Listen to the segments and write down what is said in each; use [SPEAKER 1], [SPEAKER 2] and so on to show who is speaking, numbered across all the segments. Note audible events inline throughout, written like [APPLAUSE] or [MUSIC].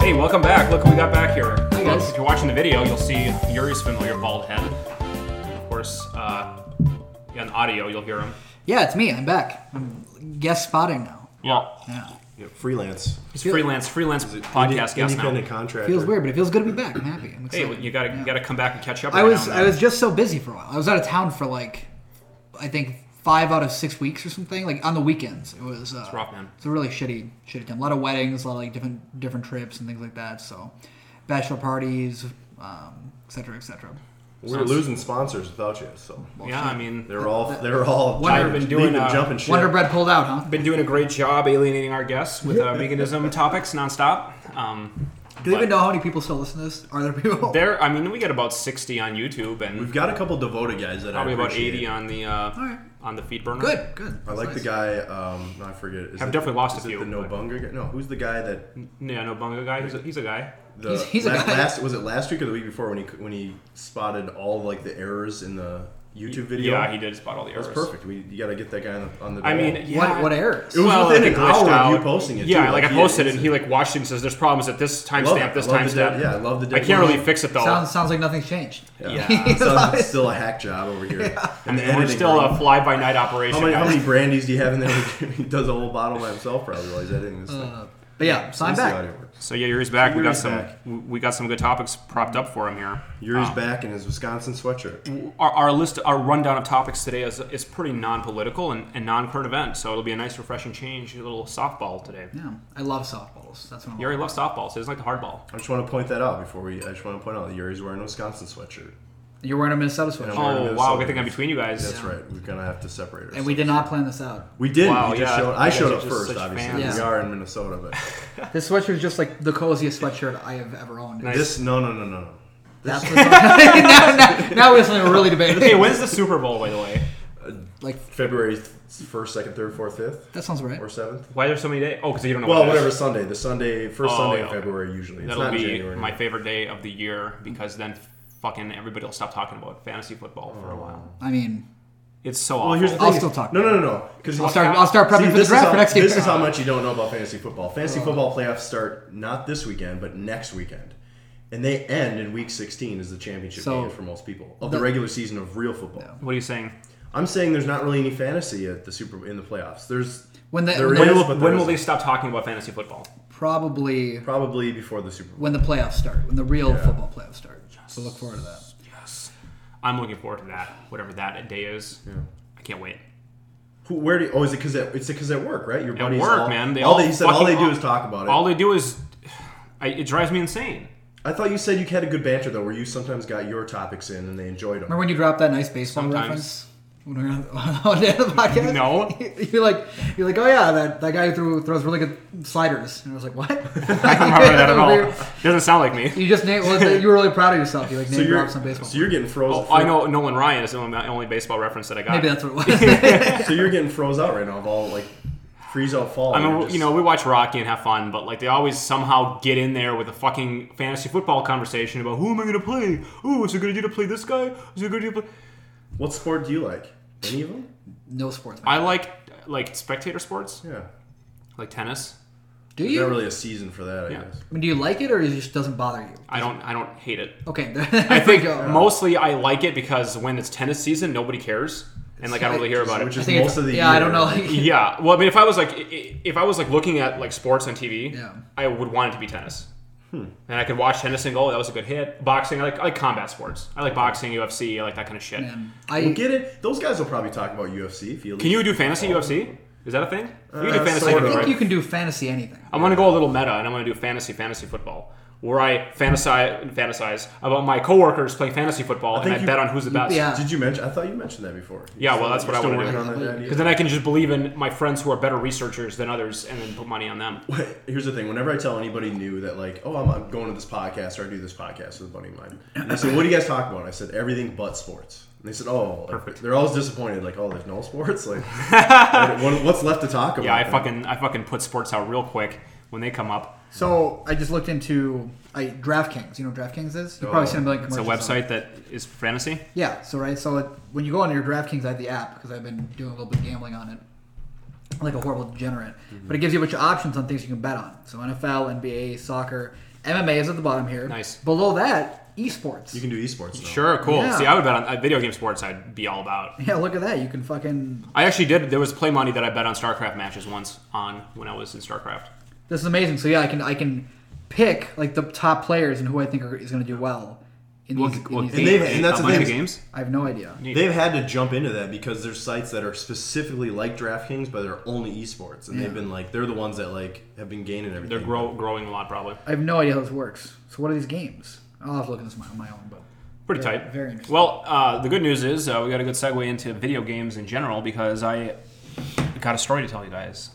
[SPEAKER 1] Hey, welcome back. Look who we got back here. Look,
[SPEAKER 2] guys.
[SPEAKER 1] if you're watching the video, you'll see Yuri's familiar bald head. Of course, uh, on audio, you'll hear him.
[SPEAKER 2] Yeah, it's me. I'm back. I'm guest spotting now.
[SPEAKER 1] Yeah.
[SPEAKER 2] Yeah.
[SPEAKER 3] Yeah, freelance.
[SPEAKER 1] He's freelance, freelance podcast guest now.
[SPEAKER 3] Independent contractor.
[SPEAKER 2] Feels weird, but it feels good to be back. I'm happy. I'm
[SPEAKER 1] Hey,
[SPEAKER 2] excited.
[SPEAKER 1] you gotta, you gotta come back and catch up.
[SPEAKER 2] I
[SPEAKER 1] right
[SPEAKER 2] was
[SPEAKER 1] now
[SPEAKER 2] I
[SPEAKER 1] and
[SPEAKER 2] was just so busy for a while. I was out of town for like I think five out of six weeks or something. Like on the weekends, it was. Uh, it's
[SPEAKER 1] rough, man.
[SPEAKER 2] It's a really shitty shitty time. A lot of weddings, a lot of like different different trips and things like that. So, bachelor parties, um, et cetera, et cetera.
[SPEAKER 3] We're losing sponsors without you, so
[SPEAKER 1] then. Yeah, I mean,
[SPEAKER 3] they're all they're all
[SPEAKER 2] Wonder-
[SPEAKER 3] tired of
[SPEAKER 1] been doing,
[SPEAKER 3] leaving,
[SPEAKER 1] uh,
[SPEAKER 3] jumping shit.
[SPEAKER 2] Wonder Bread pulled out, huh?
[SPEAKER 1] been doing a great job alienating our guests with uh, veganism topics nonstop. Um,
[SPEAKER 2] Do we
[SPEAKER 1] but
[SPEAKER 2] even know how many people still listen to this? Are there people? [LAUGHS]
[SPEAKER 1] There, I mean, we get about sixty on YouTube
[SPEAKER 3] We've
[SPEAKER 1] and
[SPEAKER 3] got a couple devoted guys that
[SPEAKER 1] probably
[SPEAKER 3] I
[SPEAKER 1] about
[SPEAKER 3] appreciate.
[SPEAKER 1] eighty on the uh,
[SPEAKER 2] right.
[SPEAKER 1] on the feed burner.
[SPEAKER 2] Good, good.
[SPEAKER 3] I like the guy. Um, I forget. Is
[SPEAKER 1] I've
[SPEAKER 3] it-
[SPEAKER 1] definitely lost
[SPEAKER 3] is
[SPEAKER 1] a
[SPEAKER 3] it
[SPEAKER 1] few,
[SPEAKER 3] The No
[SPEAKER 1] but-
[SPEAKER 3] Bunga guy. No, who's the guy that
[SPEAKER 1] Yeah, no bunga guy. He's a, he's a guy.
[SPEAKER 3] the
[SPEAKER 2] He's- he's a
[SPEAKER 3] last,
[SPEAKER 2] guy.
[SPEAKER 3] last was it last week or the week before when he when he spotted all like the errors in the YouTube video.
[SPEAKER 1] Yeah, he did spot all the errors.
[SPEAKER 3] That's perfect. We you got to get that guy on the. On the
[SPEAKER 1] I mean, yeah,
[SPEAKER 2] What what errors?
[SPEAKER 3] It was
[SPEAKER 1] well,
[SPEAKER 3] within
[SPEAKER 1] like,
[SPEAKER 3] an
[SPEAKER 1] it glitched
[SPEAKER 3] hour of you
[SPEAKER 1] out.
[SPEAKER 3] posting it,
[SPEAKER 1] Yeah,
[SPEAKER 3] too.
[SPEAKER 1] like I
[SPEAKER 3] Like, he-
[SPEAKER 1] posted it, and
[SPEAKER 3] it's-
[SPEAKER 1] he like watched it and says, "There's problems at this
[SPEAKER 3] Love
[SPEAKER 1] timestamp,
[SPEAKER 3] it.
[SPEAKER 1] this
[SPEAKER 3] Love the
[SPEAKER 1] timestamp."
[SPEAKER 3] dead- yeah, I love the
[SPEAKER 1] I
[SPEAKER 3] dead
[SPEAKER 1] can't really
[SPEAKER 3] ones.
[SPEAKER 1] fix it though.
[SPEAKER 2] Sounds sounds like nothing's changed. [LAUGHS]
[SPEAKER 3] yeah,
[SPEAKER 1] yeah.
[SPEAKER 3] Sounds- it's still a hack job over here. And the
[SPEAKER 1] and we're
[SPEAKER 3] editing,
[SPEAKER 1] still
[SPEAKER 3] bro.
[SPEAKER 1] a fly by night operation.
[SPEAKER 3] How many, how
[SPEAKER 1] guys.
[SPEAKER 3] many brandies do you have in there? [LAUGHS] he does a whole bottle by himself, probably while he's editing this thing.
[SPEAKER 2] Uh, but yeah, so I'm
[SPEAKER 3] That's the
[SPEAKER 2] back.
[SPEAKER 3] audio works.
[SPEAKER 1] So yeah, Yuri's back. we got
[SPEAKER 3] Yuri's
[SPEAKER 1] some
[SPEAKER 3] back.
[SPEAKER 1] we- we got some good topics propped up for him here. Um,
[SPEAKER 3] Yuri's back in his Wisconsin sweatshirt.
[SPEAKER 1] Our, our list, our rundown of topics today is, is pretty non-political and, and non-current event. So it'll be a nice, refreshing change. A little softball today.
[SPEAKER 2] Yeah, I love softballs. That's what I'm.
[SPEAKER 1] Yuri loves softball, so it's like the hardball.
[SPEAKER 3] I just want to point that out before we. I just want to point out that Yuri's wearing a Wisconsin sweatshirt.
[SPEAKER 2] You're wearing a Minnesota sweatshirt,
[SPEAKER 3] Sure,
[SPEAKER 1] Oh
[SPEAKER 3] Minnesota.
[SPEAKER 1] wow, good thing I'm between you guys.
[SPEAKER 3] That's right. We're gonna have to separate ourselves.
[SPEAKER 2] and we did not plan this out.
[SPEAKER 3] We did.
[SPEAKER 1] Wow,
[SPEAKER 3] we just
[SPEAKER 1] yeah.
[SPEAKER 3] showed,
[SPEAKER 1] You
[SPEAKER 3] I
[SPEAKER 1] guys
[SPEAKER 3] showed
[SPEAKER 1] are
[SPEAKER 3] up
[SPEAKER 1] just
[SPEAKER 3] first,
[SPEAKER 1] such
[SPEAKER 3] obviously.
[SPEAKER 2] fans.
[SPEAKER 3] We
[SPEAKER 2] Yeah.
[SPEAKER 3] are in Minnesota, but
[SPEAKER 2] This sweatshirt is just like the coziest sweatshirt I have ever
[SPEAKER 1] [LAUGHS]
[SPEAKER 2] owned.
[SPEAKER 1] Nice.
[SPEAKER 3] this. No, no, no, no, no.
[SPEAKER 2] That's what's now, [LAUGHS] now, now we're something we're really
[SPEAKER 1] Hey,
[SPEAKER 2] debating.
[SPEAKER 1] when's the Super Bowl, by the way?
[SPEAKER 2] Like
[SPEAKER 3] February first, second, third, fourth, fifth,
[SPEAKER 2] that sounds right.
[SPEAKER 3] or seventh.
[SPEAKER 1] Why there's so many days? Oh, because you don't know.
[SPEAKER 3] Well,
[SPEAKER 1] what it is.
[SPEAKER 3] whatever Sunday. The Sunday, first
[SPEAKER 1] Oh,
[SPEAKER 3] Sunday
[SPEAKER 1] yeah.
[SPEAKER 3] in February usually. It's
[SPEAKER 1] That'll
[SPEAKER 3] not
[SPEAKER 1] be
[SPEAKER 3] in January.
[SPEAKER 1] my favorite day of the year because then fucking everybody will stop talking about fantasy football for a while.
[SPEAKER 2] I mean,
[SPEAKER 1] It's so awful.
[SPEAKER 3] Oh. well, here's the
[SPEAKER 2] I'll
[SPEAKER 3] thing.
[SPEAKER 2] still talk.
[SPEAKER 3] No, no, no, no. Because
[SPEAKER 2] I'll start. I'll start prepping
[SPEAKER 3] See,
[SPEAKER 2] for the
[SPEAKER 3] this
[SPEAKER 2] draft
[SPEAKER 3] is how,
[SPEAKER 2] for next Oh. year.
[SPEAKER 3] This is how much you don't know about fantasy football. Fantasy football playoffs start not this weekend, but next weekend. And they end in week 16 is the championship
[SPEAKER 2] So-
[SPEAKER 3] game for most people of the, regular season of real football.
[SPEAKER 1] what are you saying?
[SPEAKER 3] I'm saying there's not really any fantasy at the Super in the playoffs. There's
[SPEAKER 2] When the-
[SPEAKER 3] there
[SPEAKER 2] when
[SPEAKER 3] is,
[SPEAKER 2] the-
[SPEAKER 1] When will,
[SPEAKER 3] but there
[SPEAKER 1] when will they
[SPEAKER 3] isn't.
[SPEAKER 1] stop talking about fantasy football?
[SPEAKER 2] probably
[SPEAKER 3] probably before the Super Bowl?
[SPEAKER 2] when the playoffs start, when the real
[SPEAKER 3] Yeah.
[SPEAKER 2] football playoffs start. So look forward to that.
[SPEAKER 1] I'm looking forward to that. Whatever that day is, I can't wait.
[SPEAKER 3] Who, where do? You, oh, is it because it's because at work, right? Your
[SPEAKER 1] At
[SPEAKER 3] buddies
[SPEAKER 1] work,
[SPEAKER 3] all,
[SPEAKER 1] man, they
[SPEAKER 3] all
[SPEAKER 1] all
[SPEAKER 3] they, you said all they
[SPEAKER 1] fucking-
[SPEAKER 3] do is talk about it.
[SPEAKER 1] All they do is, [SIGHS] I, it drives me
[SPEAKER 3] [LAUGHS]
[SPEAKER 1] insane.
[SPEAKER 3] I thought you said you had a good banter though, where you sometimes got your topics in and they enjoyed them.
[SPEAKER 2] Remember when you dropped that nice baseball
[SPEAKER 1] Sometimes.
[SPEAKER 2] reference? When we were on on the [LAUGHS] end of the podcast?
[SPEAKER 1] No.
[SPEAKER 2] [LAUGHS] You're like, you're like, oh yeah, that, that guy who threw, throws really good sliders. And I was like, what? I don't
[SPEAKER 1] I don't remember
[SPEAKER 2] [LAUGHS]
[SPEAKER 1] that at all.
[SPEAKER 3] [LAUGHS]
[SPEAKER 1] Doesn't sound like me.
[SPEAKER 2] You just named, well, you were really proud of yourself. You like
[SPEAKER 3] So
[SPEAKER 2] named
[SPEAKER 3] you're,
[SPEAKER 2] dropped some baseball.
[SPEAKER 3] so you're getting frozen.
[SPEAKER 1] Oh, I know Nolan Ryan is the only, only baseball reference that I got.
[SPEAKER 2] Maybe that's what it was. [LAUGHS]
[SPEAKER 3] so you're getting froze out right now of all like freeze out fall.
[SPEAKER 1] I mean,
[SPEAKER 3] You're
[SPEAKER 1] w
[SPEAKER 3] just-
[SPEAKER 1] you know, we watch Rocky and have fun, but like they always somehow get in there with a fucking fantasy football conversation about who am I going to play? Ooh, is it a good idea to play this guy? Is it a good idea to play?
[SPEAKER 3] what sport do you like? Any of them?
[SPEAKER 2] no sports.
[SPEAKER 1] I like like spectator sports,
[SPEAKER 3] Yeah,
[SPEAKER 1] like tennis.
[SPEAKER 2] Do
[SPEAKER 3] there's
[SPEAKER 2] you?
[SPEAKER 3] not really a season for that. I
[SPEAKER 1] Yeah.
[SPEAKER 3] guess.
[SPEAKER 2] I mean, do you like it or it just doesn't bother you?
[SPEAKER 1] I don't I don't hate it.
[SPEAKER 2] Okay, [LAUGHS] there,
[SPEAKER 1] I think
[SPEAKER 2] go.
[SPEAKER 1] mostly I like it because when it's tennis season, nobody cares, and like I don't really hear about
[SPEAKER 3] Which
[SPEAKER 1] it.
[SPEAKER 3] is
[SPEAKER 2] I think it's-
[SPEAKER 3] most of the
[SPEAKER 2] yeah, I don't
[SPEAKER 3] year.
[SPEAKER 2] know. [LAUGHS] Like,
[SPEAKER 1] Yeah, well, I mean, if I was like i- i- if I was like looking at like sports on TV,
[SPEAKER 2] Yeah. Hmm.
[SPEAKER 1] I would want it to be tennis. And I could watch tennis and go, oh, that was a good hit. Boxing, I like, I like combat sports. I like boxing, UFC, I like that kind of shit.
[SPEAKER 2] man, I
[SPEAKER 3] Well, get it. Those guys will probably talk about UFC. If you
[SPEAKER 1] Can you do fantasy UFC? Is that a thing? You can do
[SPEAKER 3] Uh,
[SPEAKER 1] fantasy,
[SPEAKER 3] sort
[SPEAKER 2] I
[SPEAKER 3] of.
[SPEAKER 1] right?
[SPEAKER 2] think you can do fantasy anything.
[SPEAKER 1] I'm gonna go a little meta, and I'm gonna do fantasy fantasy football, where I fantasize fantasize about my coworkers playing fantasy football, and
[SPEAKER 3] think
[SPEAKER 1] I
[SPEAKER 3] you-
[SPEAKER 1] bet on who's the best.
[SPEAKER 2] yeah.
[SPEAKER 3] Did you mention? I thought you mentioned that before.
[SPEAKER 1] Yeah, well, that's
[SPEAKER 3] You're
[SPEAKER 1] what I
[SPEAKER 3] still
[SPEAKER 1] wanna do.
[SPEAKER 3] working on that idea?
[SPEAKER 1] Because then I can just believe in my friends who are better researchers than others, and then put money on them.
[SPEAKER 3] Here's the thing. Whenever I tell anybody new that, like, oh, I'm, I'm going to this podcast or I do this podcast with a buddy of mine, and they say, what do you guys talk about? I said, everything but sports. And they said, oh, like,
[SPEAKER 1] Perfect.
[SPEAKER 3] they're always disappointed. Like, oh, there's no sports? [LAUGHS]
[SPEAKER 1] [LAUGHS]
[SPEAKER 3] Like, what- what- what's left to talk about?
[SPEAKER 1] Yeah, I
[SPEAKER 3] then?
[SPEAKER 1] fucking I fucking put sports out real quick when they come up.
[SPEAKER 2] So I just looked into I DraftKings. You know what DraftKings is? You've probably seen a million
[SPEAKER 1] It's a
[SPEAKER 2] commercials. on it.
[SPEAKER 1] website that is for fantasy.
[SPEAKER 2] Yeah. So right. So it, when you go on your DraftKings, I have the app because I've been doing a little bit of gambling on it, like a horrible degenerate. But it gives you a bunch of options on things you can bet on. So NFL, NBA, soccer, MMA is at the bottom here.
[SPEAKER 1] Nice.
[SPEAKER 2] Below that, esports.
[SPEAKER 3] You can do esports. Now.
[SPEAKER 1] Sure, cool.
[SPEAKER 2] Yeah.
[SPEAKER 1] See, I would bet on uh, video game sports. I'd be all about.
[SPEAKER 2] [LAUGHS] yeah, look at that. You can fucking.
[SPEAKER 1] I actually did. There was play money that I bet on StarCraft matches once on when I was in StarCraft.
[SPEAKER 2] This is amazing. So yeah, I can I can pick like the top players and who I think are, is going to do well. In these, in these
[SPEAKER 3] and
[SPEAKER 2] games.
[SPEAKER 3] they've- and that's the
[SPEAKER 1] Online
[SPEAKER 3] thing.
[SPEAKER 1] Games.
[SPEAKER 2] I have no idea.
[SPEAKER 3] They've had to jump into that because there's sites that are specifically like DraftKings, but they're only esports, and they've been like they're the ones that like have been gaining everything.
[SPEAKER 1] They're grow, growing a lot, probably.
[SPEAKER 2] I have no idea how this works. So what are these games? I'll have to look at this on my own, but
[SPEAKER 1] Pretty
[SPEAKER 2] Very-
[SPEAKER 1] tight.
[SPEAKER 2] very interesting.
[SPEAKER 1] Well, uh, the good news is uh, we got a good segue into video games in general because I got a story to tell you guys.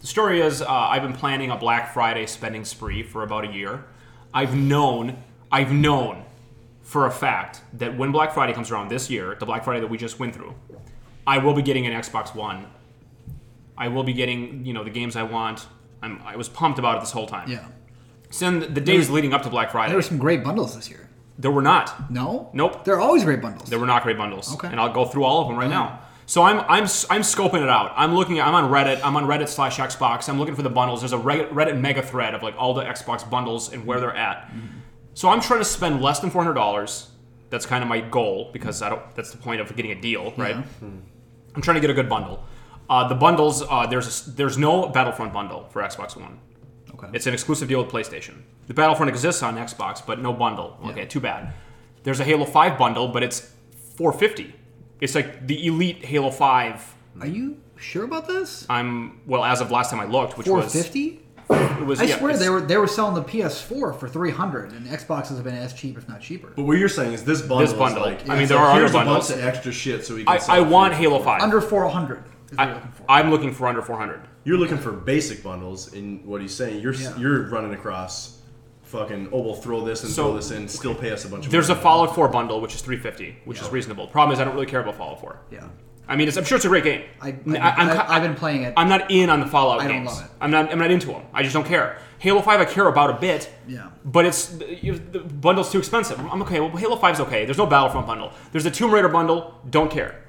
[SPEAKER 1] The story is uh, I've been planning a Black Friday spending spree for about a year. I've known, I've known for a fact that when Black Friday comes around this year, the Black Friday that we just went through, I will be getting an Xbox One. I will be getting, you know, the games I want. I'm, I was pumped about it this whole time.
[SPEAKER 2] yeah,
[SPEAKER 1] So then the- the days leading up to Black Friday,
[SPEAKER 2] there were some great bundles this year.
[SPEAKER 1] there were not.
[SPEAKER 2] No,
[SPEAKER 1] Nope.
[SPEAKER 2] They're always great bundles.
[SPEAKER 1] They were not great bundles.
[SPEAKER 2] Okay.
[SPEAKER 1] And I'll go through all of them right now. So I'm I'm I'm scoping it out. I'm looking. I'm on Reddit. I'm on Reddit slash Xbox. I'm looking for the bundles. There's a Reg- Reddit mega thread of like all the Xbox bundles and where they're at. So I'm trying to spend less than four hundred dollars. That's kind of my goal because I don't. That's the point of getting a deal, right? I'm trying to get a good bundle. Uh, the bundles. Uh, there's a, there's no Battlefront bundle for Xbox One.
[SPEAKER 2] okay.
[SPEAKER 1] It's an exclusive deal with PlayStation. The Battlefront exists on Xbox, but no bundle. Okay, too bad. There's a Halo 5 bundle, but it's 450. It's like the elite Halo 5.
[SPEAKER 2] are you sure about this?
[SPEAKER 1] I'm well as of last time I looked, which
[SPEAKER 2] Four
[SPEAKER 1] was
[SPEAKER 2] fifty.
[SPEAKER 1] it was
[SPEAKER 2] I
[SPEAKER 1] yeah,
[SPEAKER 2] swear
[SPEAKER 1] it's-
[SPEAKER 2] they were they were selling the PS4 for three hundred, and Xboxes have been as cheap, if not cheaper.
[SPEAKER 3] But what you're saying is this bundle.
[SPEAKER 1] This
[SPEAKER 3] is,
[SPEAKER 1] bundle.
[SPEAKER 3] like,
[SPEAKER 1] I mean,
[SPEAKER 3] it's
[SPEAKER 1] there
[SPEAKER 3] like,
[SPEAKER 1] are other
[SPEAKER 3] here's
[SPEAKER 1] bundles.
[SPEAKER 3] a bunch of extra shit, so we can.
[SPEAKER 1] I,
[SPEAKER 3] sell
[SPEAKER 1] I
[SPEAKER 3] it for
[SPEAKER 1] want
[SPEAKER 3] you.
[SPEAKER 1] Halo 5.
[SPEAKER 2] Under four hundred is what you're looking for.
[SPEAKER 1] I'm looking for under 400.
[SPEAKER 3] You're looking for basic bundles, and what he's saying, you're
[SPEAKER 2] Yeah.
[SPEAKER 3] you're running across, fucking. Oh, we'll throw this and
[SPEAKER 1] So-
[SPEAKER 3] throw this in, still pay us a bunch of.
[SPEAKER 1] There's a
[SPEAKER 3] money.
[SPEAKER 1] Fallout 4 bundle, which is 350, which is reasonable. Problem is, I don't really care about Fallout 4.
[SPEAKER 2] yeah,
[SPEAKER 1] I mean, it's, I'm sure it's a great game.
[SPEAKER 2] I, I,
[SPEAKER 1] I'm
[SPEAKER 2] I,
[SPEAKER 1] ca-
[SPEAKER 2] have been playing it.
[SPEAKER 1] I'm not in on the Fallout
[SPEAKER 2] I don't
[SPEAKER 1] games.
[SPEAKER 2] love it.
[SPEAKER 1] I'm not. I'm not into them. I just don't care. Halo Five, I care about a bit.
[SPEAKER 2] Yeah.
[SPEAKER 1] But it's you, the bundle's too expensive. I'm I'm okay. Well, Halo 5's okay. There's no Battlefront bundle. There's a Tomb Raider bundle. Don't care.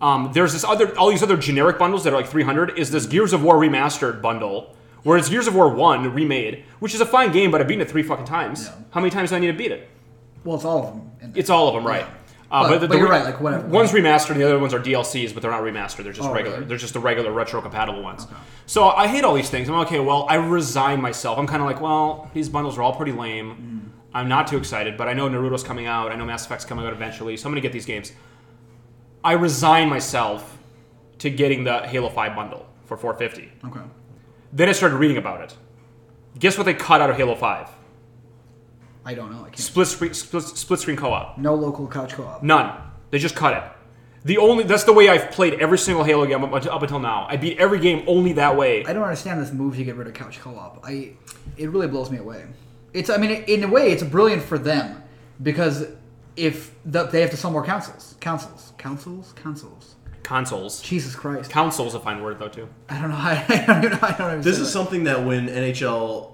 [SPEAKER 1] Um, there's this other, all these other generic bundles that are like 300. Is this Gears of War remastered bundle, where it's Gears of War One remade, which is a fine game, but I've beaten it three fucking times.
[SPEAKER 2] Yeah.
[SPEAKER 1] How many times do I need to beat it?
[SPEAKER 2] well, it's all of them. in there.
[SPEAKER 1] It's all of them, right? Uh,
[SPEAKER 2] But- but you're
[SPEAKER 1] re-
[SPEAKER 2] right, like, whatever.
[SPEAKER 1] One's remastered, and the other ones are DLCs, but they're not remastered. They're just
[SPEAKER 2] Oh,
[SPEAKER 1] regular.
[SPEAKER 2] really?
[SPEAKER 1] They're just the regular retro compatible ones. So I hate all these things. I'm okay. Well, I resign myself. I'm kind of like, well, these bundles are all pretty
[SPEAKER 2] Mm.
[SPEAKER 1] lame. I'm not too excited, but I know Naruto's coming out. I know Mass Effect's coming out eventually, so I'm gonna get these games. I resign myself to getting the Halo Five bundle for 450.
[SPEAKER 2] okay.
[SPEAKER 1] Then I started reading about it. Guess what they cut out of Halo Five?
[SPEAKER 2] I don't know. I can't.
[SPEAKER 1] Split screen, split, split screen co-op.
[SPEAKER 2] No local couch co-op.
[SPEAKER 1] None. They just cut it. The only that's the way I've played every single Halo game up, up until now. I beat every game only that way.
[SPEAKER 2] I don't understand this move to get rid of couch co-op. I it really blows me away. It's I mean in a way it's brilliant for them because if the, they have to sell more consoles, consoles, consoles, consoles.
[SPEAKER 1] Consoles,
[SPEAKER 2] Jesus Christ!
[SPEAKER 1] consoles, a fine word though too.
[SPEAKER 2] I don't know. [LAUGHS] I, don't even know. I don't even
[SPEAKER 3] This
[SPEAKER 2] say
[SPEAKER 3] is
[SPEAKER 2] that.
[SPEAKER 3] something that when NHL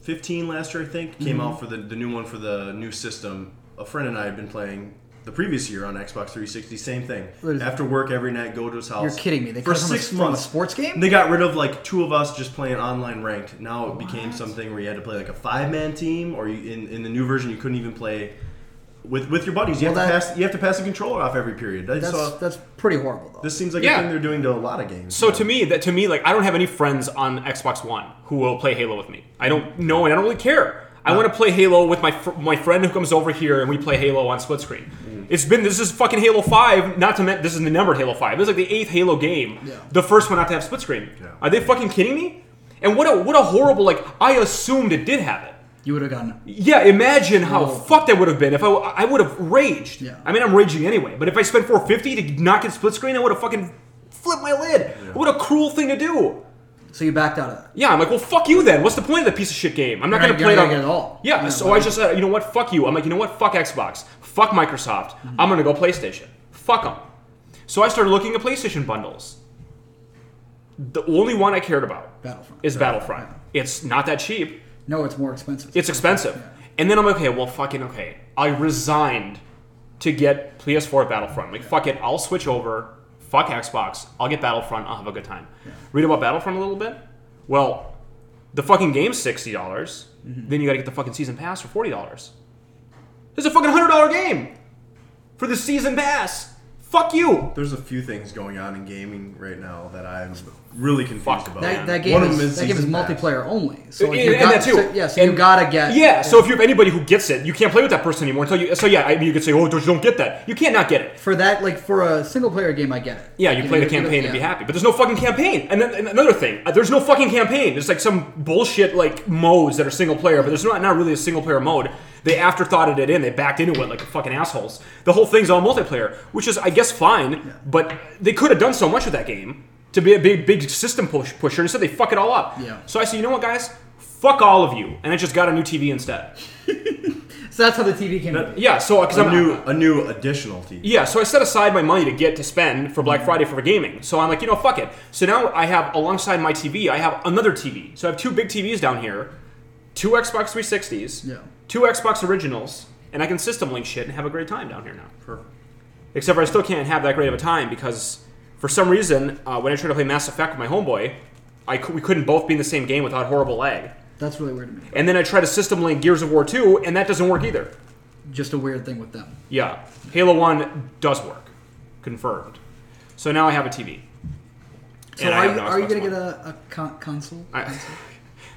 [SPEAKER 3] 15 last year, I think,
[SPEAKER 2] Mm-hmm.
[SPEAKER 3] came out for the, the new one for the new system, a friend and I had been playing the previous year on Xbox 360. Same thing.
[SPEAKER 2] There's-
[SPEAKER 3] After work every night, go to his house.
[SPEAKER 2] You're kidding me. They
[SPEAKER 3] for
[SPEAKER 2] cut it from a-
[SPEAKER 3] six
[SPEAKER 2] from a
[SPEAKER 3] months.
[SPEAKER 2] sports game?
[SPEAKER 3] They got rid of like two of us just playing online ranked. Now it became something where you had to play like a five man team, or you, in, in the new version, you couldn't even play. With, with your buddies, you
[SPEAKER 2] Well,
[SPEAKER 3] have
[SPEAKER 2] that-
[SPEAKER 3] to pass. You have to pass the controller off every period. I
[SPEAKER 2] that's
[SPEAKER 3] saw-
[SPEAKER 2] that's pretty horrible though.
[SPEAKER 3] this seems like
[SPEAKER 1] Yeah.
[SPEAKER 3] a thing they're doing to a lot of games.
[SPEAKER 1] So to me, that to me, like I don't have any friends on Xbox One who will play Halo with me. I don't know, and I don't really care. I want to play Halo with my fr- my friend who comes over here, and we play Halo on split screen. It's been this is fucking Halo Five. Not to mention this is the numbered Halo Five. This is like the eighth Halo game.
[SPEAKER 2] Yeah.
[SPEAKER 1] The first one not to have split screen.
[SPEAKER 3] Yeah.
[SPEAKER 1] Are they fucking kidding me? And what a what a horrible like I assumed it did have it.
[SPEAKER 2] you would have gotten
[SPEAKER 1] Yeah, imagine how
[SPEAKER 2] Oh.
[SPEAKER 1] fucked I would have been if I, I would have raged.
[SPEAKER 2] Yeah.
[SPEAKER 1] I mean, I'm raging anyway, but if I spent 450 to not get split screen, I would have fucking flipped my lid. What a cruel thing to do.
[SPEAKER 2] so you backed out of that.
[SPEAKER 1] Yeah, I'm like, well, fuck you then. What's the point of that piece of shit game? I'm not
[SPEAKER 2] You're
[SPEAKER 1] going to
[SPEAKER 2] not-
[SPEAKER 1] play
[SPEAKER 2] you're
[SPEAKER 1] it on-
[SPEAKER 2] not gonna get it all.
[SPEAKER 1] Yeah,
[SPEAKER 2] Yeah,
[SPEAKER 1] so I
[SPEAKER 2] right.
[SPEAKER 1] just said, you know what? Fuck you. I'm like, you know what? Fuck Xbox. Fuck Microsoft.
[SPEAKER 2] Mm-hmm.
[SPEAKER 1] I'm going to go PlayStation. Fuck them. So I started looking at PlayStation bundles. The only one I cared about
[SPEAKER 2] Battlefront.
[SPEAKER 1] is Battlefront. It's not that cheap.
[SPEAKER 2] No, it's more expensive.
[SPEAKER 1] It's expensive. And then I'm like, okay, well, fucking okay. I resigned to get PS4 Battlefront. Like, fuck it, I'll switch over. Fuck Xbox. I'll get Battlefront. I'll have a good time. Read about Battlefront a little bit. Well, The fucking game's sixty dollars. Then you got to get the fucking season pass for forty dollars. There's a fucking hundred dollar game for the season pass. Fuck you.
[SPEAKER 3] There's a few things going on in gaming right now that I'm really confused
[SPEAKER 1] Fuck.
[SPEAKER 3] about.
[SPEAKER 1] Yeah.
[SPEAKER 2] That, that game
[SPEAKER 3] One of
[SPEAKER 2] is,
[SPEAKER 3] them is
[SPEAKER 2] that game is
[SPEAKER 3] season pass.
[SPEAKER 2] multiplayer only. So
[SPEAKER 1] And-
[SPEAKER 2] you
[SPEAKER 1] and
[SPEAKER 2] got,
[SPEAKER 1] that too.
[SPEAKER 2] So, yeah, so you
[SPEAKER 1] And-
[SPEAKER 2] gotta get
[SPEAKER 1] Yeah, so if you have anybody who gets it, you can't play with that person anymore until you. So yeah, I mean, you could say, "Oh, don't, don't get that." You can't not get it.
[SPEAKER 2] for that like for a single player game, I get it.
[SPEAKER 1] Yeah, you, play
[SPEAKER 2] know,
[SPEAKER 1] the campaign and be
[SPEAKER 2] yeah.
[SPEAKER 1] happy, but there's no fucking campaign. And then and another thing, uh, there's no fucking campaign. There's like some bullshit like modes that are single player, but there's not not really a single player mode. They afterthoughted it in. They backed into it like fucking assholes. The whole thing's all multiplayer, which is I guess fine, but they could have done so much with that game to be a big big system push pusher. Instead, they fuck it all up.
[SPEAKER 2] Yeah.
[SPEAKER 1] So I say, you know what, guys, fuck all of you, and I just got a new TV instead.
[SPEAKER 2] So that's how the TV came. to be.
[SPEAKER 1] Yeah. So because
[SPEAKER 3] a
[SPEAKER 1] I'm
[SPEAKER 3] new a new additional TV.
[SPEAKER 1] Yeah, so I set aside my money to get to spend for Black Friday for gaming. So I'm like, you know, fuck it. So now I have alongside my TV, I have another TV. So I have two big TVs down here, two Xbox 360s,
[SPEAKER 2] Yeah.
[SPEAKER 1] two Xbox Originals, and I can system link shit and have a great time down here now.
[SPEAKER 3] Perfect.
[SPEAKER 1] Except for I still can't have that great of a time because for some reason, uh, when I tried to play Mass Effect with my homeboy, I cou- we couldn't both be in the same game without horrible lag.
[SPEAKER 2] That's really weird to me.
[SPEAKER 1] And then I tried to system link Gears of War 2, and that doesn't work either.
[SPEAKER 2] Just a weird thing with them.
[SPEAKER 1] Yeah, Halo One does work, confirmed. So now I have a TV.
[SPEAKER 2] So
[SPEAKER 1] And I
[SPEAKER 2] are
[SPEAKER 1] have
[SPEAKER 2] you,
[SPEAKER 1] an
[SPEAKER 2] are you
[SPEAKER 1] Xbox
[SPEAKER 2] gonna
[SPEAKER 1] One.
[SPEAKER 2] get a, a con- console?
[SPEAKER 1] I-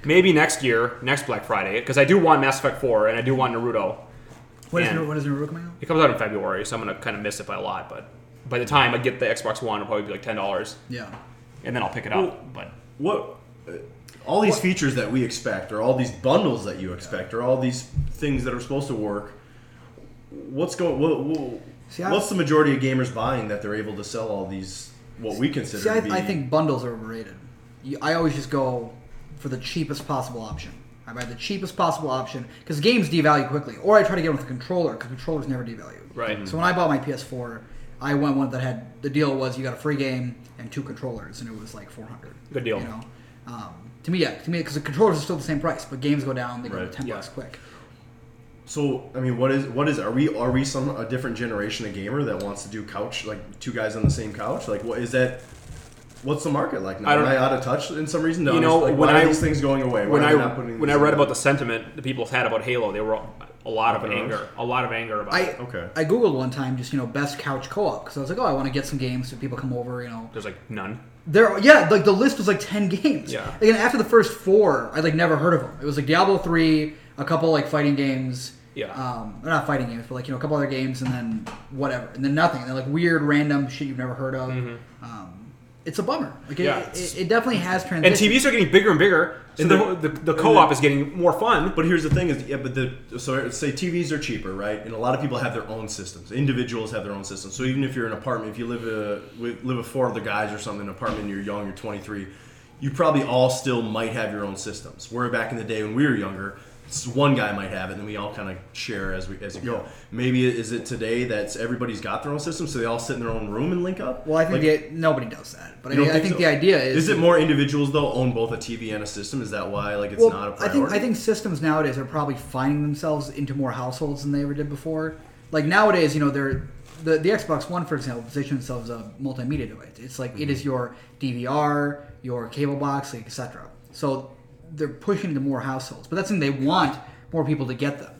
[SPEAKER 1] maybe next year, next Black Friday, because I do want Mass Effect Four and I do want Naruto.
[SPEAKER 2] What is
[SPEAKER 1] and-
[SPEAKER 2] Naruto- what is Naruto coming out?
[SPEAKER 1] It comes out in February, so I'm gonna kind of miss it by a lot. But by the time I get the Xbox One, it'll probably be like ten dollars,
[SPEAKER 2] Yeah.
[SPEAKER 1] and then I'll pick it up. but
[SPEAKER 3] What? uh, All these features that we expect, or all these bundles that you expect, or all these things that are supposed to work. What's going? What, what,
[SPEAKER 2] See, I-
[SPEAKER 3] what's the majority of gamers buying that they're able to sell all these? What we consider
[SPEAKER 2] See, I,
[SPEAKER 3] to be.
[SPEAKER 2] I think bundles are overrated. You, I always just go for the cheapest possible option. I buy the cheapest possible option because games devalue quickly, or I try to get them with a controller because controllers never devalue.
[SPEAKER 1] Right.
[SPEAKER 2] So when I bought my PS4, I went one that had the deal was you got a free game and two controllers, and it was like four hundred.
[SPEAKER 1] Good deal.
[SPEAKER 2] You know, um, to me, yeah, to me, because the controllers are still the same price, but games go down, they go
[SPEAKER 3] Right.
[SPEAKER 2] to ten
[SPEAKER 1] Yeah.
[SPEAKER 2] bucks quick.
[SPEAKER 3] So I mean, what is what is are we are we some a different generation of gamer that wants to do couch like two guys on the same couch? Like what is that? What's the market like now?
[SPEAKER 1] I don't-
[SPEAKER 3] Am I out of touch in some reason? No,
[SPEAKER 1] You know,
[SPEAKER 3] like,
[SPEAKER 1] when
[SPEAKER 3] why
[SPEAKER 1] I-
[SPEAKER 3] are these things going away? Why
[SPEAKER 1] when
[SPEAKER 3] are
[SPEAKER 1] I
[SPEAKER 3] they not putting
[SPEAKER 1] when I
[SPEAKER 3] these
[SPEAKER 1] read
[SPEAKER 3] out?
[SPEAKER 1] about the sentiment the people had about Halo, they were all, a lot of
[SPEAKER 3] Up in arms?
[SPEAKER 1] anger, a lot of anger about.
[SPEAKER 2] I
[SPEAKER 1] it.
[SPEAKER 3] Okay.
[SPEAKER 2] I googled one time just you know best couch co-op because I was like, oh, I want to get some games so people come over, you know.
[SPEAKER 1] There's like none.
[SPEAKER 2] There, yeah, like the list was like ten [LAUGHS] games.
[SPEAKER 1] Yeah.
[SPEAKER 2] Like, and after the first four, I like never heard of them. It was like Diablo three, a couple like fighting games.
[SPEAKER 1] Yeah.
[SPEAKER 2] Um, or not fighting games, but like you know a couple other games, and then whatever, and then nothing, and then like weird random shit you've never heard of.
[SPEAKER 3] Mm-hmm.
[SPEAKER 2] Um, it's a bummer. Like it,
[SPEAKER 1] Yeah.
[SPEAKER 2] it, it definitely has transitioned.
[SPEAKER 1] And TVs are getting bigger and bigger, so
[SPEAKER 3] And
[SPEAKER 1] the,
[SPEAKER 3] the-
[SPEAKER 1] the, the co-op is getting more fun.
[SPEAKER 3] But here's the thing: is yeah, but the so say TVs are cheaper, right? And a lot of people have their own systems. Individuals have their own systems. So even if you're in an apartment, if you live a, with, live with four other guys or something, in an apartment, you're young, you're 23, you probably all still might have your own systems. Where back in the day when we were younger, s- one guy might have it, and then we all kind of share as we as you go. Maybe is it today that's everybody's got their own system, so they all sit in their own room and link up?
[SPEAKER 2] well, I think
[SPEAKER 3] Like,
[SPEAKER 2] the, nobody does that, but I,
[SPEAKER 3] you don't
[SPEAKER 2] mean, I think
[SPEAKER 3] so?
[SPEAKER 2] the idea is
[SPEAKER 3] Is it more individuals though own both a TV and a system? Is that why like it's
[SPEAKER 2] well,
[SPEAKER 3] not a
[SPEAKER 2] I
[SPEAKER 3] priority?
[SPEAKER 2] think I think systems nowadays are probably finding themselves into more households than they ever did before. Like nowadays, you know, they're the, the Xbox One, for example, position themselves as a multimedia device. It's like
[SPEAKER 3] Mm-hmm.
[SPEAKER 2] it is your DVR, your cable box, like, etc. So they're pushing to more households, but that's the thing they want more people to get them.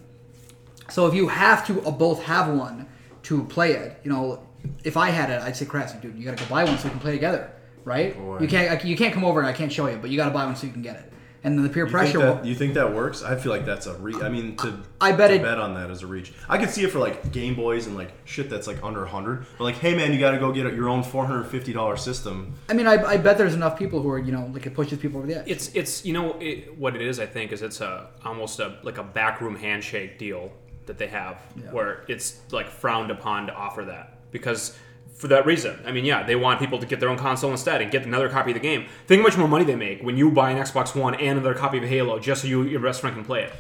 [SPEAKER 2] So if you have to uh, both have one to play it, you know, if I had it, I'd say, "Crass, dude, you got to go buy one so we can play together, right?
[SPEAKER 3] Boy.
[SPEAKER 2] You can't, like, you can't come over and I can't show you, but you got to buy one so you can get it." And then the peer
[SPEAKER 3] You
[SPEAKER 2] pressure.
[SPEAKER 3] Think that,
[SPEAKER 2] will-
[SPEAKER 3] you think that works? I feel like that's a re. I mean, to
[SPEAKER 2] I bet
[SPEAKER 3] to
[SPEAKER 2] it-
[SPEAKER 3] bet on that as a reach. I could see it for like Game Boys and like shit that's like under hundred. But like, hey man, you got to go get your own four hundred fifty dollars system.
[SPEAKER 2] I mean, I, I bet there's enough people who are, you know, like it pushes people over the edge.
[SPEAKER 1] It's it's you know it, what it is. I think is it's a almost a like a backroom handshake deal that they have where it's like frowned upon to offer that because for that reason. I mean, yeah, they want people to get their own console instead and get another copy of the game. Think how much more money they make when you buy an Xbox One and another copy of Halo just so you your best friend can play it.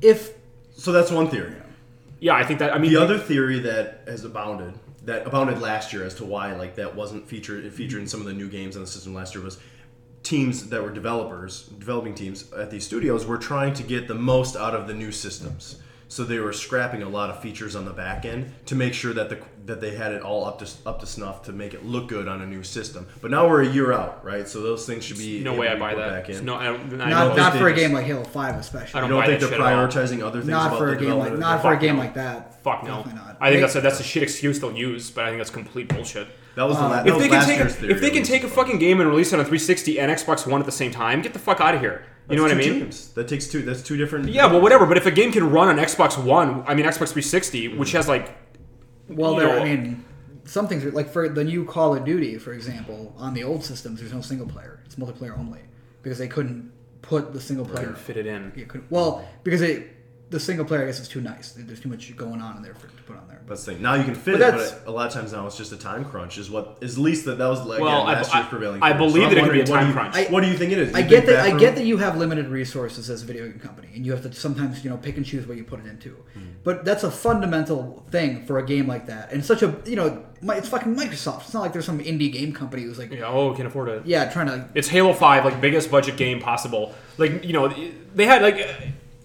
[SPEAKER 2] if
[SPEAKER 3] So that's one theory.
[SPEAKER 1] Yeah, I think that. I mean,
[SPEAKER 3] The other theory that has abounded that abounded last year as to why like that wasn't featured featured in some of the new games on the system last year was teams that were developers developing teams at these studios were trying to get the most out of the new systems So they were scrapping a lot of features on the back end to make sure that the that they had it all up to up to snuff to make it look good on a new system. But now we're a year out, right? So those things should be
[SPEAKER 1] No
[SPEAKER 3] able
[SPEAKER 1] way
[SPEAKER 3] to
[SPEAKER 1] I
[SPEAKER 3] be
[SPEAKER 1] buy
[SPEAKER 3] put
[SPEAKER 1] that.
[SPEAKER 3] Back in.
[SPEAKER 1] No, I don't, I
[SPEAKER 2] Not
[SPEAKER 1] don't-
[SPEAKER 2] not
[SPEAKER 3] think
[SPEAKER 2] for a
[SPEAKER 3] it's-
[SPEAKER 2] game like Halo Five, especially.
[SPEAKER 1] I
[SPEAKER 3] You
[SPEAKER 1] don't
[SPEAKER 3] don't
[SPEAKER 1] buy
[SPEAKER 3] think
[SPEAKER 1] that
[SPEAKER 3] they're
[SPEAKER 1] shit at all.
[SPEAKER 3] prioritizing other things?
[SPEAKER 2] not
[SPEAKER 3] about
[SPEAKER 2] for a
[SPEAKER 3] the
[SPEAKER 2] game like
[SPEAKER 3] development?
[SPEAKER 2] not for a
[SPEAKER 1] Fuck
[SPEAKER 2] game
[SPEAKER 1] no.
[SPEAKER 2] like that.
[SPEAKER 1] Fuck no.
[SPEAKER 2] Definitely not.
[SPEAKER 1] I think
[SPEAKER 2] Like,
[SPEAKER 1] that's a, that's a shit excuse they'll use, but I think that's complete bullshit.
[SPEAKER 3] That was the la- that
[SPEAKER 1] If
[SPEAKER 3] was
[SPEAKER 1] they can
[SPEAKER 3] last
[SPEAKER 1] take
[SPEAKER 3] year's
[SPEAKER 1] a,
[SPEAKER 3] theory
[SPEAKER 1] if they
[SPEAKER 3] of
[SPEAKER 1] can
[SPEAKER 3] this
[SPEAKER 1] take a
[SPEAKER 3] stuff.
[SPEAKER 1] fucking game and release it on 360 and Xbox One at the same time, get the fuck out of here. You know what I
[SPEAKER 3] That's
[SPEAKER 1] mean?
[SPEAKER 3] two teams. That takes two. That's two different.
[SPEAKER 1] Yeah, well, whatever. But if a game can run on Xbox One, I mean Xbox 360, which has like
[SPEAKER 2] Well,
[SPEAKER 1] you
[SPEAKER 2] there. I
[SPEAKER 1] know-
[SPEAKER 2] mean, some things are, like for the new Call of Duty, for example, on the old systems, there's no single player. It's multiplayer only because they couldn't put the single player.
[SPEAKER 1] couldn't fit it in.
[SPEAKER 2] Yeah, couldn't, well, because it, the single player, I guess, is too nice. There's too much going on in there for to put on there. But
[SPEAKER 3] That's the thing. Now you can fit
[SPEAKER 2] But
[SPEAKER 3] it,
[SPEAKER 2] that's-
[SPEAKER 3] but a lot of times now it's just a time crunch. Is what is at least that that was like
[SPEAKER 1] Well,
[SPEAKER 3] again,
[SPEAKER 1] I-
[SPEAKER 3] last
[SPEAKER 1] I-
[SPEAKER 3] year's prevailing.
[SPEAKER 1] I
[SPEAKER 3] theory.
[SPEAKER 1] believe
[SPEAKER 3] I'm
[SPEAKER 1] that it could be a
[SPEAKER 3] wondering, what
[SPEAKER 1] time
[SPEAKER 3] do you-
[SPEAKER 1] crunch.
[SPEAKER 3] what do you think it is?
[SPEAKER 2] I
[SPEAKER 3] You
[SPEAKER 2] get
[SPEAKER 3] think
[SPEAKER 2] that. I
[SPEAKER 3] back
[SPEAKER 2] get
[SPEAKER 3] room-
[SPEAKER 2] that you have limited resources as a video game company, and you have to sometimes you know pick and choose what you put it into.
[SPEAKER 1] Mm.
[SPEAKER 2] But that's a fundamental thing for a game like that, and such a you know my, it's fucking Microsoft. It's not like there's some indie game company who's like yeah,
[SPEAKER 1] Yeah, oh, can afford it.
[SPEAKER 2] trying to
[SPEAKER 1] It's Halo 5, like biggest budget game possible. Like you know, they had like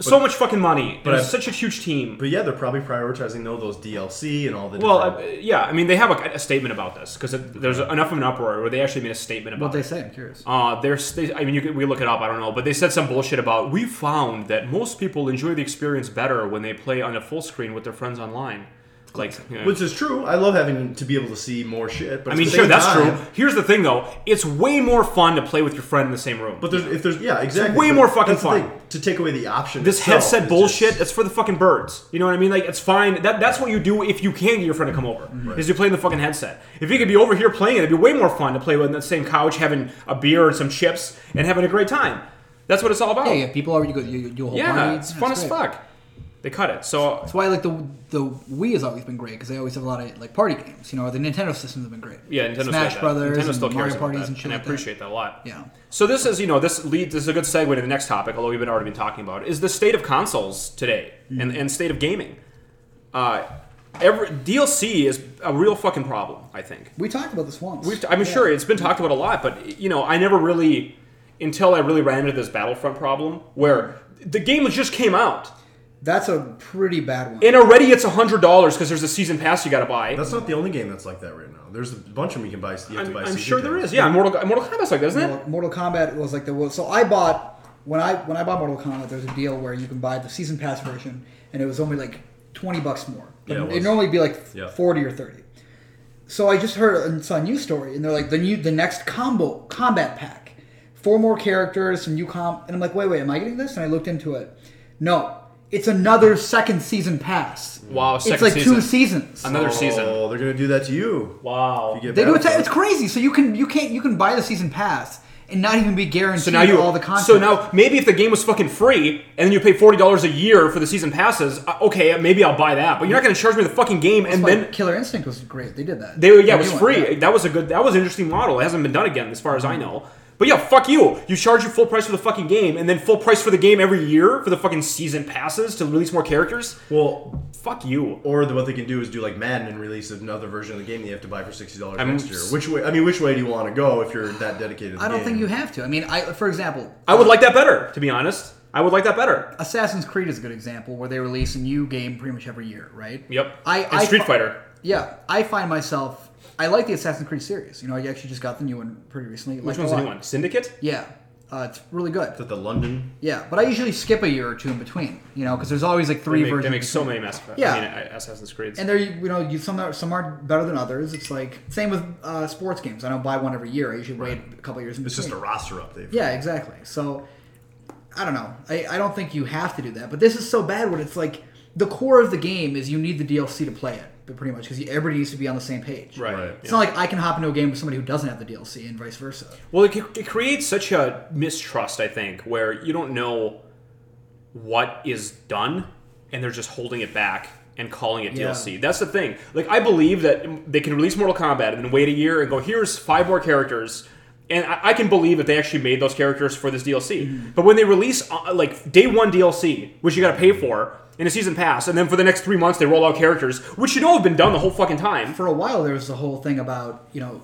[SPEAKER 1] so much fucking money, but
[SPEAKER 3] but
[SPEAKER 1] it's
[SPEAKER 3] I-
[SPEAKER 1] such a huge team.
[SPEAKER 3] But yeah, they're probably prioritizing though those DLC and all the.
[SPEAKER 1] well,
[SPEAKER 3] different-
[SPEAKER 1] uh, yeah, I mean they have a, a statement about this because there's enough of an uproar where they actually made a statement about
[SPEAKER 2] what
[SPEAKER 1] it.
[SPEAKER 2] they say. I'm curious.
[SPEAKER 1] Uh, there's, they, I mean, you could, we look it up. I don't know, but they said some bullshit about we found that most people enjoy the experience better when they play on a full screen with their friends online. Like, yeah.
[SPEAKER 3] which is true. I love having to be able to see more shit. But
[SPEAKER 1] I
[SPEAKER 3] at
[SPEAKER 1] mean,
[SPEAKER 3] the
[SPEAKER 1] sure,
[SPEAKER 3] same
[SPEAKER 1] that's
[SPEAKER 3] time-
[SPEAKER 1] true. Here's the thing, though: it's way more fun to play with your friend in the same room.
[SPEAKER 3] But there's if there's yeah exactly
[SPEAKER 1] way
[SPEAKER 3] But
[SPEAKER 1] more fucking
[SPEAKER 3] that's the
[SPEAKER 1] fun.
[SPEAKER 3] thing, to take away the option.
[SPEAKER 1] this
[SPEAKER 3] itself
[SPEAKER 1] headset
[SPEAKER 3] is
[SPEAKER 1] bullshit,
[SPEAKER 3] just-
[SPEAKER 1] it's for the fucking birds. You know what I mean? Like, it's fine. That that's what you do if you can get your friend to come over. Is you play in the fucking headset. If you could be over here playing it, it'd be way more fun to play with on the same couch, having a beer and some chips, and having a great time. That's what it's all about.
[SPEAKER 2] Yeah, yeah, people already go you, you do a whole
[SPEAKER 1] Yeah,
[SPEAKER 2] party.
[SPEAKER 1] it's
[SPEAKER 2] Yeah,
[SPEAKER 1] fun as
[SPEAKER 2] great.
[SPEAKER 1] fuck. They cut it. So
[SPEAKER 2] That's why like the the Wii has always been great because they always have a lot of like party games. You know, or the Nintendo systems have been great.
[SPEAKER 1] yeah, Nintendo
[SPEAKER 2] Smash Brothers,
[SPEAKER 1] Nintendo
[SPEAKER 2] and
[SPEAKER 1] still cares
[SPEAKER 2] Mario
[SPEAKER 1] about
[SPEAKER 2] parties
[SPEAKER 1] that,
[SPEAKER 2] and shit.
[SPEAKER 1] and
[SPEAKER 2] like
[SPEAKER 1] I appreciate that. a lot.
[SPEAKER 2] That. Yeah,
[SPEAKER 1] So this is you know this leads this is a good segue to the next topic, although we've been already been talking about it, is the state of consoles today and,
[SPEAKER 2] Mm.
[SPEAKER 1] and state of gaming. Uh, every DLC is a real fucking problem. I think.
[SPEAKER 2] we talked about this once.
[SPEAKER 1] We've, I'm
[SPEAKER 2] Yeah.
[SPEAKER 1] sure it's been talked about a lot, but you know, I never really, until I really ran into this Battlefront problem, where the game just came out
[SPEAKER 2] that's a pretty bad one.
[SPEAKER 1] and already it's hundred dollars because there's a season pass you got to buy.
[SPEAKER 3] That's not the only game that's like that right now. There's a bunch of them you can buy. You have to
[SPEAKER 1] I'm,
[SPEAKER 3] buy
[SPEAKER 1] I'm
[SPEAKER 3] season
[SPEAKER 1] sure there
[SPEAKER 3] tickets.
[SPEAKER 1] is. Yeah, Mortal, Mortal Kombat's like that, isn't it?
[SPEAKER 2] Mortal, Mortal Kombat was like the wo- so I bought when I when I bought Mortal Kombat there was a deal where you can buy the season pass version and it was only like twenty bucks more.
[SPEAKER 3] Yeah, it
[SPEAKER 2] It'd
[SPEAKER 3] was.
[SPEAKER 2] normally be like
[SPEAKER 3] Yeah.
[SPEAKER 2] forty or thirty. So I just heard it's on news story and they're like the new the next combo combat pack, four more characters, some new comp, and I'm like wait wait am I getting this? And I looked into it, no, it's another second season pass.
[SPEAKER 1] Wow,
[SPEAKER 2] it's
[SPEAKER 1] second
[SPEAKER 2] like
[SPEAKER 1] season.
[SPEAKER 2] two seasons.
[SPEAKER 1] Another
[SPEAKER 3] oh,
[SPEAKER 1] season.
[SPEAKER 3] they're gonna do that to you.
[SPEAKER 1] Wow.
[SPEAKER 3] If you get
[SPEAKER 2] They do it.
[SPEAKER 3] Battlefront.
[SPEAKER 2] It's crazy. So you can you can't you can buy the season pass and not even be guaranteed
[SPEAKER 1] So now you
[SPEAKER 2] all the content.
[SPEAKER 1] So now maybe if the game was fucking free and then you pay forty dollars a year for the season passes, uh, okay, maybe I'll buy that. But you're not going to charge me the fucking game and
[SPEAKER 2] That's why
[SPEAKER 1] then
[SPEAKER 2] Killer Instinct was great. They did that.
[SPEAKER 1] They were, yeah,
[SPEAKER 2] They're
[SPEAKER 1] it was
[SPEAKER 2] doing
[SPEAKER 1] free.
[SPEAKER 2] that.
[SPEAKER 1] That was a good. That was an interesting model. It hasn't been done again, as far as I know. But yeah, fuck you. You charge your full price for the fucking game, and then full price for the game every year for the fucking season passes to release more characters.
[SPEAKER 3] Well,
[SPEAKER 1] Fuck you.
[SPEAKER 3] or the, what they can do is do like Madden and release another version of the game that you have to buy for sixty dollars
[SPEAKER 1] I'm
[SPEAKER 3] next year.
[SPEAKER 1] s-
[SPEAKER 3] Which way? I mean, which way do you want to go if you're that dedicated? To the
[SPEAKER 2] I don't
[SPEAKER 3] game?
[SPEAKER 2] think you have to. I mean, I for example,
[SPEAKER 1] I would like that better, to be honest. I would like that better.
[SPEAKER 2] Assassin's Creed is a good example where they release a new game pretty much every year, right?
[SPEAKER 1] Yep.
[SPEAKER 2] I,
[SPEAKER 1] and
[SPEAKER 2] I
[SPEAKER 1] Street
[SPEAKER 2] fi-
[SPEAKER 1] Fighter.
[SPEAKER 2] Yeah, I find myself. I like the Assassin's Creed series. You know, I actually just got the new one pretty recently.
[SPEAKER 1] Which one's the new one? Syndicate.
[SPEAKER 2] Yeah, uh, it's really good.
[SPEAKER 3] That the London.
[SPEAKER 2] Yeah, but I usually skip a year or two in between. You know, because there's always like three
[SPEAKER 1] They make,
[SPEAKER 2] versions.
[SPEAKER 1] they make so many Mass Effect.
[SPEAKER 2] Yeah.
[SPEAKER 1] I mean, I- Assassin's Creeds.
[SPEAKER 2] and there you know you some are, some are better than others. It's like same with uh, sports games. I don't buy one every year. I usually wait a couple years. In
[SPEAKER 3] It's just a
[SPEAKER 2] between.
[SPEAKER 3] roster update.
[SPEAKER 2] yeah, exactly. So I don't know. I, I don't think you have to do that, but this is so bad when it's like the core of the game is you need the DLC to play it, but pretty much because everybody needs to be on the same page.
[SPEAKER 1] right.
[SPEAKER 3] Right.
[SPEAKER 2] It's
[SPEAKER 1] yeah.
[SPEAKER 2] not like I can hop into a game with somebody who doesn't have the DLC and vice versa.
[SPEAKER 1] Well, it, it creates such a mistrust, I think, where you don't know what is done, and they're just holding it back and calling it
[SPEAKER 2] Yeah.
[SPEAKER 1] DLC. That's the thing. Like, I believe that they can release Mortal Kombat and then wait a year and go, here's five more characters. And I, I can believe that they actually made those characters for this DLC.
[SPEAKER 2] Mm-hmm.
[SPEAKER 1] But when they release, uh, like, day one DLC, which you gotta pay for, in a season pass, and then for the next three months they roll out characters, which should all have been done the whole fucking time.
[SPEAKER 2] For a while, there was the whole thing about you know,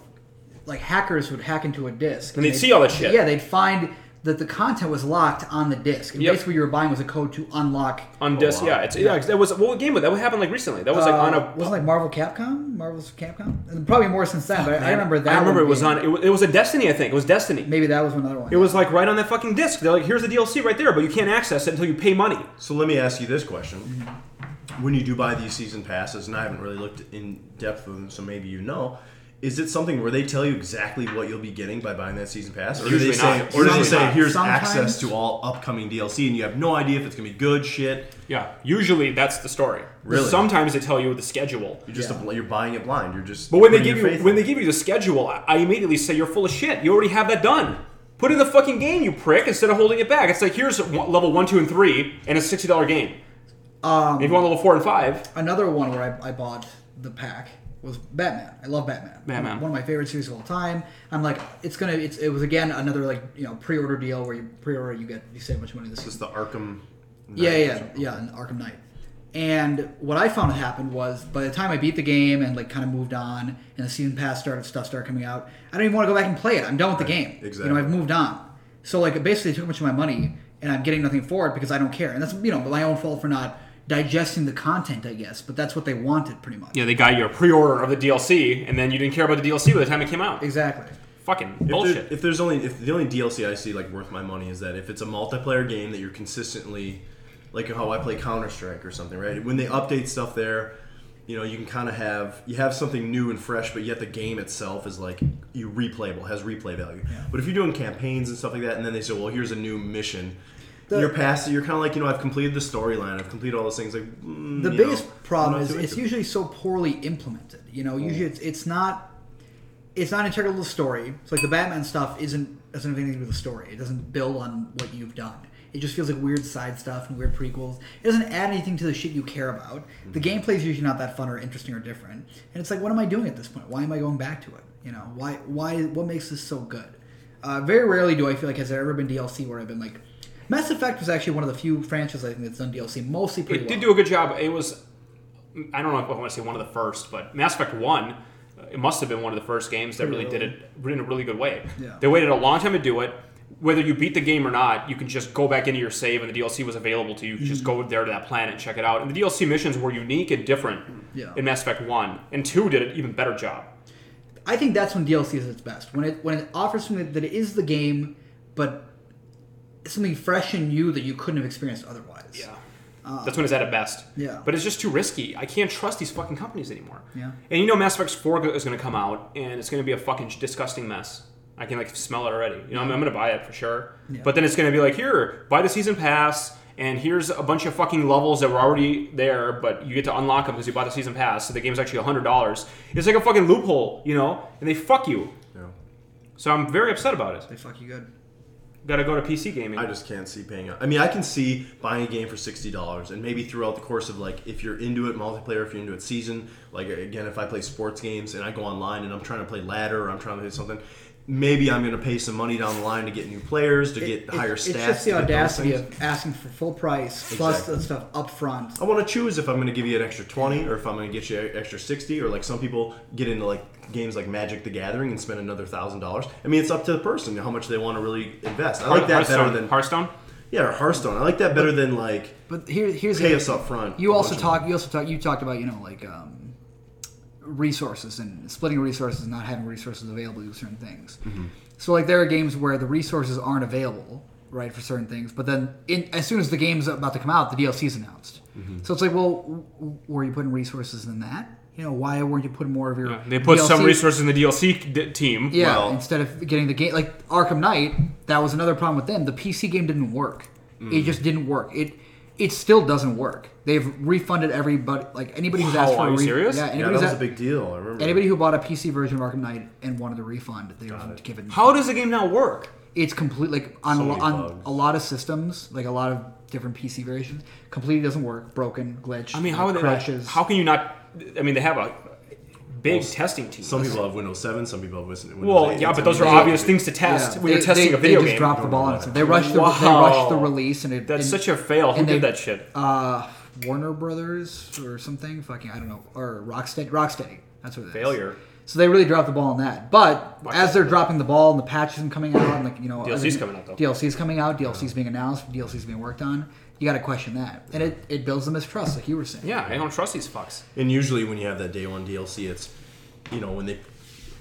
[SPEAKER 2] like hackers would hack into a disc
[SPEAKER 1] And they'd see all that shit.
[SPEAKER 2] Yeah, they'd find that the content was locked on the disc. And
[SPEAKER 1] Yep.
[SPEAKER 2] basically, you were buying was a code to unlock.
[SPEAKER 1] on disc.
[SPEAKER 3] wow.
[SPEAKER 1] Yeah, it's yeah. That was what game was that? What happened like recently? That was
[SPEAKER 2] uh,
[SPEAKER 1] like on a.
[SPEAKER 2] wasn't it like Marvel Capcom, Marvel's Capcom, and probably more since then. But I remember that.
[SPEAKER 1] I remember
[SPEAKER 2] one
[SPEAKER 1] it was
[SPEAKER 2] being-
[SPEAKER 1] on. It was, it was a Destiny. I think it was Destiny.
[SPEAKER 2] Maybe that was another one.
[SPEAKER 1] It was like right on that fucking disc. They're like, here's the DLC right there, but you can't access it until you pay money.
[SPEAKER 3] So let me ask you this question: When you do buy these season passes, and I haven't really looked in depth of them, so maybe you know. Is it something where they tell you exactly what you'll be getting by buying that season pass, or do they
[SPEAKER 1] Usually
[SPEAKER 3] say,
[SPEAKER 1] not.
[SPEAKER 3] or do they
[SPEAKER 2] Usually
[SPEAKER 3] say
[SPEAKER 2] not.
[SPEAKER 3] here's
[SPEAKER 2] Sometimes-
[SPEAKER 3] access to all upcoming DLC, and you have no idea if it's gonna be good shit?
[SPEAKER 1] Yeah, usually that's the story.
[SPEAKER 3] Really?
[SPEAKER 1] Sometimes they tell you the schedule.
[SPEAKER 3] You're just
[SPEAKER 2] Yeah.
[SPEAKER 3] a bl you're buying it blind. You're just
[SPEAKER 1] But when they
[SPEAKER 3] putting
[SPEAKER 1] give
[SPEAKER 3] your
[SPEAKER 1] you
[SPEAKER 3] faith
[SPEAKER 1] when
[SPEAKER 3] in
[SPEAKER 1] they
[SPEAKER 3] it.
[SPEAKER 1] give you the schedule, I- I immediately say you're full of shit. You already have that done. Put in the fucking game, you prick, instead of holding it back. It's like here's one, level one, two, and three, and a sixty dollar game.
[SPEAKER 2] Um,
[SPEAKER 1] If you want level four and five,
[SPEAKER 2] another one where I, I bought the pack was Batman. I love Batman.
[SPEAKER 1] Batman.
[SPEAKER 2] One of my favorite series of all time. I'm like, it's gonna. It's, it was again another like you know pre-order deal where you pre-order you get you save a bunch of money this.
[SPEAKER 3] just the Arkham.
[SPEAKER 2] Yeah,
[SPEAKER 3] Knight or
[SPEAKER 2] yeah,
[SPEAKER 3] something.
[SPEAKER 2] yeah, in Arkham Knight. And what I found happened was by the time I beat the game and like kind of moved on, and the season pass started stuff started coming out, I don't even want to go back and play it. I'm done with the game. You know,
[SPEAKER 3] exactly.
[SPEAKER 2] I've moved on. So like basically, they took a bunch of my money, and I'm getting nothing for it because I don't care. And that's you know my own fault for not digesting the content, I guess. But that's what they wanted, pretty much.
[SPEAKER 1] yeah, they got you a pre order of the DLC, and then you didn't care about the DLC by the time it came out.
[SPEAKER 2] Exactly.
[SPEAKER 1] Fucking
[SPEAKER 3] If, there-
[SPEAKER 1] bullshit.
[SPEAKER 3] if there's only if the only DLC I see like worth my money is that if it's a multiplayer game that you're consistently like how I play Counter Strike or something, right? When they update stuff there, you know, you can kind of have you have something new and fresh, but yet the game itself is like you replayable, has replay value. But if you're doing campaigns and stuff like that, and then they say, well, here's a new mission.
[SPEAKER 2] The-
[SPEAKER 3] you're past. You're kind of like you know. I've completed the storyline. I've completed all those things. Like mm,
[SPEAKER 2] the
[SPEAKER 3] you
[SPEAKER 2] biggest
[SPEAKER 3] know, I'm
[SPEAKER 2] problem
[SPEAKER 3] not
[SPEAKER 2] is
[SPEAKER 3] too
[SPEAKER 2] it's
[SPEAKER 3] into it. Mm.
[SPEAKER 2] usually so poorly implemented. You know, usually it's it's not it's not integral to the story. It's like the Batman stuff isn't doesn't have anything to do with the story. It doesn't build on what you've done. It just feels like weird side stuff and weird prequels. It doesn't add anything to the shit you care about.
[SPEAKER 3] Mm-hmm.
[SPEAKER 2] The gameplay is usually not that fun or interesting or different. And it's like, what am I doing at this point? Why am I going back to it? You know, why why what makes this so good? Uh, very rarely do I feel like has there ever been DLC where I've been like. Mass Effect was actually one of the few franchises I think that's done DLC mostly pretty
[SPEAKER 1] It did
[SPEAKER 2] well.
[SPEAKER 1] do a good job. It was, I don't know if I want to say one of the first, but Mass Effect 1, uh, it must have been one of the first games that really did it in a really good way.
[SPEAKER 2] Yeah.
[SPEAKER 1] They waited a long time to do it. Whether you beat the game or not, you can just go back into your save and the DLC was available to you. You could Just
[SPEAKER 2] Mm-hmm.
[SPEAKER 1] go there to that planet and check it out. And the DLC missions were unique and different
[SPEAKER 2] Yeah.
[SPEAKER 1] in Mass Effect 1. And 2 did an even better job.
[SPEAKER 2] I think that's when DLC is its best. When it when it offers something that it is the game, but something fresh and new that you couldn't have experienced otherwise.
[SPEAKER 1] Yeah. That's when it's at its best.
[SPEAKER 2] Um, Yeah.
[SPEAKER 1] But it's just too risky. I can't trust these fucking companies anymore.
[SPEAKER 2] Yeah.
[SPEAKER 1] And you know, Mass Effect 4 go- is going to come out, and it's going to be a fucking disgusting mess. I can, like, smell it already. You know, I'm, I'm going to buy it for sure.
[SPEAKER 2] Yeah.
[SPEAKER 1] But then it's going to be like, here, buy the season pass, and here's a bunch of fucking levels that were already there, but you get to unlock them because you bought the season pass, so the game's actually $100. It's like a fucking loophole, you know? And they fuck you.
[SPEAKER 3] You know,
[SPEAKER 1] So I'm very upset about it.
[SPEAKER 2] They fuck you good.
[SPEAKER 1] Gotta go to PC gaming.
[SPEAKER 3] I just can't see paying up. I mean, I can see buying a game for sixty dollars, and maybe throughout the course of like, if you're into it multiplayer, if you're into it season, like again, if I play sports games and I go online and I'm trying to play ladder or I'm trying to do something, maybe I'm going to pay some money down the line to get new players, to get
[SPEAKER 2] It-
[SPEAKER 3] higher
[SPEAKER 2] it's,
[SPEAKER 3] stats.
[SPEAKER 2] It's just
[SPEAKER 3] to
[SPEAKER 2] the
[SPEAKER 3] get those
[SPEAKER 2] audacity
[SPEAKER 3] things.
[SPEAKER 2] of asking for full price plus
[SPEAKER 3] Exactly.
[SPEAKER 2] the stuff up front.
[SPEAKER 3] I want to choose if I'm going to give you an extra 20 or if I'm going to get you an extra 60 or like some people get into like games like Magic the Gathering and spend another $1000. I mean, it's up to the person how much they want to really invest. I like that better
[SPEAKER 1] Hearthstone-
[SPEAKER 3] than
[SPEAKER 1] Hearthstone?
[SPEAKER 3] yeah, or Hearthstone. I like that better than like
[SPEAKER 2] But here here's
[SPEAKER 3] pay us up front.
[SPEAKER 2] You
[SPEAKER 3] a
[SPEAKER 2] also
[SPEAKER 3] bunch of
[SPEAKER 2] talk. You also talk. You talked about you know like um, resources and splitting resources, and not having resources available to certain things. So like there are games where the resources aren't available, right, for certain things. But then in, as soon as the game's about to come out, the DLC's announced. So it's like, well, w- w- were you putting resources in that? You know, why weren't you putting more of your?
[SPEAKER 1] They put some
[SPEAKER 2] DLC?
[SPEAKER 1] resources in the DLC d- team.
[SPEAKER 2] Yeah,
[SPEAKER 3] Well-
[SPEAKER 2] instead of getting the game like Arkham Knight, that was another problem with them. The PC game didn't work. It
[SPEAKER 1] Mm.
[SPEAKER 2] just didn't work. It it still doesn't work. They've refunded everybody like anybody who's
[SPEAKER 1] Wow,
[SPEAKER 2] asked for
[SPEAKER 1] are you
[SPEAKER 2] a refund.
[SPEAKER 1] serious?
[SPEAKER 2] Yeah,
[SPEAKER 1] Yeah,
[SPEAKER 3] Yeah,
[SPEAKER 2] anybody,
[SPEAKER 3] that was
[SPEAKER 2] who's
[SPEAKER 3] a
[SPEAKER 2] a-
[SPEAKER 3] big deal. I remember.
[SPEAKER 2] anybody who bought a PC version of Arkham Knight and wanted a refund, they were given.
[SPEAKER 1] How does the game not work?
[SPEAKER 2] it's complete like on, a,
[SPEAKER 3] So
[SPEAKER 2] lo-
[SPEAKER 3] many
[SPEAKER 2] on
[SPEAKER 3] bugs.
[SPEAKER 2] a lot of systems, like a lot of different PC versions, completely doesn't work. Broken, glitched.
[SPEAKER 1] I mean, how are they,
[SPEAKER 2] crashes?
[SPEAKER 1] How can you not? I mean, they have a big testing team.
[SPEAKER 3] Some people have Windows 7, some people have Windows 8.
[SPEAKER 1] well, yeah, but those are obvious things to test
[SPEAKER 2] Yeah,
[SPEAKER 1] when you're
[SPEAKER 2] they-
[SPEAKER 1] testing
[SPEAKER 2] they-
[SPEAKER 1] a video
[SPEAKER 2] they just
[SPEAKER 1] game.
[SPEAKER 2] dropped the ball on it. They rushed the they
[SPEAKER 1] Wow.
[SPEAKER 2] rushed the release and it
[SPEAKER 1] That's
[SPEAKER 2] and-
[SPEAKER 1] such a fail. Who
[SPEAKER 2] and
[SPEAKER 1] did
[SPEAKER 2] they-
[SPEAKER 1] that shit?
[SPEAKER 2] uh, Warner Brothers or something. Fucking, I don't know. Or Rocksteady. Rocksteady. That's what it is.
[SPEAKER 1] Failure.
[SPEAKER 2] So they really dropped the ball on that. But
[SPEAKER 1] Watch
[SPEAKER 2] as
[SPEAKER 1] out.
[SPEAKER 2] they're dropping the ball and the patches and coming out, and like you know,
[SPEAKER 1] DLC's coming out, though.
[SPEAKER 2] DLC's coming out. DLC's being announced. DLC's being worked on. You got to question that, and it, it builds the mistrust, like you were saying.
[SPEAKER 1] Yeah, I don't trust these fucks.
[SPEAKER 3] And usually when you have that day one DLC, it's you know when they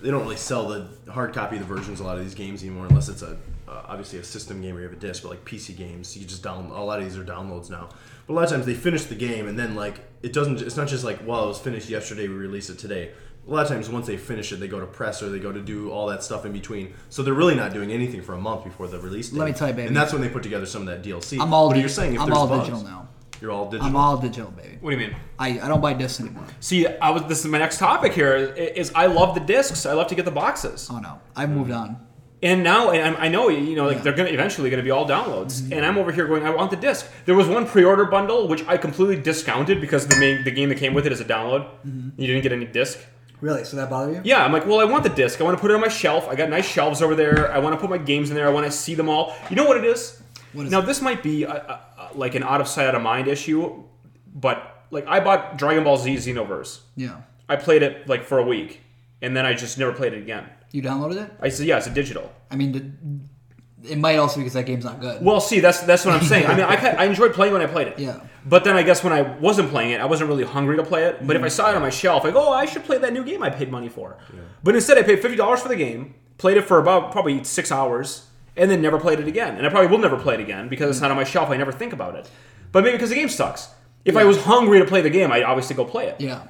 [SPEAKER 3] they don't really sell the hard copy of the versions of a lot of these games anymore unless it's a uh, obviously a system game or you have a disc, but like PC games, you just down a lot of these are downloads now. But a lot of times they finish the game and then like it doesn't. It's not just like well it was finished yesterday, we release it today. A lot of times once they finish it, they go to press or they go to do all that stuff in between. So they're really not doing anything for a month before the release date.
[SPEAKER 2] Let me tell you, baby.
[SPEAKER 3] And that's when they put together some of that DLC.
[SPEAKER 2] I'm all
[SPEAKER 3] But
[SPEAKER 2] di-
[SPEAKER 3] you're saying if
[SPEAKER 2] I'm
[SPEAKER 3] there's
[SPEAKER 2] all
[SPEAKER 3] bugs,
[SPEAKER 2] digital now.
[SPEAKER 3] You're all digital.
[SPEAKER 2] I'm all digital, baby.
[SPEAKER 1] What do you mean?
[SPEAKER 2] I, I don't buy discs anymore.
[SPEAKER 1] See, I was. This is my next topic here. i- Is I love the discs. I love to get the boxes.
[SPEAKER 2] Oh no, I moved
[SPEAKER 1] Mm.
[SPEAKER 2] on.
[SPEAKER 1] And now, and I'm, I know you know, like
[SPEAKER 2] Yeah. Mm-hmm.
[SPEAKER 1] they're gonna eventually gonna be all downloads. And I'm over here going, I want the disc. There was one pre-order bundle which I completely discounted because the main the game that came with it is a download.
[SPEAKER 2] Mm-hmm.
[SPEAKER 1] You didn't get any disc.
[SPEAKER 2] Really? So that bother you?
[SPEAKER 1] Yeah, I'm like, well, I want the disc. I want to put it on my shelf. I got nice shelves over there. I want to put my games in there. I want to see them all. You know what it is?
[SPEAKER 2] What is
[SPEAKER 1] now
[SPEAKER 2] it?
[SPEAKER 1] this might be uh uh uh like an out of sight, out of mind issue, but like I bought Dragon Ball Z Xenoverse.
[SPEAKER 2] Yeah.
[SPEAKER 1] I played it like for a week, and then I just never played it again.
[SPEAKER 2] You downloaded it?
[SPEAKER 1] I said, yeah, it's a digital.
[SPEAKER 2] I mean, the, it might also be because that game's not good.
[SPEAKER 1] Well, see, that's that's what I'm saying. I mean, I, ca- I enjoyed playing when I played it.
[SPEAKER 2] Yeah.
[SPEAKER 1] But then I guess when I wasn't playing it, I wasn't really hungry to play it. But if I
[SPEAKER 2] Mm-hmm.
[SPEAKER 1] saw it on my shelf, like, oh, I should play that new game I paid money for. But instead, I paid fifty dollars for the game, played it for about probably six hours, and then never played it again. And I probably will never play it again because it's not on my shelf. I never think about it. But maybe because the game sucks. If I was hungry to play the game, I'd obviously go play it.
[SPEAKER 2] yeah.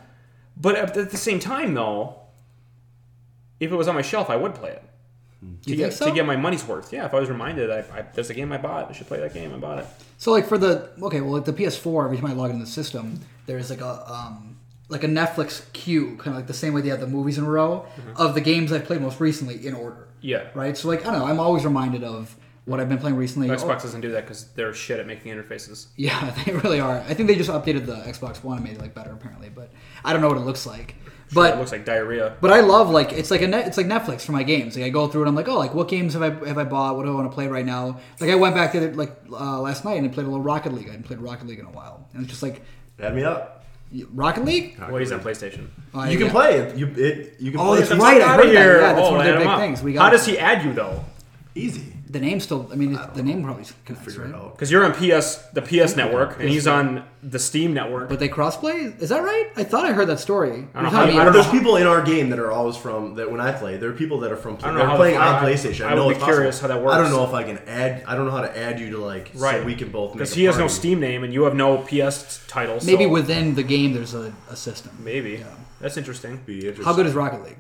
[SPEAKER 1] But at at the same time, though, if it was on my shelf, I would play it
[SPEAKER 2] You
[SPEAKER 1] to
[SPEAKER 2] think
[SPEAKER 1] get,
[SPEAKER 2] so?
[SPEAKER 1] to get my money's worth. Yeah, if I was reminded, I, I, that's the game I bought. I should play that game. I bought it.
[SPEAKER 2] So like for the okay, well like the PS4, every time I log into the system, there's like a um like a Netflix queue, kind of like the same way they have the movies in a row
[SPEAKER 1] Mm-hmm.
[SPEAKER 2] of the games I've played most recently in order.
[SPEAKER 1] Yeah.
[SPEAKER 2] Right. So like I don't know, I'm always reminded of what I've been playing recently.
[SPEAKER 1] Xbox
[SPEAKER 2] Oh,
[SPEAKER 1] doesn't do that because they're shit at making interfaces.
[SPEAKER 2] yeah, [LAUGHS] they really are. I think they just updated the Xbox One and made it like better apparently, but I don't know what it looks like.
[SPEAKER 1] it
[SPEAKER 2] But
[SPEAKER 1] looks like diarrhea.
[SPEAKER 2] but I love like it's like a net, it's like Netflix for my games. Like I go through and I'm like, oh, like what games have I have I bought? What do I want to play right now? Like I went back to like uh, last night and I played a little Rocket League. I hadn't played Rocket League in a while, and it's just like
[SPEAKER 3] Add me up.
[SPEAKER 2] Rocket League.
[SPEAKER 1] Well, he's on PlayStation.
[SPEAKER 2] Uh,
[SPEAKER 3] You can
[SPEAKER 2] yeah.
[SPEAKER 3] play it. You, it, you can
[SPEAKER 2] Oh,
[SPEAKER 3] play
[SPEAKER 2] that's
[SPEAKER 3] it.
[SPEAKER 2] right. I
[SPEAKER 1] Outta
[SPEAKER 2] heard that. Yeah, that's
[SPEAKER 1] Oh,
[SPEAKER 2] one of their
[SPEAKER 1] add him
[SPEAKER 2] big
[SPEAKER 1] up.
[SPEAKER 2] things. We
[SPEAKER 1] How
[SPEAKER 2] got-
[SPEAKER 1] does he add you though?
[SPEAKER 3] Easy.
[SPEAKER 2] The name still. I mean, it, the name probably connects,
[SPEAKER 3] Figure it
[SPEAKER 2] right?
[SPEAKER 3] out.
[SPEAKER 1] Because you're on PS, the PS network, and he's on the Steam network.
[SPEAKER 2] But they crossplay. Is that right? I thought I heard that story.
[SPEAKER 1] I don't know
[SPEAKER 2] You're
[SPEAKER 1] how- I
[SPEAKER 2] telling me-
[SPEAKER 1] don't
[SPEAKER 3] But
[SPEAKER 1] know
[SPEAKER 3] there's people in our game that are always from that when I play. There are people that are from
[SPEAKER 1] don't know
[SPEAKER 3] they're
[SPEAKER 1] how
[SPEAKER 3] playing
[SPEAKER 1] the-
[SPEAKER 3] on
[SPEAKER 1] I-
[SPEAKER 3] PlayStation.
[SPEAKER 1] I
[SPEAKER 3] I,
[SPEAKER 1] would
[SPEAKER 3] know
[SPEAKER 1] be
[SPEAKER 3] it's possible.
[SPEAKER 1] curious how that works.
[SPEAKER 3] I don't know if I can add. I don't know how to add you to like so we can both make
[SPEAKER 1] Because
[SPEAKER 3] a
[SPEAKER 1] he has no
[SPEAKER 3] party.
[SPEAKER 1] Steam name, and you have no PS title. so-
[SPEAKER 2] Maybe within the game, there's a, a system.
[SPEAKER 1] maybe that's interesting.
[SPEAKER 3] Be interesting.
[SPEAKER 2] How good is Rocket League?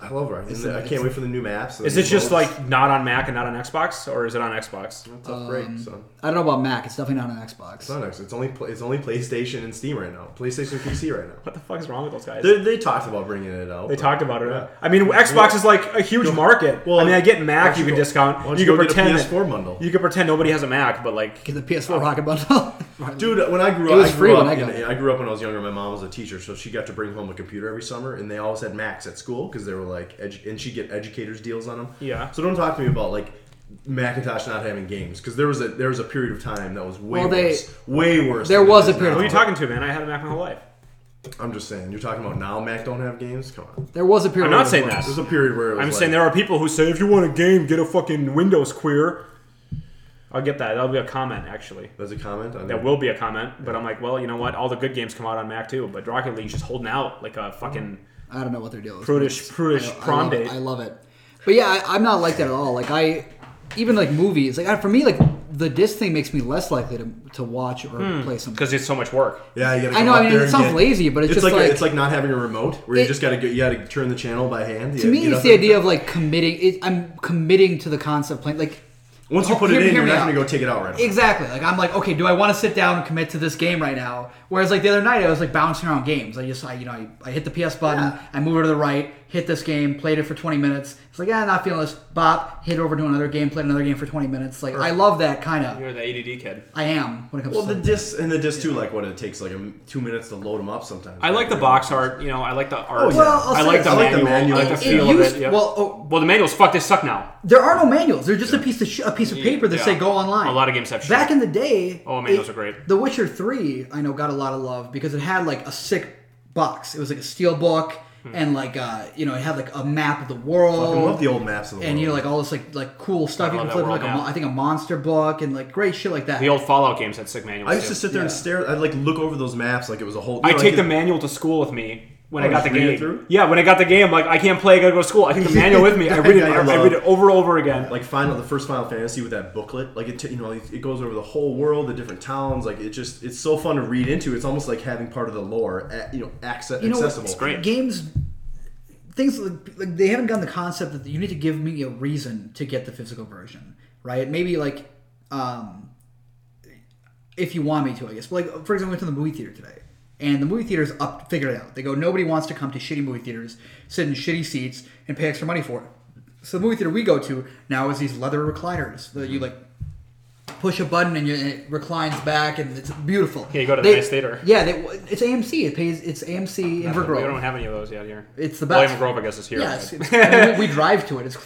[SPEAKER 3] I love Rocket. League.
[SPEAKER 2] it-
[SPEAKER 3] I can't wait for the new maps. and
[SPEAKER 1] Is
[SPEAKER 3] the
[SPEAKER 1] it just
[SPEAKER 3] modes.
[SPEAKER 1] like not on Mac and not on Xbox, or is it on Xbox?
[SPEAKER 3] It's
[SPEAKER 2] Um,
[SPEAKER 3] upgrade, son.
[SPEAKER 2] I don't know about Mac. It's definitely not on Xbox.
[SPEAKER 3] It's not Xbox. It's only pla- it's only PlayStation and Steam right now. PlayStation PC right now.
[SPEAKER 1] What the fuck is wrong with those guys?
[SPEAKER 3] They, they talked about bringing it out.
[SPEAKER 1] They
[SPEAKER 3] but-
[SPEAKER 1] talked about it.
[SPEAKER 3] Yeah.
[SPEAKER 1] I mean, Xbox is like a huge market. Well, I
[SPEAKER 3] Well,
[SPEAKER 1] mean, I get
[SPEAKER 3] why
[SPEAKER 1] Mac.
[SPEAKER 3] don't
[SPEAKER 1] You
[SPEAKER 3] you
[SPEAKER 1] can
[SPEAKER 3] go-
[SPEAKER 1] discount.
[SPEAKER 3] why don't
[SPEAKER 1] you
[SPEAKER 3] you
[SPEAKER 1] can
[SPEAKER 3] go get a
[SPEAKER 1] pretend that-
[SPEAKER 3] PS4 bundle?
[SPEAKER 1] You can pretend nobody has a Mac, but like
[SPEAKER 2] Get the PS4 Rocket Bundle. Rocket League.
[SPEAKER 3] Dude, when I grew
[SPEAKER 2] It
[SPEAKER 3] up,
[SPEAKER 2] was
[SPEAKER 3] I grew
[SPEAKER 2] free
[SPEAKER 3] up,
[SPEAKER 2] when I got
[SPEAKER 3] in-
[SPEAKER 2] it.
[SPEAKER 3] I grew up when I was younger. My mom was a teacher, so she got to bring home a computer every summer, and they always had Macs at school because they were like, edu- and she'd get educators deals on them.
[SPEAKER 1] Yeah.
[SPEAKER 3] So don't talk to me about like Macintosh not having games because there was a there was a period of time that was way
[SPEAKER 2] Well, they-
[SPEAKER 3] worse, way worse.
[SPEAKER 2] there
[SPEAKER 3] than
[SPEAKER 2] was
[SPEAKER 3] it
[SPEAKER 2] a
[SPEAKER 3] is
[SPEAKER 2] period
[SPEAKER 1] who
[SPEAKER 3] now.
[SPEAKER 1] are you talking to, man? I had a Mac my whole life.
[SPEAKER 3] I'm just saying. You're talking about now Mac don't have games. Come on.
[SPEAKER 2] there was a period.
[SPEAKER 1] I'm not
[SPEAKER 2] where-
[SPEAKER 1] saying that.
[SPEAKER 3] There's a period where it was
[SPEAKER 1] I'm
[SPEAKER 3] like,
[SPEAKER 1] saying there are people who say if you want a game, get a fucking Windows queer. I'll get that. That'll be a comment actually.
[SPEAKER 3] There's a comment. On
[SPEAKER 1] That will be a comment. But I'm like, well, you know what? All the good games come out on Mac too. But Rocket League's just holding out like a fucking.
[SPEAKER 2] I don't know what they're doing.
[SPEAKER 1] Prudish- prudish
[SPEAKER 2] I,
[SPEAKER 1] prom
[SPEAKER 2] I love it.
[SPEAKER 1] date.
[SPEAKER 2] I love it. But yeah, I, I'm not like that at all. Like I, even like movies. Like I, for me, like the disc thing makes me less likely to, to watch or
[SPEAKER 1] Hmm.
[SPEAKER 2] play something.
[SPEAKER 1] Because it's so much work.
[SPEAKER 3] Yeah, you gotta.
[SPEAKER 2] I
[SPEAKER 3] come
[SPEAKER 2] know, I
[SPEAKER 3] up
[SPEAKER 2] mean,
[SPEAKER 3] there
[SPEAKER 2] it
[SPEAKER 3] and
[SPEAKER 2] sounds
[SPEAKER 3] get-
[SPEAKER 2] lazy, but it's just
[SPEAKER 3] like,
[SPEAKER 2] like-
[SPEAKER 3] a, it's like not having a remote where
[SPEAKER 2] It-
[SPEAKER 3] you just gotta get, you gotta turn the channel by hand.
[SPEAKER 2] To me, it's the idea of like committing. It, I'm committing to the concept of playing. Like
[SPEAKER 3] Once you
[SPEAKER 2] Oh,
[SPEAKER 3] put
[SPEAKER 2] hear-
[SPEAKER 3] it in,
[SPEAKER 2] hear
[SPEAKER 3] you're
[SPEAKER 2] me
[SPEAKER 3] not
[SPEAKER 2] out.
[SPEAKER 3] gonna go take it out right away.
[SPEAKER 2] exactly. Like I'm like, okay, do I want to sit down and commit to this game right now? Whereas like the other night, I was like bouncing around games. I just, I you know, I, I hit the PS button, I move it to the right, hit this game, played it for 20 minutes. It's like, yeah, not feeling this. Bop, hit over to another game, played another game for 20 minutes. Like I love that kind of.
[SPEAKER 1] You're the ADD kid.
[SPEAKER 2] I am when it comes
[SPEAKER 3] Well,
[SPEAKER 2] to
[SPEAKER 3] the disc and the disc too, like what it takes like a m two minutes to load them up sometimes.
[SPEAKER 1] I like the box art. You know, I like the art.
[SPEAKER 3] yeah. Well,
[SPEAKER 2] I'll
[SPEAKER 1] I
[SPEAKER 2] say
[SPEAKER 1] like
[SPEAKER 2] it's-
[SPEAKER 1] the
[SPEAKER 2] I like
[SPEAKER 3] the
[SPEAKER 1] manual. I like
[SPEAKER 3] manual.
[SPEAKER 1] the
[SPEAKER 3] It- it
[SPEAKER 1] feel of
[SPEAKER 2] used-
[SPEAKER 1] it. yep.
[SPEAKER 2] well, oh-
[SPEAKER 1] well, the manuals fuck. They suck now.
[SPEAKER 2] There are no manuals. They're just a piece of sh- a piece of paper that
[SPEAKER 1] Yeah.
[SPEAKER 2] say go online.
[SPEAKER 1] A lot of games have shit.
[SPEAKER 2] Back in the day,
[SPEAKER 1] Oh, manuals are great.
[SPEAKER 2] The Witcher Three, I know, got a lot of love because it had like a sick box. It was like a steel book.
[SPEAKER 1] Hmm.
[SPEAKER 2] and like uh, you know, it had like a map of the world.
[SPEAKER 3] I love the old maps of the
[SPEAKER 2] and you know,
[SPEAKER 3] world.
[SPEAKER 2] like all this like like cool stuff you
[SPEAKER 1] love
[SPEAKER 2] can
[SPEAKER 1] that
[SPEAKER 2] flip,
[SPEAKER 1] world
[SPEAKER 2] like a, mo-
[SPEAKER 1] map.
[SPEAKER 2] I think a monster book and like great shit like that.
[SPEAKER 1] The old Fallout games had sick manuals.
[SPEAKER 3] I used
[SPEAKER 1] too.
[SPEAKER 3] to sit there and
[SPEAKER 2] Yeah.
[SPEAKER 3] stare. I'd like look over those maps like it was a whole. you
[SPEAKER 1] I
[SPEAKER 3] know,
[SPEAKER 1] take
[SPEAKER 3] like
[SPEAKER 1] the
[SPEAKER 3] it-
[SPEAKER 1] manual to school with me when
[SPEAKER 3] Oh,
[SPEAKER 1] I got
[SPEAKER 3] just
[SPEAKER 1] the
[SPEAKER 3] read it
[SPEAKER 1] game.
[SPEAKER 3] through?
[SPEAKER 1] Yeah, when I got the game, like I can't play. I gotta go to school. I take the manual with me. [LAUGHS] I read it.
[SPEAKER 3] Yeah, yeah,
[SPEAKER 1] I,
[SPEAKER 3] love.
[SPEAKER 1] read it over and over again.
[SPEAKER 3] like final the first Final Fantasy with that booklet. Like it, t- you know, it, it goes over the whole world, the different towns. Like it just, it's so fun to read into. It's almost like having part of the lore, a- you know, access,
[SPEAKER 2] you know,
[SPEAKER 3] accessible.
[SPEAKER 1] it's great.
[SPEAKER 2] Games, things like, like they haven't gotten the concept that you need to give me a reason to get the physical version, right? Maybe like, um, if you want me to, I guess. But like, for example, I went to the movie theater today, and the movie theaters up figured it out. They go, nobody wants to come to shitty movie theaters, sit in shitty seats, and pay extra money for it. So the movie theater we go to now is these leather recliners that you like push a button and, you, and it reclines back and it's beautiful.
[SPEAKER 1] Yeah, you go to the nice theater.
[SPEAKER 2] Yeah, they, it's AMC. It pays. It's AMC in
[SPEAKER 1] We
[SPEAKER 2] Vergrove.
[SPEAKER 1] don't have any of those yet here.
[SPEAKER 2] It's the
[SPEAKER 1] William
[SPEAKER 2] best.
[SPEAKER 1] Grove, I guess, is here.
[SPEAKER 2] Yeah,
[SPEAKER 1] but- [LAUGHS]
[SPEAKER 2] it's- it's- I mean, we, we drive to it. It's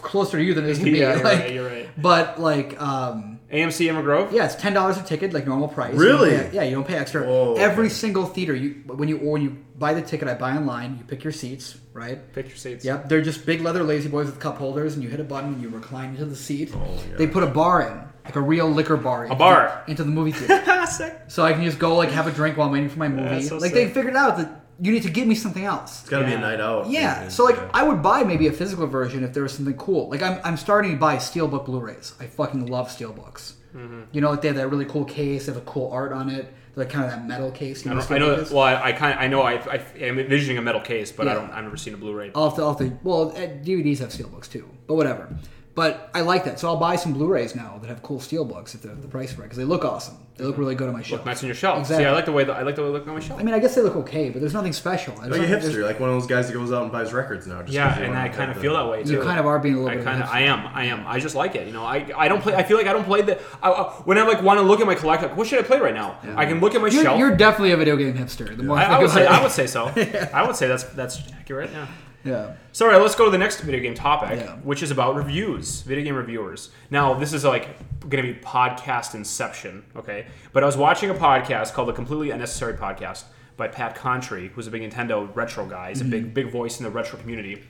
[SPEAKER 2] closer to you than it is to me.
[SPEAKER 1] Yeah, you're
[SPEAKER 2] like,
[SPEAKER 1] right, you're right.
[SPEAKER 2] But like, um,
[SPEAKER 1] AMC Emma Grove.
[SPEAKER 2] yeah, it's ten dollars a ticket, like normal price.
[SPEAKER 3] Really?
[SPEAKER 2] You don't pay- yeah, you don't pay extra.
[SPEAKER 3] Whoa,
[SPEAKER 2] Every
[SPEAKER 3] okay.
[SPEAKER 2] single theater you when you or when you buy the ticket, I buy online. You pick your seats, right?
[SPEAKER 1] Picture seats.
[SPEAKER 2] Yep, they're just big leather lazy boys with cup holders, and you hit a button, and you recline into the seat.
[SPEAKER 3] yeah.
[SPEAKER 2] They put a bar in, like a real liquor bar. A
[SPEAKER 1] Oh, bar.
[SPEAKER 2] into the movie theater,
[SPEAKER 1] sick.
[SPEAKER 2] so I can just go like have a drink while I'm waiting for my movie.
[SPEAKER 1] so
[SPEAKER 2] like they
[SPEAKER 1] sick.
[SPEAKER 2] figured out that you need to give me something else.
[SPEAKER 3] It's got to be
[SPEAKER 1] Oh, Yeah.
[SPEAKER 3] a night out.
[SPEAKER 2] Yeah,
[SPEAKER 3] And-
[SPEAKER 2] so like
[SPEAKER 3] yeah.
[SPEAKER 2] I would buy maybe a physical version if there was something cool. Like I'm, I'm starting to buy steelbook Blu-rays. I fucking love steelbooks.
[SPEAKER 1] Mm-hmm.
[SPEAKER 2] You know, like they have that really cool case, they have a cool art on it. They're like kind of that metal case. You
[SPEAKER 1] I,
[SPEAKER 2] know,
[SPEAKER 1] don't,
[SPEAKER 2] what
[SPEAKER 1] I know
[SPEAKER 2] steelbook
[SPEAKER 1] that.
[SPEAKER 2] is?
[SPEAKER 1] Well, I, I kind I know I, I am envisioning a metal case, but I
[SPEAKER 2] Yeah. Oh,
[SPEAKER 1] don't. I've never seen a Blu-ray.
[SPEAKER 2] I'll have to, I'll have to, well, eh, DVDs have steelbooks too, but whatever. But I like that, so I'll buy some Blu-rays now that have cool steelbooks if they're the price right because they look awesome. They
[SPEAKER 1] Mm-hmm.
[SPEAKER 2] look really good on my shelf.
[SPEAKER 1] That's in your shelf.
[SPEAKER 2] Exactly.
[SPEAKER 1] See, I like the way that I like the way they look on my shelf.
[SPEAKER 2] I mean, I guess they look okay, but there's nothing special. There's
[SPEAKER 3] like a
[SPEAKER 2] nothing- there's-
[SPEAKER 3] hipster, like one of those guys that goes out and buys records now. Just
[SPEAKER 1] yeah,
[SPEAKER 3] 'cause you
[SPEAKER 1] and
[SPEAKER 3] wanna
[SPEAKER 1] I
[SPEAKER 3] have
[SPEAKER 1] kind of
[SPEAKER 3] the-
[SPEAKER 1] feel that way too.
[SPEAKER 2] You kind of are being a little
[SPEAKER 1] I
[SPEAKER 2] bit.
[SPEAKER 1] kind
[SPEAKER 2] of
[SPEAKER 1] of,
[SPEAKER 2] a
[SPEAKER 1] I am, I am. I just like it, you know. I, I don't play. I feel like I don't play the. I, I, when I like want to look at my collect, like, what should I play right now? I can look at my
[SPEAKER 2] hipster. you're,
[SPEAKER 1] shelf.
[SPEAKER 2] you're definitely a video game hipster. The more
[SPEAKER 1] I,
[SPEAKER 2] I,
[SPEAKER 1] I
[SPEAKER 2] [LAUGHS] think
[SPEAKER 1] would say,
[SPEAKER 2] about
[SPEAKER 1] I
[SPEAKER 2] it.
[SPEAKER 1] would say so. I would say that's that's accurate. Yeah.
[SPEAKER 2] yeah.
[SPEAKER 1] So, all right, let's go to the next video game topic,
[SPEAKER 2] Yeah.
[SPEAKER 1] which is about reviews, video game reviewers. Now, this is like going to be podcast inception, okay? But I was watching a podcast called The Completely Unnecessary Podcast by Pat Contry, who's a big Nintendo retro guy. He's a big, big voice in the retro community.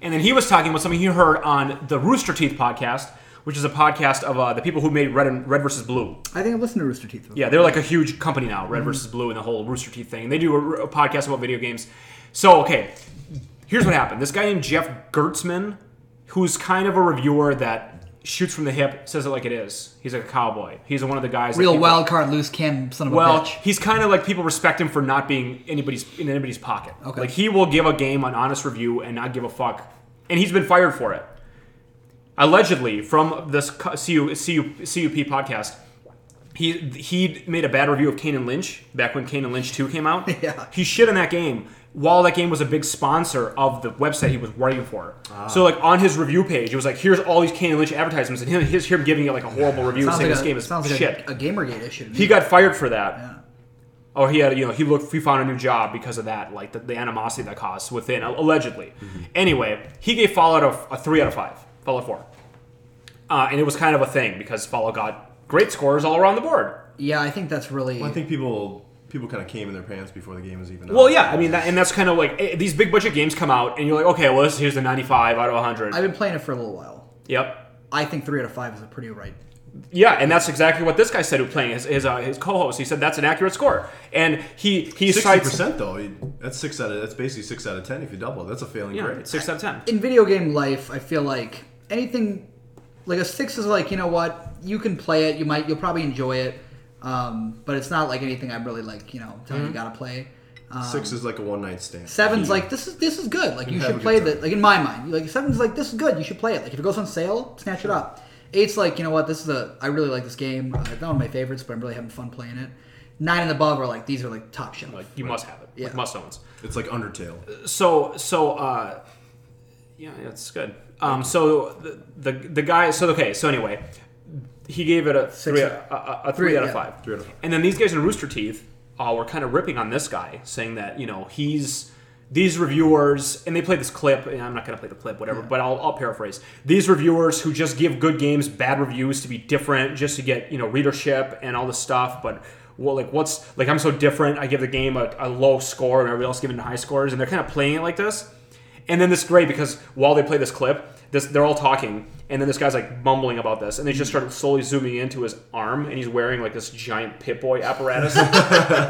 [SPEAKER 1] And then he was talking about something he heard on the Rooster Teeth podcast, which is a podcast of uh, the people who made Red and Red versus Blue.
[SPEAKER 2] I think I've listened to Rooster Teeth. Mm-hmm. Before.
[SPEAKER 1] Yeah, they're like a huge company now, Red versus Blue and the whole Rooster Teeth thing. They do a, a podcast about video games. So, okay, here's what happened. This guy named Jeff Gertzman, who's kind of a reviewer that shoots from the hip, says it like it is. He's like a cowboy. He's one of the guys. that
[SPEAKER 2] real
[SPEAKER 1] people-
[SPEAKER 2] wild card loose cannon son of a
[SPEAKER 1] Well,
[SPEAKER 2] bitch.
[SPEAKER 1] he's kind of like people respect him for not being anybody's in anybody's pocket.
[SPEAKER 2] Okay.
[SPEAKER 1] Like he will give a game an honest review and not give a fuck, and he's been fired for it. Allegedly, from this cu- CU, CU, CUP podcast, he he made a bad review of Kane and Lynch back when Kane and Lynch Two came out.
[SPEAKER 2] [LAUGHS] Yeah.
[SPEAKER 1] he shit in that game while that game was a big sponsor of the website he was writing for.
[SPEAKER 2] Ah.
[SPEAKER 1] So like on his review page, it was like here's all these Kane and Lynch advertisements, and him his him giving it like a horrible review, saying this
[SPEAKER 2] a,
[SPEAKER 1] game is
[SPEAKER 2] sounds like
[SPEAKER 1] shit.
[SPEAKER 2] A, a GamerGate issue. to me.
[SPEAKER 1] He got fired for that.
[SPEAKER 2] Yeah.
[SPEAKER 1] Or he had, you know, he looked, he found a new job because of that, like the, the animosity that caused within, allegedly. Anyway, he gave Fallout a, a three out of five, Fallout four, uh, and it was kind of a thing because Fallout got great scores all around the board.
[SPEAKER 2] yeah, I think that's really.
[SPEAKER 3] I think people people kind of came in their pants before the game was even.
[SPEAKER 1] Well,
[SPEAKER 3] out.
[SPEAKER 1] yeah, I mean, that, and that's kind of like eh, these big budget games come out, and you're like, okay, well, this, here's the 95 out of 100.
[SPEAKER 2] I've been playing it for a little while.
[SPEAKER 1] yep.
[SPEAKER 2] I think three out of five is a pretty right.
[SPEAKER 1] Yeah, and that's exactly what this guy said who playing his his, uh, his co-host. He said that's an accurate score, and he he
[SPEAKER 3] sixty
[SPEAKER 1] cites
[SPEAKER 3] percent though. you- That's six out of. That's basically six out of ten. If you double, it. that's a failing
[SPEAKER 1] yeah,
[SPEAKER 3] grade.
[SPEAKER 1] six out of ten.
[SPEAKER 2] In video game life, I feel like anything like a six is like you know what you can play it. You might you'll probably enjoy it, um, but it's not like anything I'm really like you know telling
[SPEAKER 1] Mm-hmm.
[SPEAKER 2] you gotta play. Um,
[SPEAKER 3] Six is like a one night stand. Hmm.
[SPEAKER 2] Seven's like this is this is good. Like you
[SPEAKER 3] Have a
[SPEAKER 2] should
[SPEAKER 3] good
[SPEAKER 2] play
[SPEAKER 3] time.
[SPEAKER 2] that. Like in my mind, like seven's like this is good. You should play it. Like if it goes on sale, snatch it up. Eight's like you know what this is a I really like this game. Uh, it's not one of my favorites, but I'm really having fun playing it. Nine and above are like these are like top shelf.
[SPEAKER 1] Like you must have it.
[SPEAKER 2] Yeah.
[SPEAKER 1] Like, must owns.
[SPEAKER 3] It's like Undertale.
[SPEAKER 1] so so uh yeah that's good um so the the, the guy so okay so anyway he gave it a
[SPEAKER 2] Six
[SPEAKER 1] three
[SPEAKER 2] out-
[SPEAKER 1] a, a, a three,
[SPEAKER 2] three,
[SPEAKER 1] out of
[SPEAKER 2] yeah.
[SPEAKER 1] five
[SPEAKER 3] Three out of five.
[SPEAKER 1] and then these guys in rooster teeth uh, were kind of ripping on this guy saying that you know he's these reviewers and they played this clip and i'm not going to play the clip whatever but I'll, I'll paraphrase these reviewers who just give good games bad reviews to be different just to get you know readership and all this stuff but well, like what's like I'm so different. I give the game a, a low score, and everybody else giving high scores, and they're kind of playing it like this. And then this is great because while they play this clip, this they're all talking, and then this guy's like mumbling about this, and they just start slowly zooming into his arm, and he's wearing like this giant Pip Boy
[SPEAKER 2] [LAUGHS]
[SPEAKER 1] apparatus.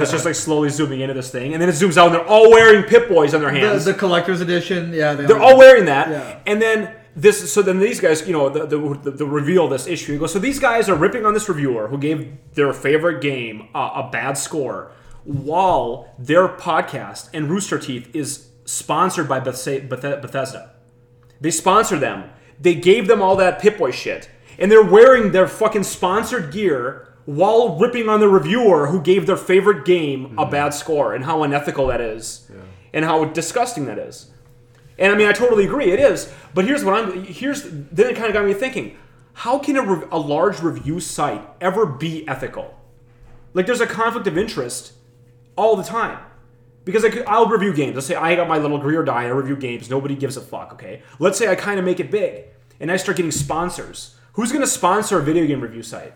[SPEAKER 1] it's just like slowly zooming into this thing, and then it zooms out, and they're all wearing Pip Boys on their
[SPEAKER 2] The,
[SPEAKER 1] hands.
[SPEAKER 2] the collector's edition, yeah, they
[SPEAKER 1] They're all wearing that.
[SPEAKER 2] Yeah.
[SPEAKER 1] And then this, so then these guys, you know, the, the, the reveal of this issue goes. So these guys are ripping on this reviewer who gave their favorite game uh, a bad score, while their podcast and Rooster Teeth is sponsored by Bethsa- Bethe- Bethesda. They sponsor them. They gave them all that Pip Boy shit, and they're wearing their fucking sponsored gear. While ripping on the reviewer who gave their favorite game a bad score, and how unethical that is, and how disgusting that is. And I mean, I totally agree. It is. But here's what I'm. Here's then it kind of got me thinking: How can a, re- a large review site ever be ethical? Like, there's a conflict of interest all the time. Because I could, I'll review games. Let's say I got my little agree or die. I review games. Nobody gives a fuck. Okay. Let's say I kind of make it big, and I start getting sponsors. Who's going to sponsor a video game review site?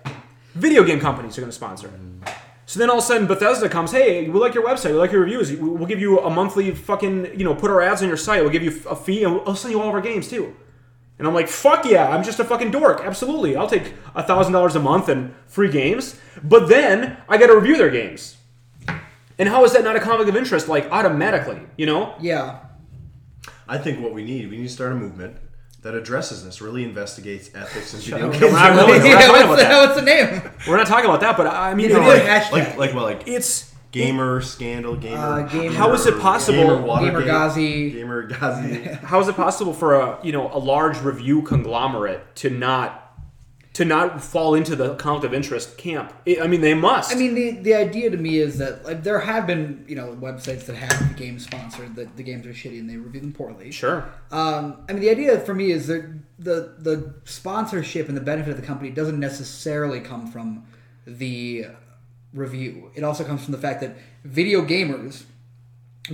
[SPEAKER 1] Video game companies are going to sponsor it. So then all of a sudden Bethesda comes, hey, we like your website, we like your reviews, We- we'll give you a monthly fucking, you know, put our ads on your site, we'll give you a fee, and we'll send you all of our games too. And I'm like, fuck yeah, I'm just a fucking dork. Absolutely, I'll take a thousand dollars a month and free games. But then I got to review their games. And how is that not a conflict of interest? Like automatically, you know?
[SPEAKER 2] yeah.
[SPEAKER 3] I think what we need, we need to start a movement that addresses this, really investigates ethics and
[SPEAKER 2] Yeah,
[SPEAKER 3] video
[SPEAKER 2] what's, [LAUGHS]
[SPEAKER 3] games.
[SPEAKER 1] not [LAUGHS] really- we're not talking about
[SPEAKER 2] the-
[SPEAKER 1] that.
[SPEAKER 2] what's the name?
[SPEAKER 1] We're not talking about that, but I I mean,
[SPEAKER 2] You know,
[SPEAKER 1] it-
[SPEAKER 2] like- hashtag.
[SPEAKER 3] like, like what, like
[SPEAKER 1] it's
[SPEAKER 3] gamer scandal, gamer.
[SPEAKER 2] Uh, gamer-
[SPEAKER 1] How is it possible-
[SPEAKER 3] Gamer Watergate,
[SPEAKER 2] Gamer Gazi.
[SPEAKER 1] [LAUGHS]
[SPEAKER 3] Gamer Gazi.
[SPEAKER 1] how is it possible for a you know a large review conglomerate to not to not fall into the conflict of interest camp? I I mean, they must.
[SPEAKER 2] I mean, the, the idea to me is that like there have been you know websites that have the game sponsored that the games are shitty and they review them poorly.
[SPEAKER 1] sure.
[SPEAKER 2] Um, I mean, the idea for me is that the the sponsorship and the benefit of the company doesn't necessarily come from the review. It also comes from the fact that video gamers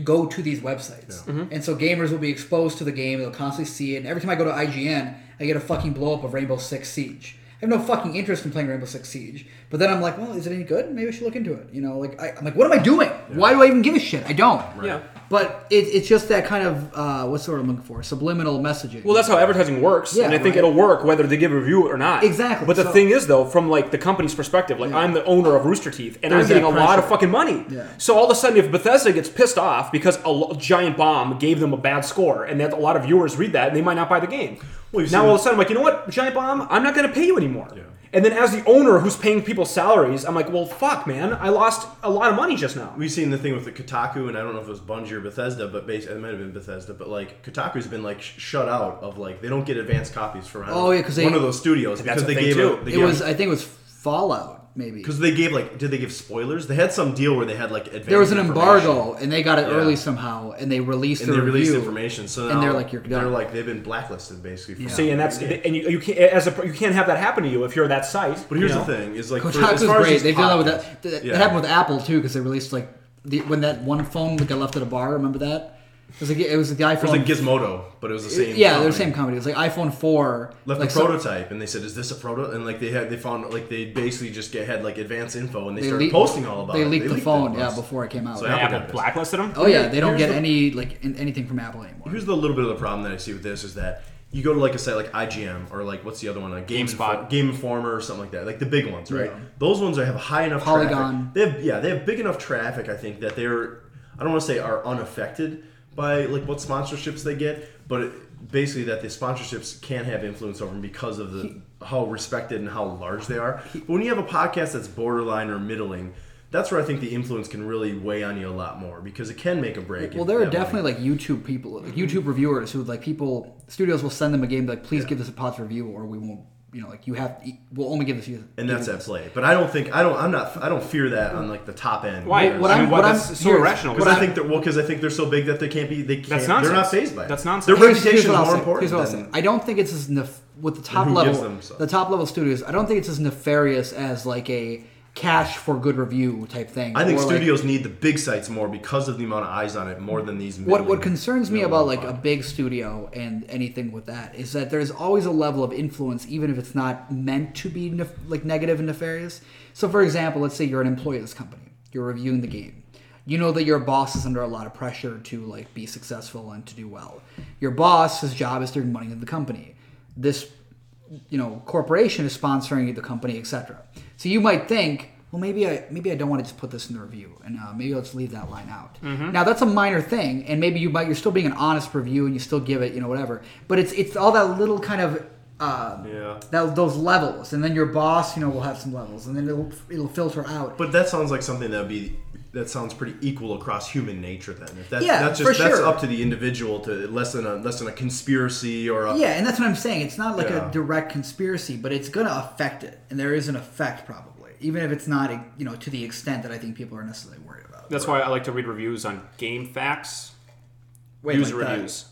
[SPEAKER 2] go to these websites, and so gamers will be exposed to the game. They'll constantly see it. And every time I go to IGN, I get a fucking blow up of Rainbow Six Siege. I have no fucking interest in playing Rainbow Six Siege, but then I'm like, well, is it any good? Maybe I should look into it. You know, like I, I'm like, what am I doing? Why do I even give a shit? I don't.
[SPEAKER 1] Yeah.
[SPEAKER 2] But it, it's just that kind of uh, what's the word I'm looking for? Subliminal messaging.
[SPEAKER 1] Well, that's how advertising works,
[SPEAKER 2] Yeah,
[SPEAKER 1] and I think
[SPEAKER 2] right.
[SPEAKER 1] it'll work whether they give a review or not.
[SPEAKER 2] Exactly,
[SPEAKER 1] But the
[SPEAKER 2] so-
[SPEAKER 1] thing is, though, from like the company's perspective, like I'm the owner of Rooster Teeth, and I'm
[SPEAKER 2] There's
[SPEAKER 1] getting a
[SPEAKER 2] that
[SPEAKER 1] lot of
[SPEAKER 2] pressure.
[SPEAKER 1] fucking money.
[SPEAKER 2] Yeah.
[SPEAKER 1] So all of a sudden, if Bethesda gets pissed off because a lo- giant bomb gave them a bad score, and that a lot of viewers read that, and they might not buy the game.
[SPEAKER 3] Well, you've
[SPEAKER 1] now
[SPEAKER 3] seen-
[SPEAKER 1] all of a sudden, I'm like, you know what, giant bomb, I'm not going to pay you anymore. And then as the owner who's paying people salaries, I'm like, well, fuck, man, I lost a lot of money just now.
[SPEAKER 3] We've seen the thing with the Kotaku, and I don't know if it was Bungie or Bethesda, but basically, it might have been Bethesda, but like Kotaku's been like sh- shut out of like they don't get advanced copies for I don't
[SPEAKER 2] Oh,
[SPEAKER 3] know,
[SPEAKER 2] yeah, 'cause they-
[SPEAKER 3] one of those studios because
[SPEAKER 1] a
[SPEAKER 3] they
[SPEAKER 1] thing,
[SPEAKER 3] gave
[SPEAKER 1] too.
[SPEAKER 3] a- they
[SPEAKER 2] it
[SPEAKER 3] gave a
[SPEAKER 2] was. I think it was Fallout. Maybe
[SPEAKER 3] Because they gave like, did they give spoilers? They had some deal where they had like advanced.
[SPEAKER 2] there was an
[SPEAKER 3] information,
[SPEAKER 2] embargo, and they got it
[SPEAKER 3] Yeah.
[SPEAKER 2] early somehow, and they released
[SPEAKER 3] and
[SPEAKER 2] the
[SPEAKER 3] they
[SPEAKER 2] review.
[SPEAKER 3] released information. So
[SPEAKER 2] and they're
[SPEAKER 3] now
[SPEAKER 2] like, you're
[SPEAKER 3] they're
[SPEAKER 2] done.
[SPEAKER 3] like they've been blacklisted basically. from-
[SPEAKER 1] See, and that's and you, you can't as a you can't have that happen to you if you're that site.
[SPEAKER 3] But here's
[SPEAKER 1] you know?
[SPEAKER 3] the thing: is like for-
[SPEAKER 2] Kotaku's
[SPEAKER 3] as far as
[SPEAKER 2] great.
[SPEAKER 3] these
[SPEAKER 2] They've done that
[SPEAKER 3] podcasts-
[SPEAKER 2] with that. That,
[SPEAKER 3] Yeah.
[SPEAKER 2] that happened with Apple too, because they released like the, when that one phone that got left at a bar. Remember that? It was like it was the iPhone.
[SPEAKER 3] It was like Gizmodo, but it was the same.
[SPEAKER 2] uh, yeah, they're the
[SPEAKER 3] company.
[SPEAKER 2] same company. It was like iPhone four.
[SPEAKER 3] Left
[SPEAKER 2] like
[SPEAKER 3] a
[SPEAKER 2] some-
[SPEAKER 3] prototype, and they said, "Is this a proto?" And like they had, they found like they basically just get, had like advanced info, and they,
[SPEAKER 2] They
[SPEAKER 3] started
[SPEAKER 2] leak-
[SPEAKER 3] posting all about
[SPEAKER 2] They
[SPEAKER 3] it.
[SPEAKER 2] leaked the
[SPEAKER 3] leaked
[SPEAKER 2] phone,
[SPEAKER 3] it.
[SPEAKER 2] yeah, before it came out.
[SPEAKER 3] So
[SPEAKER 1] And
[SPEAKER 3] Apple
[SPEAKER 1] Apple
[SPEAKER 3] got pissed.
[SPEAKER 1] blacklisted them.
[SPEAKER 2] oh yeah, they don't get
[SPEAKER 3] Here's the-
[SPEAKER 2] any like in, anything from Apple anymore.
[SPEAKER 3] Here's the little bit of the problem that I see with this is that you go to like a site like IGM or like what's the other one like Game
[SPEAKER 1] GameSpot.
[SPEAKER 3] Info- Game Informer or something like that, like the big ones, right?
[SPEAKER 2] Yeah.
[SPEAKER 3] Those ones that have high enough
[SPEAKER 2] Polygon.
[SPEAKER 3] Traffic. They have yeah, they have big enough traffic. I think that they're I don't want to say are unaffected by like what sponsorships they get, but it, basically that the sponsorships can have influence over them because of the how respected and how large they are. But when you have a podcast that's borderline or middling. That's where I think the influence can really weigh on you a lot more because it can make a break.
[SPEAKER 2] Well,
[SPEAKER 3] in
[SPEAKER 2] there are
[SPEAKER 3] that way.
[SPEAKER 2] definitely like YouTube people, like YouTube reviewers who like people studios will send them a game like, please give this a positive review, or we won't. You know, like you have, we'll only give this. you-
[SPEAKER 3] and that's at play. But I don't think I don't I'm not I don't fear that on like the top end.
[SPEAKER 1] Why?
[SPEAKER 3] Because
[SPEAKER 2] what
[SPEAKER 1] I mean,
[SPEAKER 2] I'm-
[SPEAKER 1] why-
[SPEAKER 2] what I'm-
[SPEAKER 1] that's so
[SPEAKER 2] here's-
[SPEAKER 1] irrational.
[SPEAKER 2] what
[SPEAKER 3] I
[SPEAKER 1] because
[SPEAKER 3] think they're well because I think they're so big that they can't be they can't
[SPEAKER 1] That's
[SPEAKER 3] they're not
[SPEAKER 1] nonsense.
[SPEAKER 3] phased by it.
[SPEAKER 1] That's nonsense.
[SPEAKER 3] Their
[SPEAKER 1] Here's-
[SPEAKER 2] Here's- here's
[SPEAKER 3] reputation is
[SPEAKER 2] what I'll
[SPEAKER 3] more
[SPEAKER 2] say.
[SPEAKER 3] important.
[SPEAKER 2] Here's what I'll
[SPEAKER 3] than-
[SPEAKER 2] say. I don't think it's as nef- with the top
[SPEAKER 3] who gives
[SPEAKER 2] level,
[SPEAKER 3] them so-
[SPEAKER 2] the top level studios. I don't think it's as nefarious as like a cash for good review type thing.
[SPEAKER 3] I think
[SPEAKER 2] Or, like,
[SPEAKER 3] studios need the big sites more because of the amount of eyes on it more than these.
[SPEAKER 2] what
[SPEAKER 3] middling-
[SPEAKER 2] what concerns me
[SPEAKER 3] middling
[SPEAKER 2] about like a
[SPEAKER 3] pod.
[SPEAKER 2] big studio and anything with that is that there's always a level of influence even if it's not meant to be nef- like negative and nefarious so for example let's say you're an employee of this company you're reviewing the game you know that your boss is under a lot of pressure to like be successful and to do well your boss his job is to bring money into the company this you know corporation is sponsoring the company etc so you might think well maybe i maybe i don't want to just put this in the review and uh, maybe let's leave that line out
[SPEAKER 3] Mm-hmm.
[SPEAKER 2] now that's a minor thing and maybe you might you're still being an honest review and you still give it you know whatever but it's it's all that little kind of uh,
[SPEAKER 3] Yeah.
[SPEAKER 2] that, those levels and then your boss you know will have some levels and then it'll it'll filter out
[SPEAKER 3] But that sounds like something that would be that sounds pretty equal across human nature. Then, if that's
[SPEAKER 2] Yeah,
[SPEAKER 3] that's
[SPEAKER 2] for
[SPEAKER 3] just that's
[SPEAKER 2] sure.
[SPEAKER 3] up to the individual to less than a less than a conspiracy or a,
[SPEAKER 2] yeah and that's what i'm saying it's not like
[SPEAKER 3] Yeah.
[SPEAKER 2] a direct conspiracy but it's gonna affect it and there is an effect probably even if it's not you know to the extent that i think people are necessarily worried about
[SPEAKER 1] That's why I like to read reviews on Game Facts,
[SPEAKER 2] Wait,
[SPEAKER 1] user
[SPEAKER 2] like that.
[SPEAKER 1] reviews.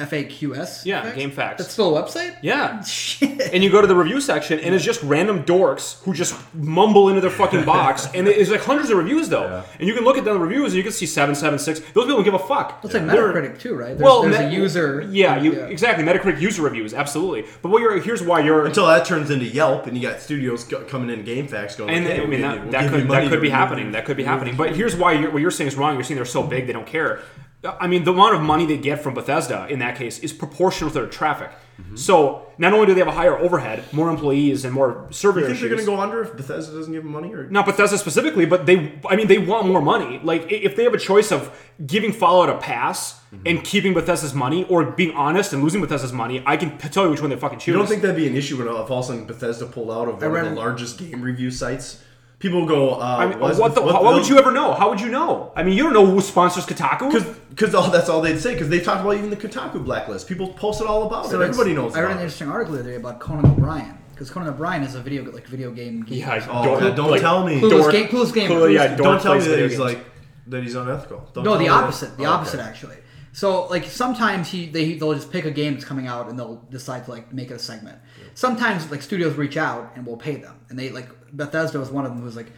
[SPEAKER 2] FAQS.
[SPEAKER 1] Yeah, Game Facts.
[SPEAKER 2] That's still a website.
[SPEAKER 1] Yeah.
[SPEAKER 2] Shit.
[SPEAKER 1] And you go to the review section, and it's just random dorks who just mumble into their fucking [LAUGHS] box. And it's like hundreds of reviews, though.
[SPEAKER 3] Yeah.
[SPEAKER 1] And you can look at the reviews, and you can see 776. Those people don't give a fuck.
[SPEAKER 2] It's like
[SPEAKER 1] They're-
[SPEAKER 2] Metacritic too, right? There's,
[SPEAKER 1] well,
[SPEAKER 2] there's
[SPEAKER 1] Met-
[SPEAKER 2] a user.
[SPEAKER 1] Yeah, you exactly. Metacritic user reviews, absolutely. But what you're here's why you're
[SPEAKER 3] Until that turns into Yelp, and you got studios go- coming in Game Facts going.
[SPEAKER 1] and
[SPEAKER 3] okay,
[SPEAKER 1] I
[SPEAKER 3] we'll
[SPEAKER 1] mean
[SPEAKER 3] give
[SPEAKER 1] that,
[SPEAKER 3] you- we'll
[SPEAKER 1] that
[SPEAKER 3] give you
[SPEAKER 1] could that
[SPEAKER 3] money
[SPEAKER 1] could
[SPEAKER 3] to
[SPEAKER 1] be
[SPEAKER 3] review
[SPEAKER 1] happening.
[SPEAKER 3] these.
[SPEAKER 1] That could be happening. But here's why you're, what you're saying is wrong. You're saying they're so big they don't care. I mean, the amount of money they get from Bethesda in that case is proportional to their traffic.
[SPEAKER 3] Mm-hmm.
[SPEAKER 1] So not only do they have a higher overhead, more employees, and more server
[SPEAKER 3] You think they're
[SPEAKER 1] issues-
[SPEAKER 3] going to go under if Bethesda doesn't give them money? Or
[SPEAKER 1] not Bethesda specifically, but they, I mean, they want more money. Like, i- if they have a choice of giving Fallout a pass
[SPEAKER 3] Mm-hmm.
[SPEAKER 1] and keeping Bethesda's money, or being honest and losing Bethesda's money, I can p- tell you which one they fucking choose.
[SPEAKER 3] You don't think that'd be an issue when all- if all of a sudden Bethesda pulled out of one
[SPEAKER 2] read-
[SPEAKER 3] of the largest game review sites? People go, uh,
[SPEAKER 1] I mean, what the? how, why would you ever know? How would you know? I mean, you don't know who sponsors Kotaku.
[SPEAKER 3] Because all that's all they'd say. Because they talked about even the Kotaku blacklist. People posted all about it.
[SPEAKER 2] it's-
[SPEAKER 3] Everybody knows.
[SPEAKER 2] I read an
[SPEAKER 3] about it.
[SPEAKER 2] interesting article the other day about Conan O'Brien because Conan O'Brien is a video like video game. game.
[SPEAKER 1] Yeah,
[SPEAKER 3] Oh,
[SPEAKER 1] Dork-
[SPEAKER 3] yeah, don't
[SPEAKER 1] like,
[SPEAKER 3] tell me.
[SPEAKER 2] Clueless
[SPEAKER 1] dork-
[SPEAKER 2] game- Clueless game.
[SPEAKER 1] Clueless- yeah,
[SPEAKER 2] Clueless-
[SPEAKER 1] dork
[SPEAKER 3] Don't tell me
[SPEAKER 1] plays
[SPEAKER 3] that
[SPEAKER 1] video
[SPEAKER 3] he's
[SPEAKER 1] games.
[SPEAKER 3] like that he's unethical. Don't
[SPEAKER 2] No,
[SPEAKER 3] tell me
[SPEAKER 2] the
[SPEAKER 3] that-
[SPEAKER 2] opposite. The
[SPEAKER 3] Oh, okay.
[SPEAKER 2] opposite actually. So like sometimes he they they'll just pick a game that's coming out and they'll decide to like make it a segment. Sometimes like studios reach out and we'll pay them and they like Bethesda was one of them who was like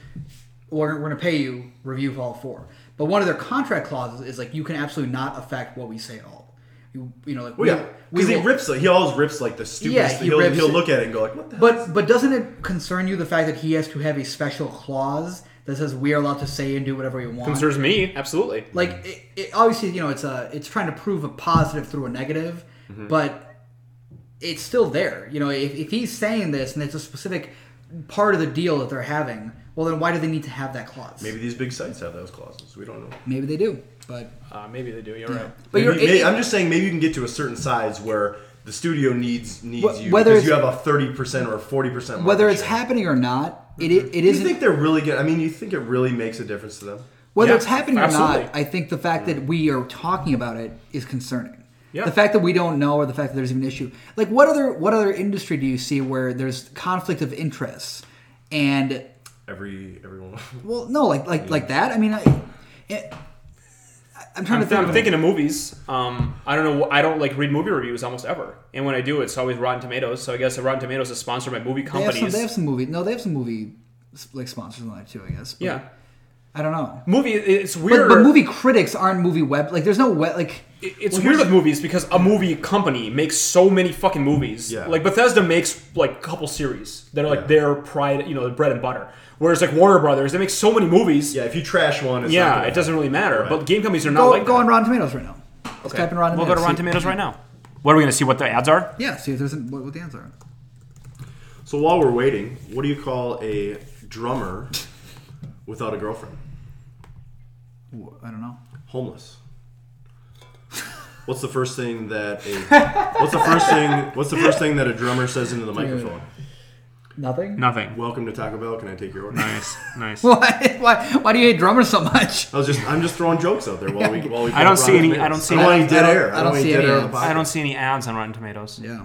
[SPEAKER 2] we're, we're gonna pay you review Fallout Four, but one of their contract clauses is like you can absolutely not affect what we say at all. You you know like
[SPEAKER 3] Well, yeah,
[SPEAKER 2] we
[SPEAKER 3] because he
[SPEAKER 2] will-
[SPEAKER 3] rips. Like, he always rips like the
[SPEAKER 2] Yeah,
[SPEAKER 3] stupidest.
[SPEAKER 2] he
[SPEAKER 3] he'll,
[SPEAKER 2] rips
[SPEAKER 3] he'll
[SPEAKER 2] it.
[SPEAKER 3] look at it and go like, "What the?" hell?
[SPEAKER 2] But but doesn't it concern you the fact that he has to have a special clause that says we are allowed to say and do whatever we want?
[SPEAKER 1] concerns me absolutely.
[SPEAKER 2] like it, it, obviously you know it's a it's trying to prove a positive through a negative but it's still there you know if, if he's saying this and it's a specific part of the deal that they're having well then why do they need to have that clause
[SPEAKER 3] Maybe these big sites have those clauses. We don't know.
[SPEAKER 2] maybe they do but
[SPEAKER 1] Uh, maybe they do. You're right.
[SPEAKER 2] but
[SPEAKER 3] Maybe-
[SPEAKER 2] you're it-
[SPEAKER 3] may-
[SPEAKER 2] it-
[SPEAKER 3] I'm just saying, maybe you can get to a certain size where the studio needs needs
[SPEAKER 2] Wh-
[SPEAKER 3] you
[SPEAKER 2] whether
[SPEAKER 3] because
[SPEAKER 2] it's-
[SPEAKER 3] you have a 30 percent or 40 percent.
[SPEAKER 2] whether it's happening or not it it, it
[SPEAKER 3] do you
[SPEAKER 2] isn't
[SPEAKER 3] think they're really good? I mean, you think it really makes a difference to them?
[SPEAKER 2] whether
[SPEAKER 1] Yeah,
[SPEAKER 2] it's happening or
[SPEAKER 1] absolutely.
[SPEAKER 2] not i think the fact that we are talking about it is concerning
[SPEAKER 1] Yeah.
[SPEAKER 2] the fact that we don't know or the fact that there's even an issue like what other what other industry do you see where there's conflict of interests and
[SPEAKER 3] Every everyone.
[SPEAKER 2] [LAUGHS] Well, no, like like like that. I mean, I, it, I- I'm trying
[SPEAKER 1] I'm,
[SPEAKER 2] to think.
[SPEAKER 1] I'm
[SPEAKER 2] of
[SPEAKER 1] thinking of movies. Um, I don't know. I don't like read movie reviews almost ever, and when I do, it's always Rotten Tomatoes. So I guess Rotten Tomatoes is sponsored by movie
[SPEAKER 2] They have,
[SPEAKER 1] companies.
[SPEAKER 2] some, they have some movie. No, they have some movie like sponsors on that too. I guess. But
[SPEAKER 1] yeah,
[SPEAKER 2] I don't know.
[SPEAKER 1] movie. It's weird.
[SPEAKER 2] But, but movie critics aren't movie web. Like, there's no web. Like,
[SPEAKER 1] It's weird with movies because a movie company makes so many fucking movies.
[SPEAKER 3] Yeah.
[SPEAKER 1] Like Bethesda makes like a couple series that are like
[SPEAKER 3] Yeah.
[SPEAKER 1] their pride, you know, their bread and butter. Whereas like Warner Brothers, they make so many movies.
[SPEAKER 3] Yeah, if you trash one, it's not
[SPEAKER 1] yeah,
[SPEAKER 3] gonna-
[SPEAKER 1] it doesn't really matter.
[SPEAKER 3] Right.
[SPEAKER 1] But game companies are not
[SPEAKER 2] go,
[SPEAKER 1] like
[SPEAKER 2] go
[SPEAKER 1] that.
[SPEAKER 2] on Rotten Tomatoes right now. Let's type in Rotten.
[SPEAKER 1] We'll go to
[SPEAKER 2] Tomatoes,
[SPEAKER 1] Rotten
[SPEAKER 2] see-
[SPEAKER 1] Tomatoes right now. What are we gonna see? What the ads are?
[SPEAKER 2] Yeah, see if there's an, what, what the answer. Are.
[SPEAKER 3] So while we're waiting, what do you call a drummer without a girlfriend?
[SPEAKER 2] Ooh, I don't know.
[SPEAKER 3] Homeless. What's the first thing that a What's the first thing What's the first thing that a drummer
[SPEAKER 2] [LAUGHS]
[SPEAKER 3] says into the microphone?
[SPEAKER 2] Nothing.
[SPEAKER 1] Nothing.
[SPEAKER 3] Welcome to Taco Bell. Can I take your order?
[SPEAKER 1] Nice, nice.
[SPEAKER 2] [LAUGHS] Why, why? Why do you hate drummers so much?
[SPEAKER 3] I was just I'm just throwing jokes out there while we while we.
[SPEAKER 1] I don't see any- I don't see
[SPEAKER 3] I don't want
[SPEAKER 1] any-
[SPEAKER 3] any dead
[SPEAKER 2] I don't-
[SPEAKER 3] air.
[SPEAKER 2] I don't
[SPEAKER 3] want
[SPEAKER 2] see
[SPEAKER 3] any dead
[SPEAKER 2] any
[SPEAKER 3] air on the
[SPEAKER 2] ads.
[SPEAKER 1] I
[SPEAKER 3] podcast.
[SPEAKER 1] don't see any ads on Rotten Tomatoes.
[SPEAKER 2] Yeah,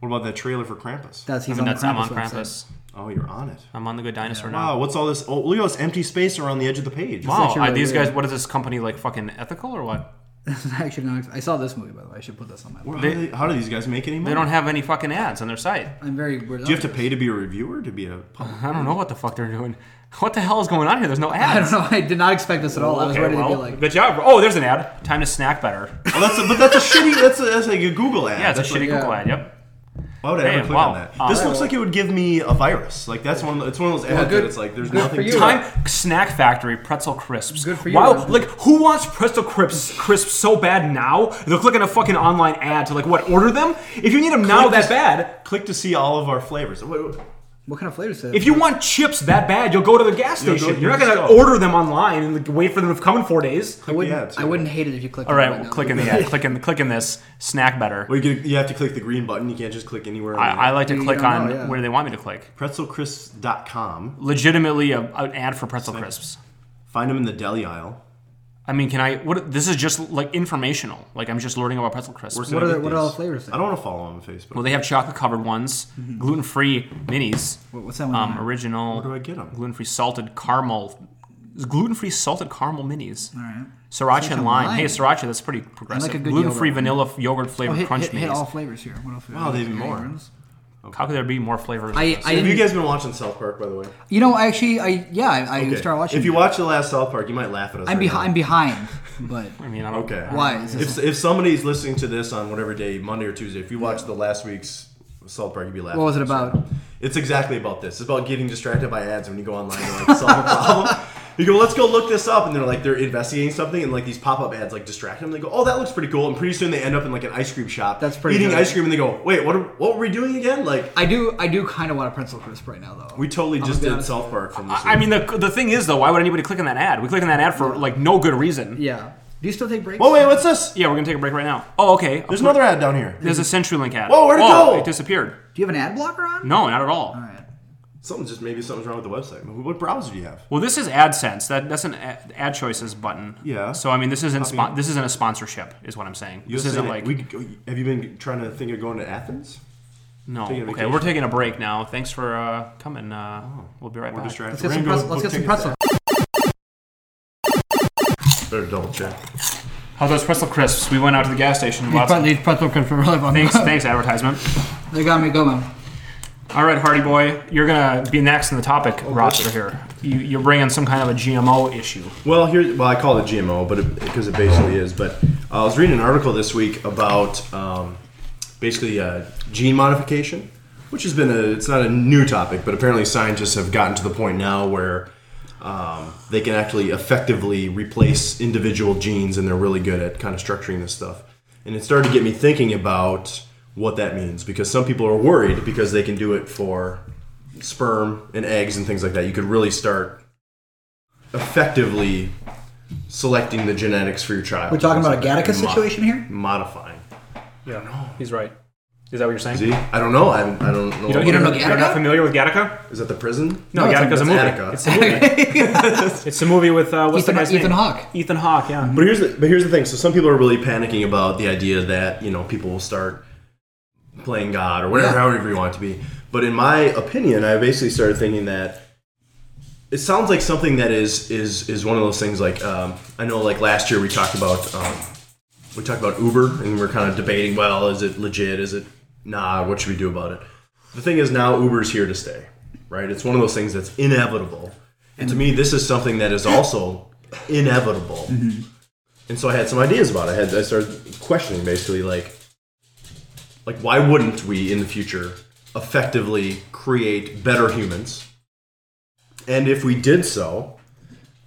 [SPEAKER 3] What about that trailer for Krampus?
[SPEAKER 2] that's
[SPEAKER 1] I
[SPEAKER 2] he's
[SPEAKER 1] mean,
[SPEAKER 2] on
[SPEAKER 1] that's
[SPEAKER 2] the
[SPEAKER 1] I'm on
[SPEAKER 2] Krampus website.
[SPEAKER 1] Krampus.
[SPEAKER 3] oh, you're on it.
[SPEAKER 1] I'm on the Good Dinosaur now.
[SPEAKER 3] Wow, what's all this? Oh, look at all this empty space around the edge of the page.
[SPEAKER 1] Wow,
[SPEAKER 2] actually
[SPEAKER 1] are these
[SPEAKER 2] really
[SPEAKER 1] guys. What is this company like? Fucking ethical or what?
[SPEAKER 2] This is actually not. [LAUGHS] I saw this movie by the way. I should put this on my. List.
[SPEAKER 3] How, do they- how do these guys make any money?
[SPEAKER 1] They don't have any fucking ads on their site.
[SPEAKER 2] I'm very. Do
[SPEAKER 3] do you have to pay to be a reviewer to be a public?
[SPEAKER 1] I don't know what the fuck they're doing. What the hell is going on here? There's no ads.
[SPEAKER 2] [LAUGHS] I don't know. I did not expect this at all. I was
[SPEAKER 1] Okay,
[SPEAKER 2] ready to
[SPEAKER 1] well,
[SPEAKER 2] be like.
[SPEAKER 1] good job. Oh, there's an ad. Time to snack better.
[SPEAKER 3] Well, oh, that's a, but that's a shitty. That's a, that's like a Google ad.
[SPEAKER 1] Yeah, it's a
[SPEAKER 3] That's like-
[SPEAKER 1] shitty
[SPEAKER 2] yeah.
[SPEAKER 1] Google ad. Yep.
[SPEAKER 3] Why would I
[SPEAKER 1] Damn,
[SPEAKER 3] ever click
[SPEAKER 1] wow.
[SPEAKER 3] on that?
[SPEAKER 1] Uh,
[SPEAKER 3] this
[SPEAKER 1] yeah,
[SPEAKER 3] looks like it would give me a virus. Like that's one. Of the, it's one of those ads
[SPEAKER 2] good-
[SPEAKER 3] that it's like there's
[SPEAKER 2] good
[SPEAKER 3] nothing.
[SPEAKER 2] for
[SPEAKER 3] to
[SPEAKER 2] you.
[SPEAKER 3] it.
[SPEAKER 1] Time Snack Factory pretzel crisps.
[SPEAKER 2] Good for you,
[SPEAKER 1] Wow,
[SPEAKER 2] Roger.
[SPEAKER 1] like who wants pretzel crisps crisps so bad now? They're clicking a fucking online ad to like what order them? If you need them now that bad,
[SPEAKER 3] Click to see all of our flavors. Wait, wait,
[SPEAKER 2] What kind of flavor is it?
[SPEAKER 1] if you want chips that bad, you'll go to the gas
[SPEAKER 3] You'll go-
[SPEAKER 1] station.
[SPEAKER 3] you
[SPEAKER 1] You're not
[SPEAKER 3] just
[SPEAKER 1] gonna
[SPEAKER 3] go.
[SPEAKER 1] order them online and like, wait for them to come in four days.
[SPEAKER 2] I wouldn't.
[SPEAKER 3] the ads,
[SPEAKER 2] I
[SPEAKER 3] yeah.
[SPEAKER 2] wouldn't hate it if you clicked.
[SPEAKER 1] All
[SPEAKER 2] on it
[SPEAKER 1] right,
[SPEAKER 2] right
[SPEAKER 1] well,
[SPEAKER 2] now.
[SPEAKER 1] clicking the ad, clicking, clicking this snack better.
[SPEAKER 3] well, you, can, you have to click the green button. You can't just click anywhere. on the-
[SPEAKER 1] I, I like to
[SPEAKER 2] You
[SPEAKER 1] click
[SPEAKER 2] don't
[SPEAKER 1] on
[SPEAKER 2] know, yeah.
[SPEAKER 1] where they want me to click.
[SPEAKER 3] pretzelcrisps.com.
[SPEAKER 1] Legitimately, a, an ad for pretzel crisps.
[SPEAKER 3] Find them in the deli aisle.
[SPEAKER 1] I mean, can I? What? This is just like informational. Like I'm just learning about pretzel crisps.
[SPEAKER 3] Where's
[SPEAKER 2] What
[SPEAKER 3] I
[SPEAKER 2] are the,
[SPEAKER 3] get
[SPEAKER 2] what are all the
[SPEAKER 3] these?
[SPEAKER 2] flavors?
[SPEAKER 3] I don't want to follow them on Facebook.
[SPEAKER 1] Well, they have chocolate covered ones,
[SPEAKER 2] Mm-hmm.
[SPEAKER 1] gluten free minis,
[SPEAKER 2] What- What's that one?
[SPEAKER 1] um, original.
[SPEAKER 3] Where do I get 'em?
[SPEAKER 1] Gluten free salted caramel, gluten free salted caramel minis,
[SPEAKER 2] all right.
[SPEAKER 1] sriracha and lime.
[SPEAKER 2] lime.
[SPEAKER 1] Hey, sriracha, that's pretty progressive.
[SPEAKER 2] a good
[SPEAKER 1] gluten free
[SPEAKER 2] yogurt.
[SPEAKER 1] vanilla f- yogurt
[SPEAKER 2] Oh,
[SPEAKER 1] flavored
[SPEAKER 2] hit,
[SPEAKER 1] crunch
[SPEAKER 2] hit, hit
[SPEAKER 1] minis.
[SPEAKER 2] all flavors here. What else?
[SPEAKER 3] Wow, they have more.
[SPEAKER 1] How could there be more flavors? than
[SPEAKER 2] I,
[SPEAKER 1] this?
[SPEAKER 2] I
[SPEAKER 3] have you
[SPEAKER 2] didn't-
[SPEAKER 3] guys been watching South Park, by the way?
[SPEAKER 2] You know, I actually, I yeah, I, I
[SPEAKER 3] Okay.
[SPEAKER 2] started watching.
[SPEAKER 3] If you
[SPEAKER 2] it.
[SPEAKER 3] watch the last South Park, you might laugh at us.
[SPEAKER 2] I'm
[SPEAKER 3] right
[SPEAKER 2] behind. I'm
[SPEAKER 3] [LAUGHS]
[SPEAKER 2] behind, but
[SPEAKER 1] I mean, I
[SPEAKER 3] now.
[SPEAKER 1] don't.
[SPEAKER 3] Okay.
[SPEAKER 2] why is this?
[SPEAKER 3] If, if somebody's listening to this on whatever day, Monday or Tuesday, if you watch the last week's South Park, you'd be laughing.
[SPEAKER 2] What was it
[SPEAKER 3] at us right
[SPEAKER 2] about?
[SPEAKER 3] now. It's exactly about this. It's about getting distracted by ads when you go online to like solve a problem. [LAUGHS] You go, let's go look this up, and they're like they're investigating something, and like these pop up ads like distract them. They go, oh, that looks pretty cool, and pretty soon they end up in like an ice cream shop.
[SPEAKER 2] That's pretty
[SPEAKER 3] eating
[SPEAKER 2] good.
[SPEAKER 3] ice cream, and they go, wait, what? Are, what were we doing again? Like
[SPEAKER 2] I do, I do kind of want a pretzel crisp right now, though.
[SPEAKER 3] we totally just
[SPEAKER 2] be
[SPEAKER 3] did
[SPEAKER 2] honest.
[SPEAKER 3] South Park from this.
[SPEAKER 1] I I mean, the, the thing is though, why would anybody click on that ad? We click on that ad for like no good reason.
[SPEAKER 2] yeah. Do you still take breaks?
[SPEAKER 3] oh wait, what's this?
[SPEAKER 1] Yeah, we're gonna take a break right now. Oh, okay.
[SPEAKER 3] There's another ad down here.
[SPEAKER 1] There's a CenturyLink ad.
[SPEAKER 3] Whoa, where'd it
[SPEAKER 1] Whoa,
[SPEAKER 3] go?
[SPEAKER 1] It disappeared.
[SPEAKER 2] Do you have an ad blocker
[SPEAKER 3] Mm.
[SPEAKER 2] on?
[SPEAKER 1] No, not at all.
[SPEAKER 2] All right.
[SPEAKER 3] Something's just maybe something's wrong with the website. What browser do you have?
[SPEAKER 1] Well, this is AdSense. That that's an ad, ad choices button.
[SPEAKER 3] Yeah.
[SPEAKER 1] So I mean, this isn't
[SPEAKER 3] Copy.
[SPEAKER 1] spon- this isn't a sponsorship, is what I'm saying.
[SPEAKER 3] You
[SPEAKER 1] this isn't like
[SPEAKER 3] we, could go- have you been trying to think of going to Athens?
[SPEAKER 1] no.
[SPEAKER 3] taking a
[SPEAKER 1] Okay,
[SPEAKER 3] vacation.
[SPEAKER 1] we're taking a break now. Thanks for uh, coming. Uh, We'll be right
[SPEAKER 3] We're
[SPEAKER 1] back.
[SPEAKER 2] Let's
[SPEAKER 3] distracted.
[SPEAKER 2] get
[SPEAKER 3] We're
[SPEAKER 2] some
[SPEAKER 3] gonna
[SPEAKER 2] pretzel.
[SPEAKER 3] go
[SPEAKER 2] Let's get some
[SPEAKER 3] take
[SPEAKER 2] pretzel.
[SPEAKER 3] a sec. Better double check.
[SPEAKER 1] How those pretzel crisps? We went out to the gas station. and Lots of-
[SPEAKER 2] These pretzel crisps are really fun. [LAUGHS]
[SPEAKER 1] thanks, thanks advertisement.
[SPEAKER 2] They got me going.
[SPEAKER 1] All right, Hardy boy, you're gonna be next in the topic roster here. You, you're bringing some kind of a GMO issue.
[SPEAKER 3] Well, here, well, I call it GMO, but because it, basically is. But uh, I was reading an article this week about um, basically uh, gene modification, which has been a. It's not a new topic, but apparently scientists have gotten to the point now where um, they can actually effectively replace individual genes, and they're really good at kind of structuring this stuff. And it started to get me thinking about what that means because some people are worried because they can do it for sperm and eggs and things like that. You could really start effectively selecting the genetics for your child.
[SPEAKER 2] We're talking about a Gattaca
[SPEAKER 3] Mod-
[SPEAKER 2] situation here.
[SPEAKER 3] Modifying.
[SPEAKER 1] Yeah, no, he's right. Is that what you're saying?
[SPEAKER 3] See, I don't know. I, I don't know.
[SPEAKER 2] You don't know
[SPEAKER 1] You're not
[SPEAKER 2] Gattaca?
[SPEAKER 1] familiar with Gattaca?
[SPEAKER 3] Is that the prison?
[SPEAKER 1] No,
[SPEAKER 2] No, it's
[SPEAKER 1] Gattaca's a
[SPEAKER 3] like-
[SPEAKER 1] movie.
[SPEAKER 3] Gattaca.
[SPEAKER 1] It's a movie. it's a movie with uh, what's
[SPEAKER 2] Ethan-
[SPEAKER 1] the guy's
[SPEAKER 2] Ethan
[SPEAKER 1] name?
[SPEAKER 2] Hawke.
[SPEAKER 1] Ethan Hawke, yeah.
[SPEAKER 3] But here's the but here's the thing. So some people are really panicking about the idea that you know people will start playing God or whatever,
[SPEAKER 2] Yeah.
[SPEAKER 3] however you want it to be. But in my opinion, I basically started thinking that it sounds like something that is is is one of those things. Like um, I know, like last year we talked about um, we talked about Uber and we are kind of debating. Well, is it legit? Is it nah? What should we do about it? The thing is now Uber's here to stay, right? It's one of those things that's inevitable. And to me, this is something that is also inevitable. And so I had some ideas about it. I, had, I started questioning basically like, like why wouldn't we in the future effectively create better humans? And if we did so,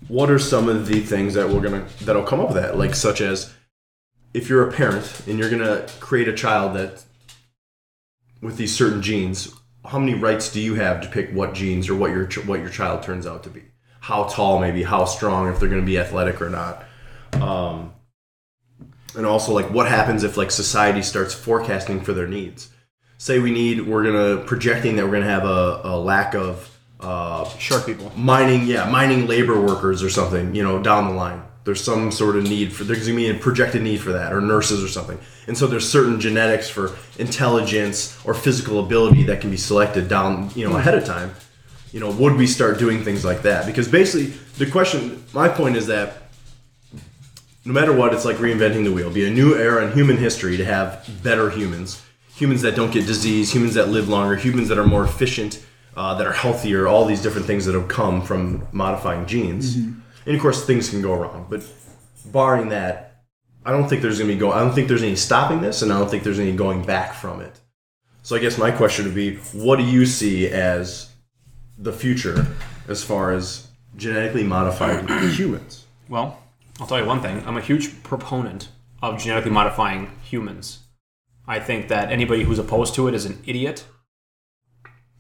[SPEAKER 3] what are some of the things that we're gonna that'll come up with that? Like such as if you're a parent and you're gonna create a child that with these certain genes, how many rights do you have to pick what genes or what your ch- what your child turns out to be? How tall, maybe how strong, if they're gonna be athletic or not. Um, and also like what happens if like society starts forecasting for their needs? Say we need we're gonna projecting that we're gonna have a, a lack of uh,
[SPEAKER 1] Short people.
[SPEAKER 3] mining yeah mining labor workers or something you know down the line there's some sort of need for there's gonna be a projected need for that or nurses or something and so there's certain genetics for intelligence or physical ability that can be selected down you know ahead of time you know would we start doing things like that because basically the question my point is that no matter what, it's like reinventing the wheel. Be a new era in human history to have better humans, humans that don't get disease, humans that live longer, humans that are more efficient, uh, that are healthier. All these different things that have come from modifying genes, and of course, things can go wrong. But barring that, I don't think there's going to be go. I don't think there's any stopping this, and I don't think there's any going back from it. So I guess my question would be, what do you see as the future as far as genetically modified humans?
[SPEAKER 1] Well, I'll tell you one thing. I'm a huge proponent of genetically modifying humans. I think that anybody who's opposed to it is an idiot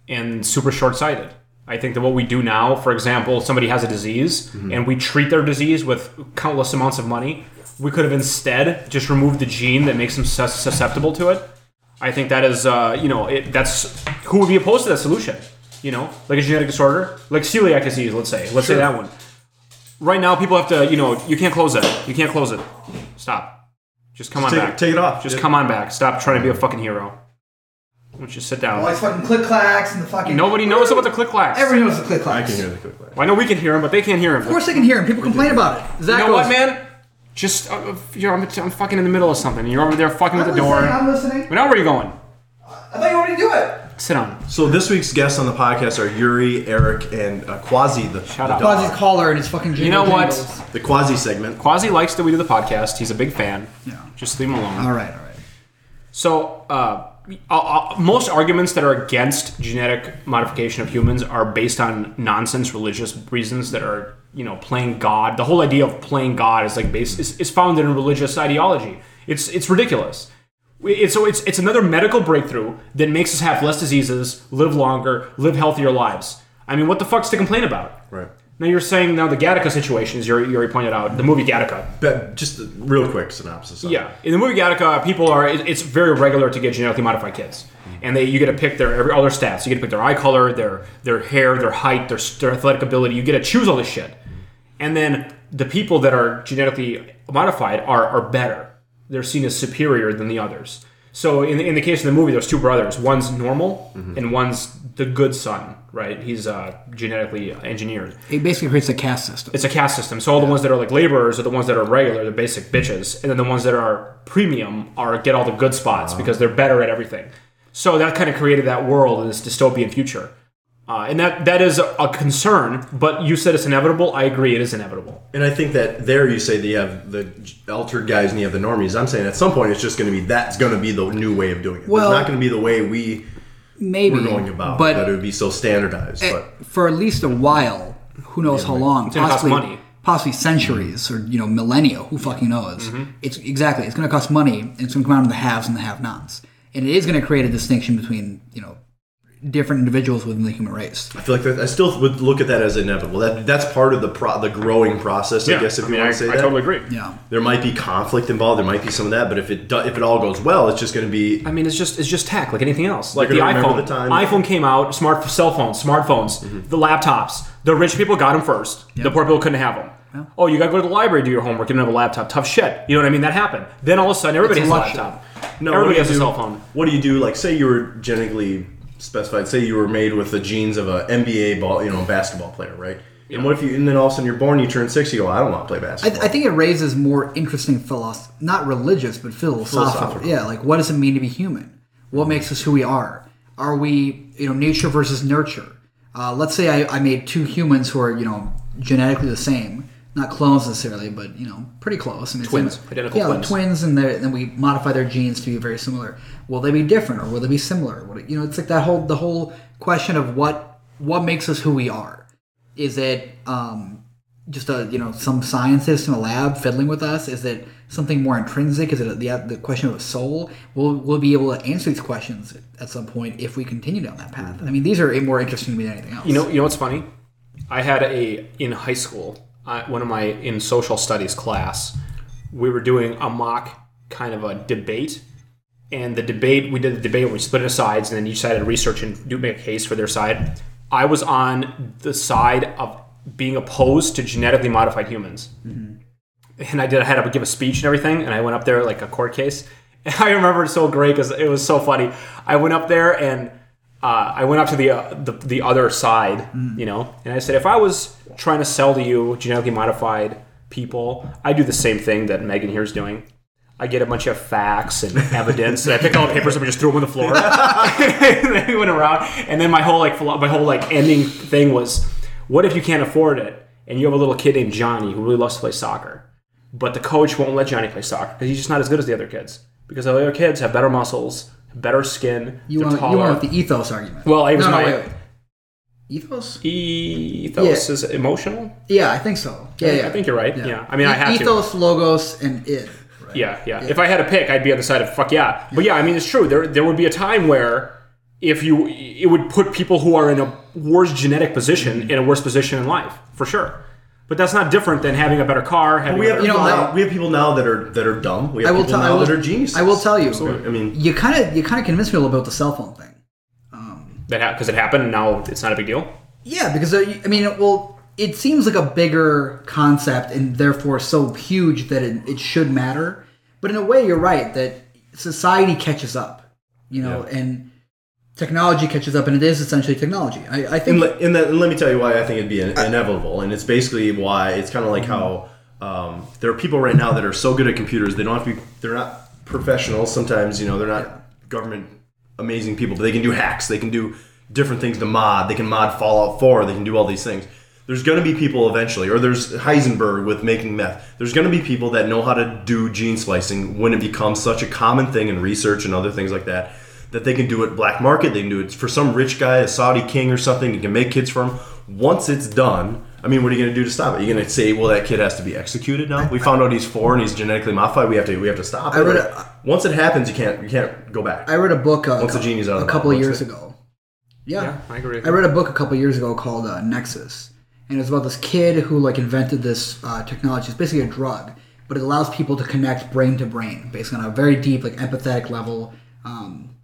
[SPEAKER 1] and super short sighted. I think that what we do now, for example, somebody has a disease and we treat their disease with countless amounts of money. We could have instead just removed the gene that makes them sus- susceptible to it. I think that is, uh, you know, it, that's who would be opposed to that solution. You know, like a genetic disorder, like celiac disease, let's say. Let's say
[SPEAKER 3] Sure.
[SPEAKER 1] that one right now people have to you know you can't close it you can't close it stop just come on
[SPEAKER 3] Take,
[SPEAKER 1] back
[SPEAKER 3] take it off.
[SPEAKER 1] just come on back stop trying to be a fucking hero Why don't you sit down
[SPEAKER 2] All these fucking click clacks and the fucking.
[SPEAKER 1] nobody knows about the click clacks
[SPEAKER 2] Everyone knows the click
[SPEAKER 3] I
[SPEAKER 2] clacks.
[SPEAKER 3] can hear
[SPEAKER 2] Of
[SPEAKER 3] the click clack.
[SPEAKER 1] well, i know we can hear him but they can't hear him
[SPEAKER 2] course, they can hear him. People complain about it.
[SPEAKER 1] you
[SPEAKER 2] Zach
[SPEAKER 1] know
[SPEAKER 2] goes,
[SPEAKER 1] what man just uh, uh, you know, I'm, I'm fucking in the middle of something and you're over there fucking with
[SPEAKER 2] I'm
[SPEAKER 1] the door
[SPEAKER 2] listening, I'm listening.
[SPEAKER 1] we know where you're going
[SPEAKER 2] I thought you already do it.
[SPEAKER 1] sit down
[SPEAKER 3] So this week's guests on the podcast are Yuri, Eric, and uh, Quasi the
[SPEAKER 1] Shut
[SPEAKER 3] the
[SPEAKER 1] up.
[SPEAKER 3] dog.
[SPEAKER 2] Buzzy's collar and his fucking.
[SPEAKER 1] know
[SPEAKER 2] jingle
[SPEAKER 1] what?
[SPEAKER 2] jangles.
[SPEAKER 3] the Quasi segment.
[SPEAKER 1] quasi likes that we do the podcast he's a big fan
[SPEAKER 2] Yeah.
[SPEAKER 1] just leave him alone
[SPEAKER 2] All right, all right.
[SPEAKER 1] So, uh, uh, uh, most arguments that are against genetic modification of humans are based on nonsense religious reasons that are, you know, playing God. The whole idea of playing God is like based is, is founded in religious ideology. It's it's ridiculous. It's, so it's it's another medical breakthrough that makes us have less diseases, live longer, live healthier lives. I mean, what the fuck's to complain about?
[SPEAKER 3] Right.
[SPEAKER 1] Now you're saying now the Gattaca situation, as you already you already pointed out, the movie Gattaca.
[SPEAKER 3] But just a real quick synopsis. of it.
[SPEAKER 1] Yeah, in the movie Gattaca, people are. It, it's very regular to get genetically modified kids, and they you get to pick their every all their stats. You get to pick their eye color, their their hair, their height, their, s- their athletic ability. You get to choose all this shit, and then the people that are genetically modified are are better. They're seen as superior than the others. So in the, in the case of the movie, there's two brothers. One's normal, and one's the good son. Right? He's uh, genetically engineered
[SPEAKER 2] He basically creates a caste system.
[SPEAKER 1] it's a caste system. So all the ones that are like laborers are the ones that are regular, the basic bitches, and then the ones that are premium are get all the good spots because they're better at everything. So that kind of created that world and this dystopian future, uh, and that that is a concern. But you said it's inevitable. I agree, it is inevitable.
[SPEAKER 3] And I think that there you say that you have the altered guys and you have the normies. I'm saying at some point it's just going to be that's going to be the new way of doing it.
[SPEAKER 2] Well-
[SPEAKER 3] it's not going to be the way we
[SPEAKER 2] Maybe
[SPEAKER 3] were going about.
[SPEAKER 2] but
[SPEAKER 3] that it would be so standardized.
[SPEAKER 2] eh, for at least a while, who knows how long?
[SPEAKER 1] gonna cost money.
[SPEAKER 2] possibly centuries or you know millennia. Who fucking knows?
[SPEAKER 1] Mm-hmm.
[SPEAKER 2] It's exactly. It's going to cost money, and it's going to come out in the haves and the have-nots, and it is going to create a distinction between you know different individuals within the human race.
[SPEAKER 3] but I feel like that, I still would look at that as inevitable. That that's part of the pro, the growing process. I guess if you
[SPEAKER 1] mean,
[SPEAKER 3] want
[SPEAKER 1] I,
[SPEAKER 3] to say
[SPEAKER 1] I
[SPEAKER 3] that.
[SPEAKER 1] totally agree.
[SPEAKER 2] Yeah.
[SPEAKER 3] There might be conflict involved. There might be some of that. But if it do, if it all goes well, it's just going to be
[SPEAKER 1] I mean, it's just it's just tech, like anything else. Like the
[SPEAKER 3] They're gonna
[SPEAKER 1] iPhone,
[SPEAKER 3] remember the time. Mm-hmm.
[SPEAKER 1] iPhone came out, smart cell phones, smartphones, the laptops. The rich people got them first. The poor people couldn't have them. Oh, you got to go to the library, do your homework. You don't have a laptop. Tough shit. You know what I mean? That happened. Then all of a sudden, everybody
[SPEAKER 2] It's
[SPEAKER 1] has a
[SPEAKER 2] a luxury.
[SPEAKER 1] laptop.
[SPEAKER 3] No,
[SPEAKER 1] everybody has
[SPEAKER 3] what do
[SPEAKER 1] a
[SPEAKER 3] you
[SPEAKER 1] cell
[SPEAKER 3] do-
[SPEAKER 1] phone.
[SPEAKER 3] What do you do? Like, say you were genetically specified. Say you were made with the genes of an NBA ball, you know, basketball player, right? And what if you? And then all of a sudden you're born, you turn six, you go, I don't want to play
[SPEAKER 2] I,
[SPEAKER 3] basketball.
[SPEAKER 2] I think it raises more interesting philosoph not religious, but philosophical.
[SPEAKER 3] Philosophical.
[SPEAKER 2] Yeah, like what does it mean to be human? What makes us who we are? Are we, you know, nature versus nurture? Uh, let's say I, I made two humans who are, you know, genetically the same, not clones necessarily, but you know, pretty close. I mean,
[SPEAKER 1] Twins,
[SPEAKER 2] same-
[SPEAKER 1] identical
[SPEAKER 2] yeah, like
[SPEAKER 1] twins.
[SPEAKER 2] twins, and they're- then we modify their genes to be very similar. Will they be different, or will they be similar? What, you know, it's like that whole the whole question of what what makes us who we are. Is it um, just a you know some scientist in a lab fiddling with us? Is it something more intrinsic? Is it the, uh, the question of a soul? We'll we'll be able to answer these questions at some point if we continue down that path. I mean, these are more interesting to me than anything else.
[SPEAKER 1] You know, you know what's funny? I had a in high school, uh, one of my in social studies class, we were doing a mock kind of a debate, and the debate we did the debate where we split into sides, and then each side had to research and do make a case for their side. I was on the side of being opposed to genetically modified humans, and I did I had to give a speech and everything, and I went up there like a court case. [LAUGHS] And I remember it so great because it was so funny. I went up there and uh, I went up to the, uh, the the other side, you know, and I said, if I was trying to sell to you genetically modified people. I do the same thing that Megan here is doing. I get a bunch of facts and [LAUGHS] evidence, and I pick all the papers up and just threw them on the
[SPEAKER 2] [LAUGHS]
[SPEAKER 1] floor. [LAUGHS] and then we went around, and then my whole like philo- my whole like ending thing was, what if you can't afford it and you have a little kid named Johnny who really loves to play soccer, but the coach won't let Johnny play soccer because he's just not as good as the other kids because the other kids have better muscles, better skin,
[SPEAKER 2] You
[SPEAKER 1] they're
[SPEAKER 2] want, you
[SPEAKER 1] taller.
[SPEAKER 2] want the ethos argument.
[SPEAKER 1] Well, it was
[SPEAKER 2] no, no,
[SPEAKER 1] my-
[SPEAKER 2] wait, wait. Ethos?
[SPEAKER 1] ethos
[SPEAKER 2] Yeah.
[SPEAKER 1] is emotional.
[SPEAKER 2] Yeah, I think so. Yeah, yeah.
[SPEAKER 1] I think you're right. Yeah. I mean, I
[SPEAKER 2] E-
[SPEAKER 1] have to.
[SPEAKER 2] ethos, logos, and id. Right?
[SPEAKER 1] Yeah, yeah, If I had a pick, I'd be on the side of fuck yeah. But yeah, I mean, it's true. There, there would be a time where if you, it would put people who are in a worse genetic position in a worse position in life for sure. But that's not different than having a better car. Having
[SPEAKER 3] We
[SPEAKER 1] a
[SPEAKER 3] have,
[SPEAKER 1] better-
[SPEAKER 2] You know,
[SPEAKER 3] people now,
[SPEAKER 2] I-
[SPEAKER 3] we have people now that are that are dumb. We
[SPEAKER 2] I
[SPEAKER 3] have
[SPEAKER 2] will
[SPEAKER 3] people
[SPEAKER 2] tell. I
[SPEAKER 3] now
[SPEAKER 2] will.
[SPEAKER 3] that are geniuses.
[SPEAKER 2] I will tell you.
[SPEAKER 3] I mean,
[SPEAKER 2] You kind of, you kind of convinced me a little bit with the cell phone thing.
[SPEAKER 1] that because it happened and now it's not a big deal.
[SPEAKER 2] Yeah, because uh, I mean, well, it seems like a bigger concept and therefore so huge that it, it should matter. But in a way, you're right that society catches up, you know, and technology catches up, and it is essentially technology. I, I
[SPEAKER 3] and,
[SPEAKER 2] think.
[SPEAKER 3] le- and, that, and let me tell you why I think it'd be in- inevitable. And it's basically why it's kind of like how um, there are people right now that are so good at computers they don't have to be. They're not professionals. Sometimes you know they're not government amazing people, but they can do hacks. They can do different things to mod. They can mod Fallout Four. They can do all these things. There's going to be people eventually, or there's Heisenberg with making meth. There's going to be people that know how to do gene splicing when it becomes such a common thing in research and other things like that that they can do it black market. They can do it for some rich guy, a Saudi king or something. He can make kids for him. Once it's done, I mean, what are you going to do to stop it? You're going to say, well, that kid has to be executed now. We found out he's four and he's genetically modified. We have to we have to stop it.
[SPEAKER 2] I read a-
[SPEAKER 3] Like, once it happens, you can't you can't go back.
[SPEAKER 2] I read a book uh,
[SPEAKER 3] Once the genie's out of
[SPEAKER 2] a
[SPEAKER 3] the
[SPEAKER 2] couple of
[SPEAKER 3] bottle,
[SPEAKER 2] years
[SPEAKER 3] that's it.
[SPEAKER 2] ago. Yeah.
[SPEAKER 1] Yeah, I agree.
[SPEAKER 2] I read a book a couple of years ago called uh, Nexus, and it's about this kid who like invented this uh, technology. It's basically a drug, but it allows people to connect brain to brain, basically on a very deep, like empathetic level, um,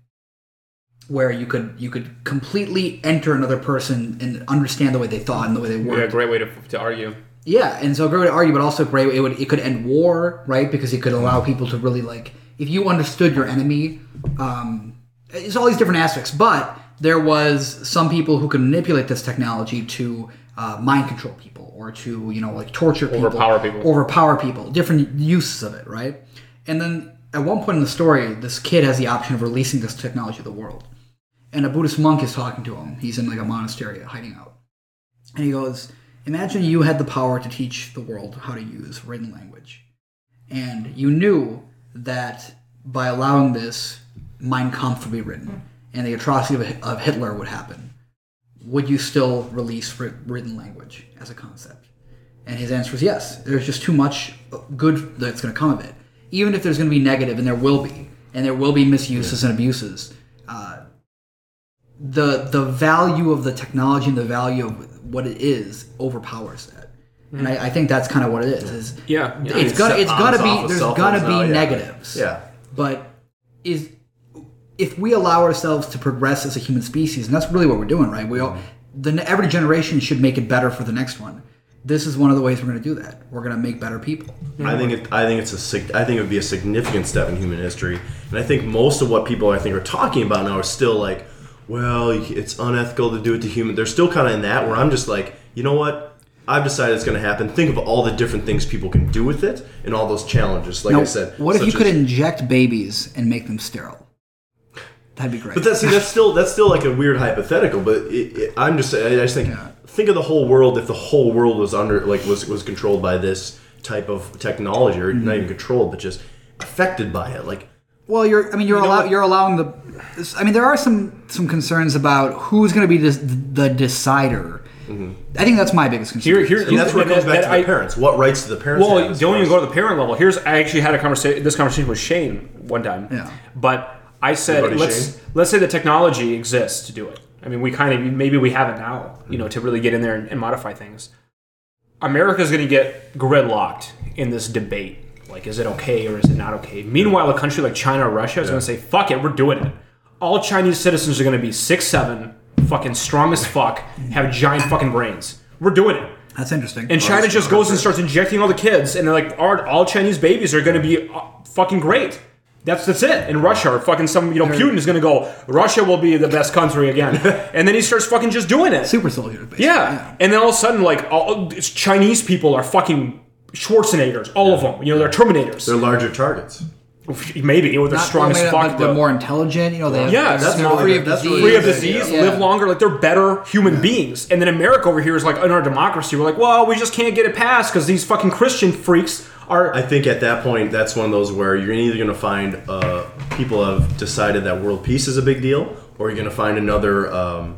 [SPEAKER 2] where you could you could completely enter another person and understand the way they thought and the way they worked.
[SPEAKER 1] Yeah, great way to, to argue.
[SPEAKER 2] Yeah, and so a great way to argue, but also a great. It would it could end war, right? Because it could allow people to really like if you understood your enemy. Um, it's all these different aspects, but there was some people who could manipulate this technology to uh, mind control people or to you know like torture people,
[SPEAKER 1] Overpower people.
[SPEAKER 2] overpower people, different uses of it, right? And then at one point in the story, this kid has the option of releasing this technology to the world, and a Buddhist monk is talking to him. He's in like a monastery, hiding out. And he goes, Imagine you had the power to teach the world how to use written language. And you knew that by allowing this, Mein Kampf would be written and the atrocity of, of Hitler would happen. Would you still release writ- written language as a concept? And his answer is yes. There's just too much good that's going to come of it. Even if there's going to be negative, and there will be, and there will be misuses and abuses, uh, the the value of the technology and the value of what it is overpowers that. And I, I think that's kind of what it is. Is
[SPEAKER 1] Yeah, yeah.
[SPEAKER 2] it's gonna it's
[SPEAKER 3] Cell
[SPEAKER 2] gonna
[SPEAKER 3] phones off
[SPEAKER 2] be
[SPEAKER 3] of
[SPEAKER 2] there's
[SPEAKER 3] cell
[SPEAKER 2] gonna
[SPEAKER 3] phones
[SPEAKER 2] be
[SPEAKER 3] now, yeah.
[SPEAKER 2] negatives.
[SPEAKER 3] Yeah.
[SPEAKER 2] But is if we allow ourselves to progress as a human species, and that's really what we're doing, right? We all the every generation should make it better for the next one. This is one of the ways we're going to do that. We're going to make better people.
[SPEAKER 3] I think it, I think it's a sig- I think it would be a significant step in human history, and I think most of what people I think are talking about now are still like, well, it's unethical to do it to human. They're still kind of in that where I'm just like, you know what? I've decided it's going to happen. Think of all the different things people can do with it and all those challenges. Like I
[SPEAKER 2] Now,
[SPEAKER 3] said,
[SPEAKER 2] what if
[SPEAKER 3] such
[SPEAKER 2] you could
[SPEAKER 3] as-
[SPEAKER 2] inject babies and make them sterile? That'd be great.
[SPEAKER 3] But that's see, that's still that's still like a weird hypothetical. But it, it, I'm just I just think think of the whole world if the whole world was under like was was controlled by this type of technology
[SPEAKER 2] Mm-hmm.
[SPEAKER 3] or not even controlled but just affected by it. Like
[SPEAKER 2] Well, you're. I mean, you're allow, you're allowing the. I mean, there are some some concerns about who's going to be this, the decider.
[SPEAKER 3] Mm-hmm.
[SPEAKER 2] I think that's my biggest concern.
[SPEAKER 1] Here, here,
[SPEAKER 3] and that's what comes back to the
[SPEAKER 1] I-
[SPEAKER 3] parents. What rights do the parents?
[SPEAKER 1] Well,
[SPEAKER 3] have
[SPEAKER 1] don't
[SPEAKER 3] as far
[SPEAKER 1] even
[SPEAKER 3] as-
[SPEAKER 1] go to the parent level. Here's I actually had a conversation. This conversation with Shane one time.
[SPEAKER 2] Yeah.
[SPEAKER 1] But I said,
[SPEAKER 3] buddy
[SPEAKER 1] let's
[SPEAKER 3] Shane?
[SPEAKER 1] let's say the technology exists to do it. I mean, we kind of maybe we have it now. You know, to really get in there and, and modify things. America's going to get gridlocked in this debate. Like, is it okay or is it not okay? Meanwhile, a country like China or Russia is going to say, fuck it, we're doing it. All Chinese citizens are going to be six seven, fucking strong as fuck, have giant fucking brains. We're doing it.
[SPEAKER 2] Oh, That's interesting.
[SPEAKER 1] And China just goes and starts injecting all the kids, and they're like, "Aren't all Chinese babies are going to be uh, fucking great?" That's that's it. In Russia, or fucking some, you know, Putin is going to go. Russia will be the best country
[SPEAKER 2] [LAUGHS]
[SPEAKER 1] again, and then he starts fucking just doing it.
[SPEAKER 2] super soldiers. Basically.
[SPEAKER 1] Yeah. And then all of a sudden, like, all, it's Chinese people are fucking Schwarzeneggers, all of them. You know, they're Terminators.
[SPEAKER 3] They're larger targets.
[SPEAKER 1] Maybe you know, they're
[SPEAKER 2] Not
[SPEAKER 1] strong as
[SPEAKER 2] only that,
[SPEAKER 1] fuck.
[SPEAKER 2] but they're
[SPEAKER 1] though.
[SPEAKER 2] more intelligent. You know, they have,
[SPEAKER 1] Yeah,
[SPEAKER 2] they're
[SPEAKER 1] that's
[SPEAKER 2] they're
[SPEAKER 3] really
[SPEAKER 2] free
[SPEAKER 3] good.
[SPEAKER 2] of
[SPEAKER 3] That's
[SPEAKER 2] disease.
[SPEAKER 3] really
[SPEAKER 1] free of
[SPEAKER 3] Yeah.
[SPEAKER 1] disease,
[SPEAKER 2] Yeah.
[SPEAKER 1] live longer. Like they're better human beings. And then America over here is like in our democracy, we're like, well, we just can't get it passed because these fucking Christian freaks are.
[SPEAKER 3] I think at that point, that's one of those where you're either going to find uh, people have decided that world peace is a big deal, or you're going to find another um,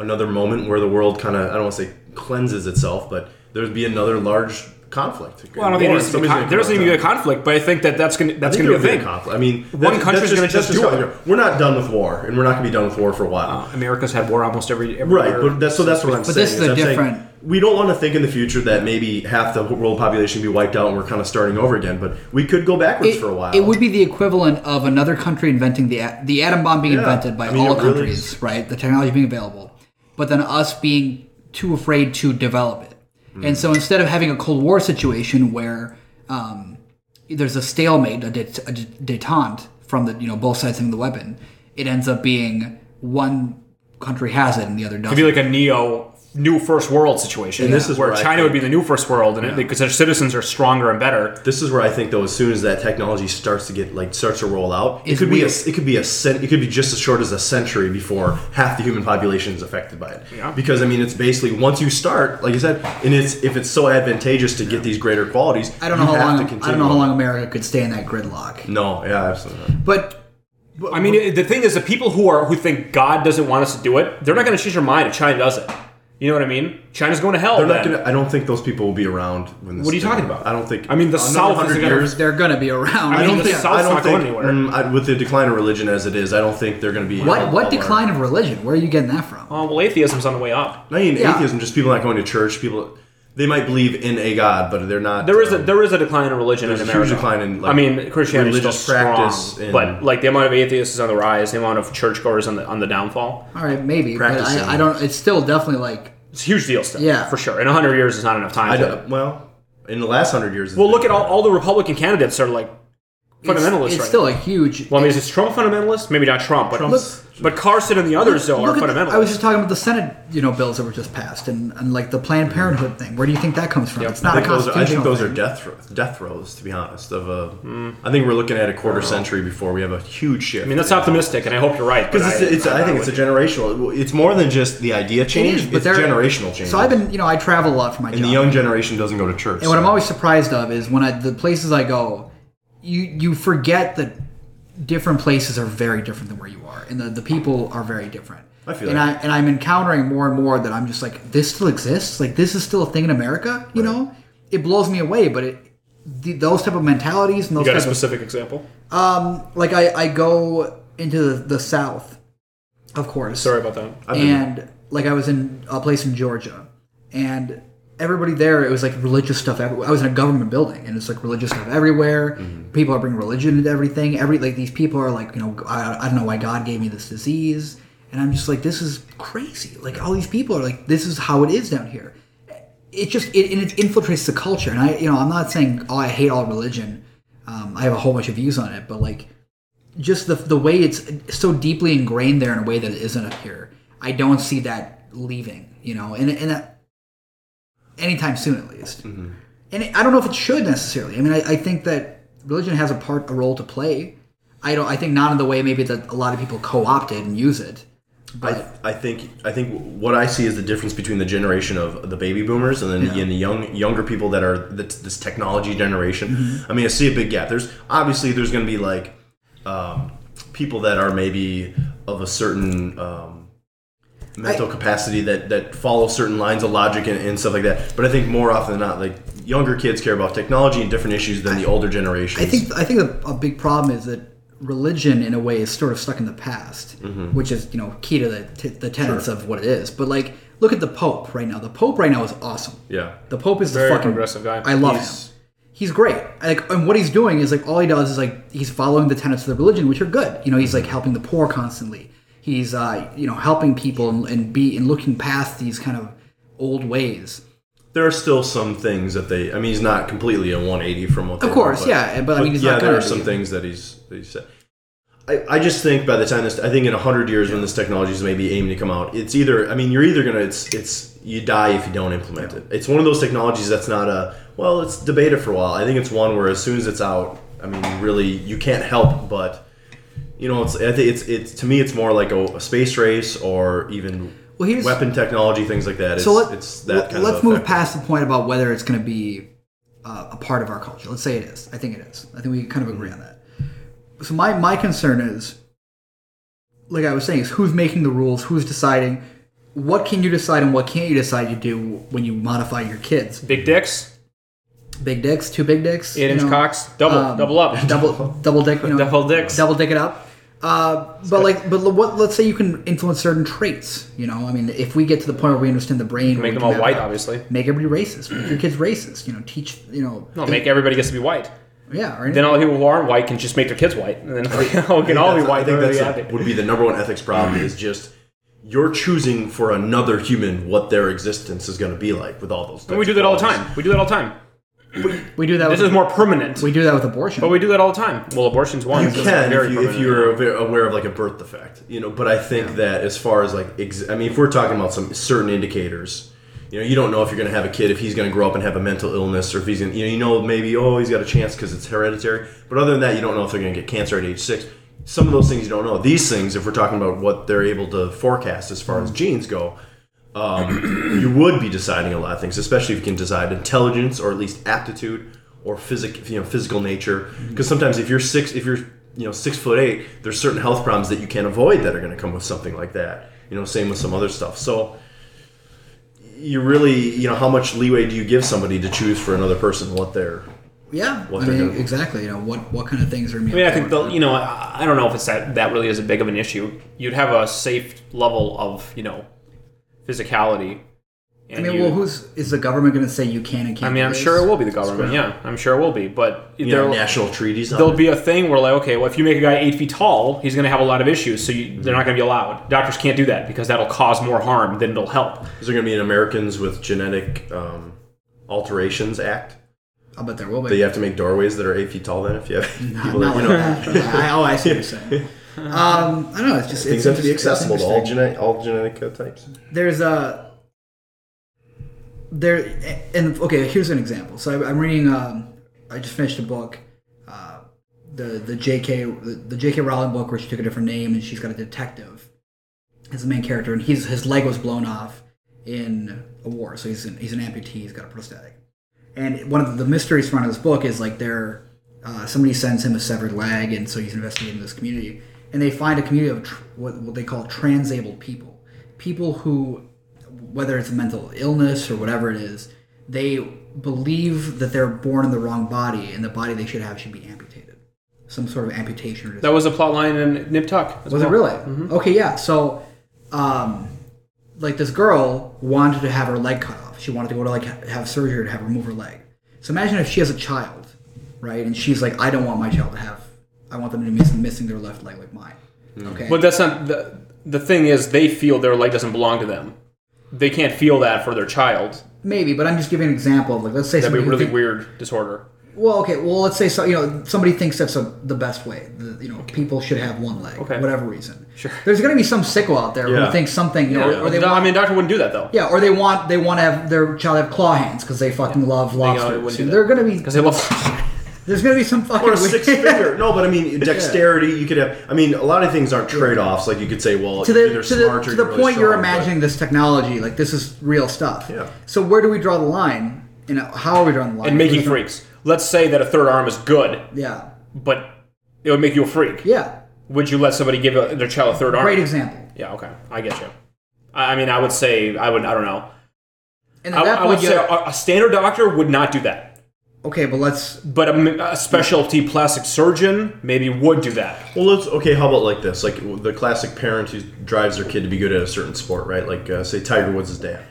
[SPEAKER 3] another moment where the world kind of I don't want to say cleanses itself, but there'd be another large conflict.
[SPEAKER 1] well, I don't think there needs to be con- there doesn't even be a conflict, but I think that that's gonna that's gonna be a thing.
[SPEAKER 3] conflict. I mean,
[SPEAKER 1] One country's gonna just do it.
[SPEAKER 3] We're not done with war, and we're not going to be done with war for a while.
[SPEAKER 1] America's had war almost every, every
[SPEAKER 3] Right, but that's so that's what I'm
[SPEAKER 2] But
[SPEAKER 3] saying.
[SPEAKER 2] this is a
[SPEAKER 3] I'm saying
[SPEAKER 2] different-
[SPEAKER 3] we don't want to think in the future that maybe half the world population be wiped out and we're kind of starting over again. But we could go backwards
[SPEAKER 2] It,
[SPEAKER 3] for a while.
[SPEAKER 2] it would be the equivalent of another country inventing the a- the atom bomb being
[SPEAKER 3] Yeah.
[SPEAKER 2] invented by
[SPEAKER 3] I mean,
[SPEAKER 2] all
[SPEAKER 3] it really
[SPEAKER 2] countries,
[SPEAKER 3] is.
[SPEAKER 2] right? The technology being available, but then us being too afraid to develop it,
[SPEAKER 3] Hmm.
[SPEAKER 2] and so instead of having a Cold War situation where um, there's a stalemate, a, det- a det- detente from the you know both sides having the weapon, it ends up being one country has it and the other doesn't.
[SPEAKER 1] It'd be like a neo new first world situation.
[SPEAKER 3] And this is
[SPEAKER 1] where
[SPEAKER 3] where I
[SPEAKER 1] China
[SPEAKER 3] think-
[SPEAKER 1] would be the new first world, and it because their citizens are stronger and better.
[SPEAKER 3] this is where I think though, as soon as that technology starts to get like starts to roll out, it
[SPEAKER 2] It's
[SPEAKER 3] could be a,
[SPEAKER 2] weird.
[SPEAKER 3] it could be a cent, it could be just as short as a century before half the human population is affected by it.
[SPEAKER 1] Yeah.
[SPEAKER 3] Because I mean, it's basically once you start, like I said, and it's if it's so advantageous to get these greater qualities,
[SPEAKER 2] I don't know
[SPEAKER 3] you
[SPEAKER 2] how
[SPEAKER 3] have
[SPEAKER 2] long
[SPEAKER 3] to
[SPEAKER 2] I
[SPEAKER 3] continue.
[SPEAKER 2] don't know how long America could stay in that gridlock,
[SPEAKER 3] No, yeah, absolutely. not.
[SPEAKER 2] but
[SPEAKER 1] I mean, it- the thing is, the people who are who think God doesn't want us to do it, they're not going to change their mind if China does it. You know what I mean? China's going to hell.
[SPEAKER 3] They're not
[SPEAKER 1] then.
[SPEAKER 3] gonna. I don't think those people will be around when this.
[SPEAKER 1] What are you
[SPEAKER 3] thing-
[SPEAKER 1] talking about?
[SPEAKER 3] I don't think.
[SPEAKER 1] I mean, the
[SPEAKER 3] another
[SPEAKER 1] South
[SPEAKER 3] hundred
[SPEAKER 1] isn't gonna-
[SPEAKER 3] years.
[SPEAKER 2] they're gonna be around.
[SPEAKER 1] I mean,
[SPEAKER 3] don't
[SPEAKER 1] the
[SPEAKER 3] think-
[SPEAKER 1] South's
[SPEAKER 3] I don't
[SPEAKER 1] not
[SPEAKER 3] think,
[SPEAKER 1] going anywhere.
[SPEAKER 3] mm, I- with the decline of religion as it is, I don't think they're going to be.
[SPEAKER 2] What what decline of religion? Where are you getting that from?
[SPEAKER 1] Oh, well, atheism's on the way up.
[SPEAKER 3] Not even
[SPEAKER 2] Yeah.
[SPEAKER 3] atheism, just people not going to church. People they might believe in a god, but they're not.
[SPEAKER 1] There is a
[SPEAKER 3] um,
[SPEAKER 1] there is a decline in religion in
[SPEAKER 3] there's a
[SPEAKER 1] America.
[SPEAKER 3] huge decline in, like,
[SPEAKER 1] I mean, Christianity
[SPEAKER 3] religious
[SPEAKER 1] still
[SPEAKER 3] practice
[SPEAKER 1] strong,
[SPEAKER 3] and-
[SPEAKER 1] but like the amount of atheists is on the rise, the amount of churchgoers on the on the downfall.
[SPEAKER 2] All right, maybe, but
[SPEAKER 3] Practicing.
[SPEAKER 2] I, I don't. It's still definitely like
[SPEAKER 1] It's a huge deal still.
[SPEAKER 2] Yeah.
[SPEAKER 1] for sure. In hundred years, is not enough time.
[SPEAKER 3] I
[SPEAKER 1] to,
[SPEAKER 3] don't, well, in the last hundred years. it's
[SPEAKER 1] well,
[SPEAKER 3] been-
[SPEAKER 1] look at all, all the Republican candidates are like
[SPEAKER 2] it's,
[SPEAKER 1] fundamentalists.
[SPEAKER 2] it's
[SPEAKER 1] right
[SPEAKER 2] still a huge.
[SPEAKER 1] Well, I mean, is Trump fundamentalist? Maybe not Trump, but
[SPEAKER 3] Trump's-
[SPEAKER 1] but Carson and the others though are
[SPEAKER 2] Look at the,
[SPEAKER 1] fundamentalists.
[SPEAKER 2] I was just talking about the Senate, you know, bills that were just passed, and, and like the Planned Parenthood thing. Where do you think that comes from? It's
[SPEAKER 3] I
[SPEAKER 2] not a
[SPEAKER 3] think, those are, I
[SPEAKER 2] constitutional.
[SPEAKER 3] think those
[SPEAKER 2] thing.
[SPEAKER 3] are death thro- death rows, to be honest. Of a, I think we're looking at a quarter century before we have a huge
[SPEAKER 1] Hmm.
[SPEAKER 3] shift.
[SPEAKER 1] Oh. I mean, that's optimistic, and I hope you're right. but
[SPEAKER 3] because it's, it's, I, think it's a generational. It's more than just the idea
[SPEAKER 2] It
[SPEAKER 3] change.
[SPEAKER 2] is, but
[SPEAKER 3] it's
[SPEAKER 2] they're
[SPEAKER 3] generational change.
[SPEAKER 2] So I've been, you know, I travel a lot for my
[SPEAKER 3] And
[SPEAKER 2] job.
[SPEAKER 3] the young generation doesn't go to church.
[SPEAKER 2] And what I'm
[SPEAKER 3] so-
[SPEAKER 2] always surprised of is when I the places I go, you you forget that different places are very different than where you are, and the, the people are very different.
[SPEAKER 3] I feel
[SPEAKER 2] and
[SPEAKER 3] that.
[SPEAKER 2] I and I'm encountering more and more that I'm just like this still exists, like this is still a thing in America. You know, it blows me away, but it. The, those type of mentalities and those
[SPEAKER 1] you got a
[SPEAKER 2] type of um,
[SPEAKER 1] specific example?
[SPEAKER 2] like I, I go into the, the south of course
[SPEAKER 1] Sorry about that.
[SPEAKER 3] I've been-
[SPEAKER 2] and like I was in a place in Georgia, and everybody there it was like religious stuff. Everywhere. I was in a government building, and it's like religious stuff everywhere.
[SPEAKER 3] Mm-hmm.
[SPEAKER 2] People are bringing religion into everything. Every like these people are like you know I, I don't know why God gave me this disease, and I'm just like this is crazy. Like all these people are like this is how it is down here. It just it and it infiltrates the culture, and I you know I'm not saying oh I hate all religion. Um, I have a whole bunch of views on it, but like just the the way it's so deeply ingrained there in a way that it isn't up here. I don't see that leaving, you know, and and that, anytime soon at least. And I don't know if it should necessarily. I mean, I, I think that religion has a part a role to play. I don't. I think not in the way maybe that a lot of people co opted and use it.
[SPEAKER 3] I, I think I think what I see is the difference between the generation of the baby boomers and then and the young younger people that are the, this technology generation.
[SPEAKER 2] Mm-hmm.
[SPEAKER 3] I mean, I see a big gap. There's obviously there's going to be like um, people that are maybe of a certain um, mental capacity that that follow certain lines of logic and, and stuff like that. But I think more often than not, like younger kids care about technology and different issues than the older generations.
[SPEAKER 2] I think I think a, a big problem is that religion, in a way, is sort of stuck in the past,
[SPEAKER 1] Mm-hmm.
[SPEAKER 2] which is you know key to the t- the tenets of what it is. But like, look at the Pope right now. The Pope right now is awesome.
[SPEAKER 3] yeah.
[SPEAKER 2] The Pope is
[SPEAKER 1] Very
[SPEAKER 2] the fucking
[SPEAKER 1] progressive guy.
[SPEAKER 2] I love
[SPEAKER 3] He's-
[SPEAKER 2] him. He's great. I Like, and what he's doing is like all he does is like he's following the tenets of the religion, which are good. You know, he's
[SPEAKER 1] Mm-hmm.
[SPEAKER 2] like helping the poor constantly. He's uh, you know helping people and, and be and looking past these kind of old ways.
[SPEAKER 3] there are still some things that they. I mean, he's not completely a 180 from what. They
[SPEAKER 2] Of course,
[SPEAKER 3] were,
[SPEAKER 2] yeah, but I mean, he's
[SPEAKER 3] yeah,
[SPEAKER 2] not
[SPEAKER 3] there
[SPEAKER 2] gonna
[SPEAKER 3] are some
[SPEAKER 2] be.
[SPEAKER 3] things that he's that he said. I, I just think by the time this, I think in hundred years when this technology is maybe aiming to come out, it's either. I mean, you're either gonna it's it's you die if you don't implement it. It's one of those technologies that's not a well. It's debated for a while. I think it's one where as soon as it's out, I mean, really you can't help but. You know, it's I think it's it's to me it's more like a, a space race or even
[SPEAKER 2] Well, here's-
[SPEAKER 3] weapon technology things like that. It's,
[SPEAKER 2] so let,
[SPEAKER 3] it's that kind
[SPEAKER 2] let's
[SPEAKER 3] of
[SPEAKER 2] move
[SPEAKER 3] effect.
[SPEAKER 2] past the point about whether it's going to be uh, a part of our culture. Let's say it is. I think it is. I think we kind of agree on that. So my my concern is, like I was saying, is who's making the rules? Who's deciding? What can you decide and what can't you decide to do when you modify your kids?
[SPEAKER 1] Big dicks,
[SPEAKER 2] Big dicks, two big dicks,
[SPEAKER 1] eight inch
[SPEAKER 2] you know,
[SPEAKER 1] cocks, double,
[SPEAKER 2] um,
[SPEAKER 1] double up.
[SPEAKER 2] double
[SPEAKER 1] [LAUGHS]
[SPEAKER 2] double dick, you know,
[SPEAKER 1] Double dicks.
[SPEAKER 2] double dick it up. Uh, but like, but what? Let's say you can influence certain traits. You know, I mean, if we get to the point where we understand the brain,
[SPEAKER 1] Make
[SPEAKER 2] we
[SPEAKER 1] them
[SPEAKER 2] can
[SPEAKER 1] all
[SPEAKER 2] map
[SPEAKER 1] white,
[SPEAKER 2] out-
[SPEAKER 1] obviously.
[SPEAKER 2] Make everybody racist. Make your kids racist. You know, teach. You know,
[SPEAKER 1] No, make everybody gets to be white.
[SPEAKER 2] yeah. Or
[SPEAKER 1] Then all the people who aren't white can just make their kids white,
[SPEAKER 3] [LAUGHS]
[SPEAKER 1] and then we can all be
[SPEAKER 3] That's-
[SPEAKER 1] white.
[SPEAKER 3] I think
[SPEAKER 1] They're already
[SPEAKER 3] that's the-
[SPEAKER 1] happy.
[SPEAKER 3] would be the number one ethics problem is just you're choosing for another human what their existence is going to be like with all those.
[SPEAKER 1] And we do that all the time. We do that all the time.
[SPEAKER 2] we do that.
[SPEAKER 1] This
[SPEAKER 2] with,
[SPEAKER 1] is more permanent.
[SPEAKER 2] we do that with abortion.
[SPEAKER 1] But we do that all the time. Well, abortion's one.
[SPEAKER 3] You
[SPEAKER 1] so it's
[SPEAKER 3] can
[SPEAKER 1] very
[SPEAKER 3] if, you, if
[SPEAKER 1] permanent.
[SPEAKER 3] you're ava- aware of like a birth defect, you know. But I think that as far as like, ex- I mean, if we're talking about some certain indicators, you know, you don't know if you're going to have a kid if he's going to grow up and have a mental illness or if he's going, to you know, you know maybe oh he's got a chance because it's hereditary. But other than that, you don't know if they're going to get cancer at age six. Some of those things you don't know. These things, if we're talking about what they're able to forecast as
[SPEAKER 1] Mm.
[SPEAKER 3] far as genes go, you would be deciding a lot of things, especially if you can decide intelligence or at least aptitude or physic, you know, physical nature.
[SPEAKER 2] Mm-hmm.
[SPEAKER 3] Because sometimes if you're six, if you're you know six foot eight, there's certain health problems that you can't avoid that are going to come with something like that. You know, same with some other stuff. So you really, you know, how much leeway do you give somebody to choose for another person what they're?
[SPEAKER 2] yeah,
[SPEAKER 3] What
[SPEAKER 2] I
[SPEAKER 3] they're
[SPEAKER 2] mean,
[SPEAKER 3] doing.
[SPEAKER 2] exactly. You know, what what kind of things are?
[SPEAKER 1] I mean, I think the, you know, I I don't know if it's that that really is a big of an issue. You'd have a safe level of you know physicality.
[SPEAKER 2] I mean, well, who's is the government going to say you can and can't?
[SPEAKER 1] I mean, I'm sure it will be the government. Yeah, I'm sure it will be. But
[SPEAKER 3] You know, national treaties. on
[SPEAKER 1] there'll
[SPEAKER 3] it.
[SPEAKER 1] be a thing where like, okay, well, if you make a guy eight feet tall, he's going to have a lot of issues. So you, they're not going to be allowed. Doctors can't do that because that'll cause more harm than it'll help.
[SPEAKER 3] Is there going to be an Americans with genetic um, alterations act?
[SPEAKER 2] I bet there will be.
[SPEAKER 3] That you have to make doorways that are eight feet tall. Then, if you have uh, people
[SPEAKER 2] Not
[SPEAKER 3] that you
[SPEAKER 2] like
[SPEAKER 3] know.
[SPEAKER 2] that. [LAUGHS] I, oh, I see what you're
[SPEAKER 3] [LAUGHS]
[SPEAKER 2] saying. Um, I don't know. It's just
[SPEAKER 3] Things
[SPEAKER 2] it's
[SPEAKER 3] have to be
[SPEAKER 2] interest- it's
[SPEAKER 3] accessible to all,
[SPEAKER 2] interesting.
[SPEAKER 3] gene- all genetic uh, types.
[SPEAKER 2] there's a there and okay here's an example so I, i'm reading um i just finished a book uh the the jk the, the jk rowling book where she took a different name and she's got a detective as the main character and he's his leg was blown off in a war so he's an, he's an amputee he's got a prosthetic and one of the mysteries surrounding this book is like there, uh, somebody sends him a severed leg, and so he's investigating this community, and they find a community of tr- what, what they call transabled people, people who, whether it's a mental illness or whatever it is, they believe that they're born in the wrong body, and the body they should have should be amputated, some sort of amputation. Or
[SPEAKER 1] That was a plot line in Nip Tuck. as
[SPEAKER 2] was it
[SPEAKER 1] well.
[SPEAKER 2] really? Okay, yeah. So, um, like this girl wanted to have her leg cut off. She wanted to go to like ha- have surgery to have remove her leg. So imagine if she has a child, right? And she's like, I don't want my child to have. I want them to be miss- missing their left leg like mine. Okay.
[SPEAKER 1] Mm. But that's not the the thing is they feel their leg doesn't belong to them. They can't feel that for their child.
[SPEAKER 2] Maybe, but I'm just giving an example of like let's say
[SPEAKER 1] That'd be
[SPEAKER 2] somebody
[SPEAKER 1] a
[SPEAKER 2] who
[SPEAKER 1] really
[SPEAKER 2] think-
[SPEAKER 1] weird disorder.
[SPEAKER 2] Well, okay. Well, let's say so. You know, somebody thinks that's a, the best way. The, you know, people should have one leg,
[SPEAKER 1] Okay.
[SPEAKER 2] whatever reason. Sure. There's going to be some sicko out there
[SPEAKER 3] Yeah.
[SPEAKER 2] who thinks something. You know, or they
[SPEAKER 1] No,
[SPEAKER 2] want,
[SPEAKER 1] I mean, a doctor wouldn't do that though.
[SPEAKER 2] Yeah, or they want they want to have their child have claw hands because they fucking love
[SPEAKER 1] know, it
[SPEAKER 2] lobsters.
[SPEAKER 1] wouldn't do
[SPEAKER 2] So
[SPEAKER 1] that.
[SPEAKER 2] they're gonna be
[SPEAKER 1] Because they love. [LAUGHS]
[SPEAKER 2] there's gonna be some fucking
[SPEAKER 3] Or a
[SPEAKER 2] weird- [LAUGHS]
[SPEAKER 3] six finger. No, but I mean dexterity. You could have. I mean, a lot of things aren't trade offs. Like you could say, well,
[SPEAKER 2] to the
[SPEAKER 3] either
[SPEAKER 2] to the,
[SPEAKER 3] smart or
[SPEAKER 2] to the
[SPEAKER 3] really
[SPEAKER 2] point you're
[SPEAKER 3] strong, but-
[SPEAKER 2] imagining this technology like this is real stuff.
[SPEAKER 3] Yeah.
[SPEAKER 2] So where do we draw the line? And how are we drawing the line?
[SPEAKER 1] and making
[SPEAKER 2] There's no-
[SPEAKER 1] freaks. Let's say that a third arm is good,
[SPEAKER 2] Yeah.
[SPEAKER 1] but it would make you a freak.
[SPEAKER 2] Yeah.
[SPEAKER 1] Would you let somebody give a, their child a third arm?
[SPEAKER 2] Great example.
[SPEAKER 1] Yeah. Okay. I get you. I, I mean, I would say I would. I don't know.
[SPEAKER 2] And at
[SPEAKER 1] I,
[SPEAKER 2] that
[SPEAKER 1] I
[SPEAKER 2] point,
[SPEAKER 1] would
[SPEAKER 2] you
[SPEAKER 1] say a, a standard doctor would not do that,
[SPEAKER 2] okay, but let's
[SPEAKER 1] but a, m- a specialty plastic surgeon maybe would do that.
[SPEAKER 3] Well, let's okay. How about like this? Like w- the classic parent who drives their kid to be good at a certain sport, right? Like uh, say Tiger Woods' dad.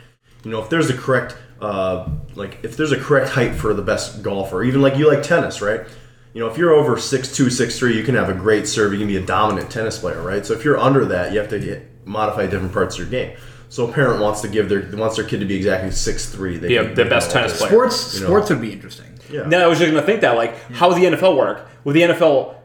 [SPEAKER 3] You know, if there's a correct, uh, like if there's a correct height for the best golfer, even like you like tennis, right? You know, if you're over six two, six three, you can have a great serve. You can be a dominant tennis player, right? So if you're under that, you have to get, modify different parts of your game. So a parent wants to give their wants their kid to be exactly six three. They
[SPEAKER 1] Yeah,
[SPEAKER 3] can-
[SPEAKER 1] the
[SPEAKER 3] they
[SPEAKER 1] best
[SPEAKER 3] can all
[SPEAKER 1] tennis
[SPEAKER 3] do
[SPEAKER 1] player.
[SPEAKER 2] sports
[SPEAKER 3] You know.
[SPEAKER 2] sports would be interesting.
[SPEAKER 3] Yeah.
[SPEAKER 1] Now I was just gonna think that, like, how would the NFL work? Would the NFL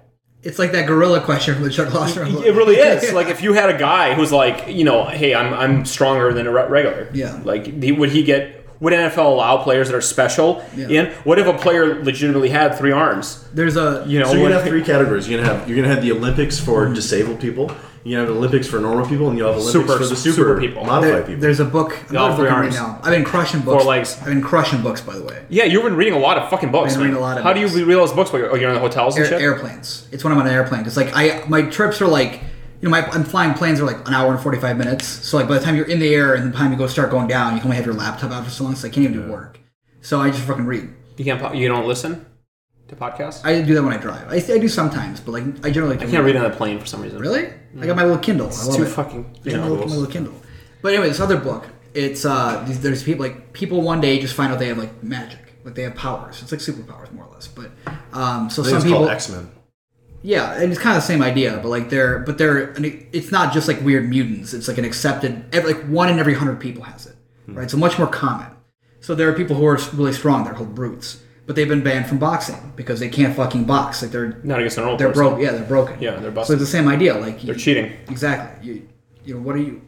[SPEAKER 2] It's like that gorilla question from the Chuck Losser.
[SPEAKER 1] [LAUGHS] It
[SPEAKER 2] [LAUGHS]
[SPEAKER 1] really is. Like if you had a guy who's like, you know, hey, I'm I'm stronger than a re- regular.
[SPEAKER 2] Yeah.
[SPEAKER 1] Like he, would he get? Would NFL allow players that are special
[SPEAKER 2] Yeah.
[SPEAKER 1] in? What if a player legitimately had three arms?
[SPEAKER 2] There's a
[SPEAKER 1] You know,
[SPEAKER 3] So you're
[SPEAKER 1] what-
[SPEAKER 3] gonna have three categories. You're gonna have you're gonna have the Olympics
[SPEAKER 1] Mm-hmm.
[SPEAKER 3] for disabled people. You have Olympics for normal people, and you have Olympics
[SPEAKER 1] Super-
[SPEAKER 3] for the super,
[SPEAKER 1] super people.
[SPEAKER 3] modified
[SPEAKER 2] there-
[SPEAKER 3] people.
[SPEAKER 2] there's a book. I'm
[SPEAKER 1] All
[SPEAKER 2] not
[SPEAKER 1] three
[SPEAKER 2] looking right
[SPEAKER 1] arms.
[SPEAKER 2] now. I've been crushing books.
[SPEAKER 1] legs.
[SPEAKER 2] I've been crushing books, by the way.
[SPEAKER 1] Yeah, you've been reading a lot of fucking books.
[SPEAKER 2] I've been
[SPEAKER 1] man.
[SPEAKER 2] reading a lot of
[SPEAKER 1] How
[SPEAKER 2] books.
[SPEAKER 1] do you read all those books? While you're, oh, you're in the hotels and
[SPEAKER 2] Air,
[SPEAKER 1] shit.
[SPEAKER 2] airplanes. It's when I'm on an airplane. It's like I my trips are like you know my I'm flying planes are like an hour and 45 minutes. So like by the time you're in the air and the time you go start going down, you can only have your laptop out for so long. So I can't even do work. So I just fucking read.
[SPEAKER 1] You can't. po- You don't listen to podcasts. I,
[SPEAKER 2] I do that when I drive. I, I do sometimes, but like I generally like to
[SPEAKER 1] can't
[SPEAKER 2] read.
[SPEAKER 1] read on the plane for some reason.
[SPEAKER 2] Really? I got my little Kindle. I
[SPEAKER 1] It's
[SPEAKER 2] love
[SPEAKER 1] too
[SPEAKER 2] it.
[SPEAKER 1] fucking.
[SPEAKER 2] I got my little, my little Kindle. But anyway, this other book. It's uh, these, there's people like people one day just find out they have like magic, like they have powers. It's like superpowers more or less. But um, so
[SPEAKER 3] I think
[SPEAKER 2] some
[SPEAKER 3] it's
[SPEAKER 2] people,
[SPEAKER 3] called X Men.
[SPEAKER 2] yeah, and it's kind of the same idea, but like they're, but they're, and it's not just like weird mutants. It's like an accepted, every, like one in every hundred people has it,
[SPEAKER 1] Hmm.
[SPEAKER 2] right? So much more common. So there are people who are really strong. They're called brutes, but they've been banned from boxing because they can't fucking box. Like they're
[SPEAKER 1] Not against an old
[SPEAKER 2] they're
[SPEAKER 1] person.
[SPEAKER 2] broke. Yeah, they're broken.
[SPEAKER 1] Yeah, they're
[SPEAKER 2] So
[SPEAKER 1] busted.
[SPEAKER 2] it's the same idea. Like
[SPEAKER 1] They're cheating.
[SPEAKER 2] Exactly. You, you know, what are you?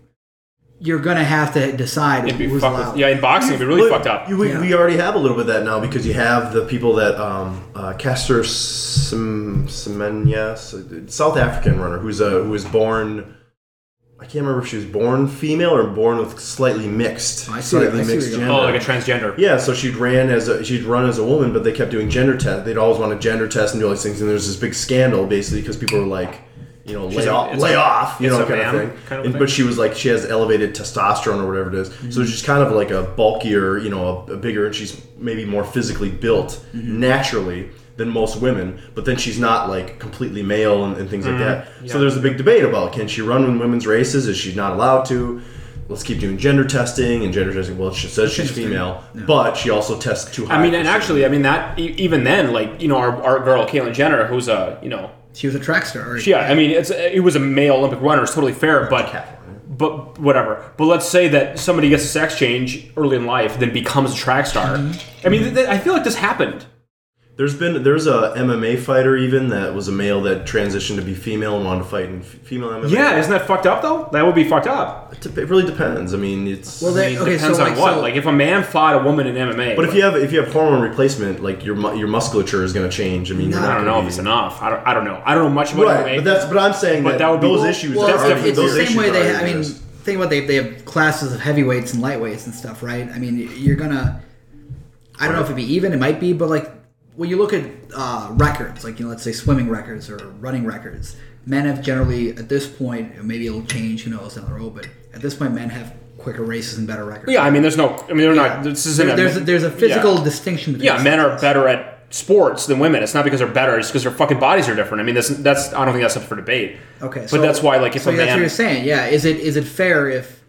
[SPEAKER 2] You're gonna have to decide
[SPEAKER 1] It'd be
[SPEAKER 2] who's
[SPEAKER 1] fucked with-
[SPEAKER 2] allowed.
[SPEAKER 1] yeah, in boxing, it'd be really
[SPEAKER 3] But
[SPEAKER 1] fucked up.
[SPEAKER 3] you- we,
[SPEAKER 2] Yeah.
[SPEAKER 3] we already have a little bit of that now because you have the people that um, uh, Castor Sem- Semenya, S- South African runner, who's a who was born. I can't remember if she was born female or born with slightly mixed,
[SPEAKER 2] I see that-
[SPEAKER 3] slightly
[SPEAKER 2] I see where
[SPEAKER 3] mixed
[SPEAKER 2] you're going.
[SPEAKER 3] gender.
[SPEAKER 1] oh, like a transgender.
[SPEAKER 3] Yeah, so she'd ran as a, she'd run as a woman, but they kept doing gender tests. They'd always want to gender test and do all these things, and there was this big scandal basically because people were like, you know, lay
[SPEAKER 1] a-
[SPEAKER 3] off,
[SPEAKER 1] it's
[SPEAKER 3] lay
[SPEAKER 1] a-
[SPEAKER 3] off, you
[SPEAKER 1] it's
[SPEAKER 3] know,
[SPEAKER 1] a
[SPEAKER 3] kind of
[SPEAKER 1] man
[SPEAKER 3] thing.
[SPEAKER 1] kind of
[SPEAKER 3] And-
[SPEAKER 1] thing.
[SPEAKER 3] But she was like, she has elevated testosterone or whatever it is.
[SPEAKER 1] Mm-hmm.
[SPEAKER 3] so she's kind of like a bulkier, you know, a, a bigger, and she's maybe more physically built
[SPEAKER 1] Mm-hmm.
[SPEAKER 3] naturally than most women. But then she's not like completely male and, and things like that.
[SPEAKER 1] Mm-hmm.
[SPEAKER 3] So there's a big debate about can she run in women's races? Is she not allowed to? Let's keep doing gender testing and gender testing. Well, she says she's
[SPEAKER 2] Interesting.
[SPEAKER 3] female, but she also tests too high.
[SPEAKER 1] I mean, and
[SPEAKER 3] for-
[SPEAKER 1] actually, I mean that e- even then, like you know, our, our girl Caitlyn Jenner, who's a you know,
[SPEAKER 2] She was a track star.
[SPEAKER 1] yeah, I mean, it's it was a male Olympic runner, it's totally fair, but but whatever. But let's say that somebody gets a sex change early in life, then becomes a track star.
[SPEAKER 2] Mm-hmm.
[SPEAKER 1] I mean, th- th- I feel like this happened.
[SPEAKER 3] There's been there's a MMA fighter even that was a male that transitioned to be female and wanted to fight in f- female MMA.
[SPEAKER 1] Yeah, isn't that fucked up though? That would be fucked up.
[SPEAKER 3] it, dep- it really depends. I mean, it's
[SPEAKER 2] Well,
[SPEAKER 1] I
[SPEAKER 2] they,
[SPEAKER 1] mean,
[SPEAKER 2] okay,
[SPEAKER 1] depends
[SPEAKER 2] so
[SPEAKER 1] on
[SPEAKER 2] like,
[SPEAKER 1] what.
[SPEAKER 2] so-
[SPEAKER 1] like if a man fought a woman in MMA,
[SPEAKER 3] but if you have if you have hormone replacement, like your mu- your musculature is going to change. I mean, you're
[SPEAKER 1] I
[SPEAKER 3] not
[SPEAKER 1] don't
[SPEAKER 3] gonna
[SPEAKER 1] know
[SPEAKER 3] be,
[SPEAKER 1] if it's enough. I don't. I don't know. I don't know much about
[SPEAKER 3] right.
[SPEAKER 1] MMA.
[SPEAKER 3] But that's but I'm saying
[SPEAKER 1] But
[SPEAKER 3] that,
[SPEAKER 1] that would be-
[SPEAKER 3] those issues.
[SPEAKER 2] well,
[SPEAKER 3] are
[SPEAKER 2] it's,
[SPEAKER 3] already-
[SPEAKER 2] it's the
[SPEAKER 3] those
[SPEAKER 2] same
[SPEAKER 3] issues
[SPEAKER 2] way
[SPEAKER 3] are
[SPEAKER 2] they.
[SPEAKER 3] already
[SPEAKER 2] Ha- I mean,
[SPEAKER 3] addressed.
[SPEAKER 2] think about they they have classes of heavyweights and lightweights and stuff, right? I mean, you're gonna. I don't know if it'd be even. It might be, but like when you look at uh, records, like you know, let's say swimming records or running records, men have generally at this point, maybe it'll change. Who knows down the road? But at this point, men have quicker races and better records.
[SPEAKER 1] yeah, I mean, there's no. I mean, they're not. This isn't
[SPEAKER 2] There-
[SPEAKER 1] a-
[SPEAKER 2] there's a, there's a
[SPEAKER 1] yeah.
[SPEAKER 2] physical distinction between.
[SPEAKER 1] Yeah, men are better at sports than women. It's not because they're better; it's because their fucking bodies are different. I mean, that's that's. I don't think that's up for debate.
[SPEAKER 2] Okay,
[SPEAKER 1] but that's why, like, if
[SPEAKER 2] so
[SPEAKER 1] a
[SPEAKER 2] that's what
[SPEAKER 1] man,
[SPEAKER 2] you're saying, yeah. Is it is it fair if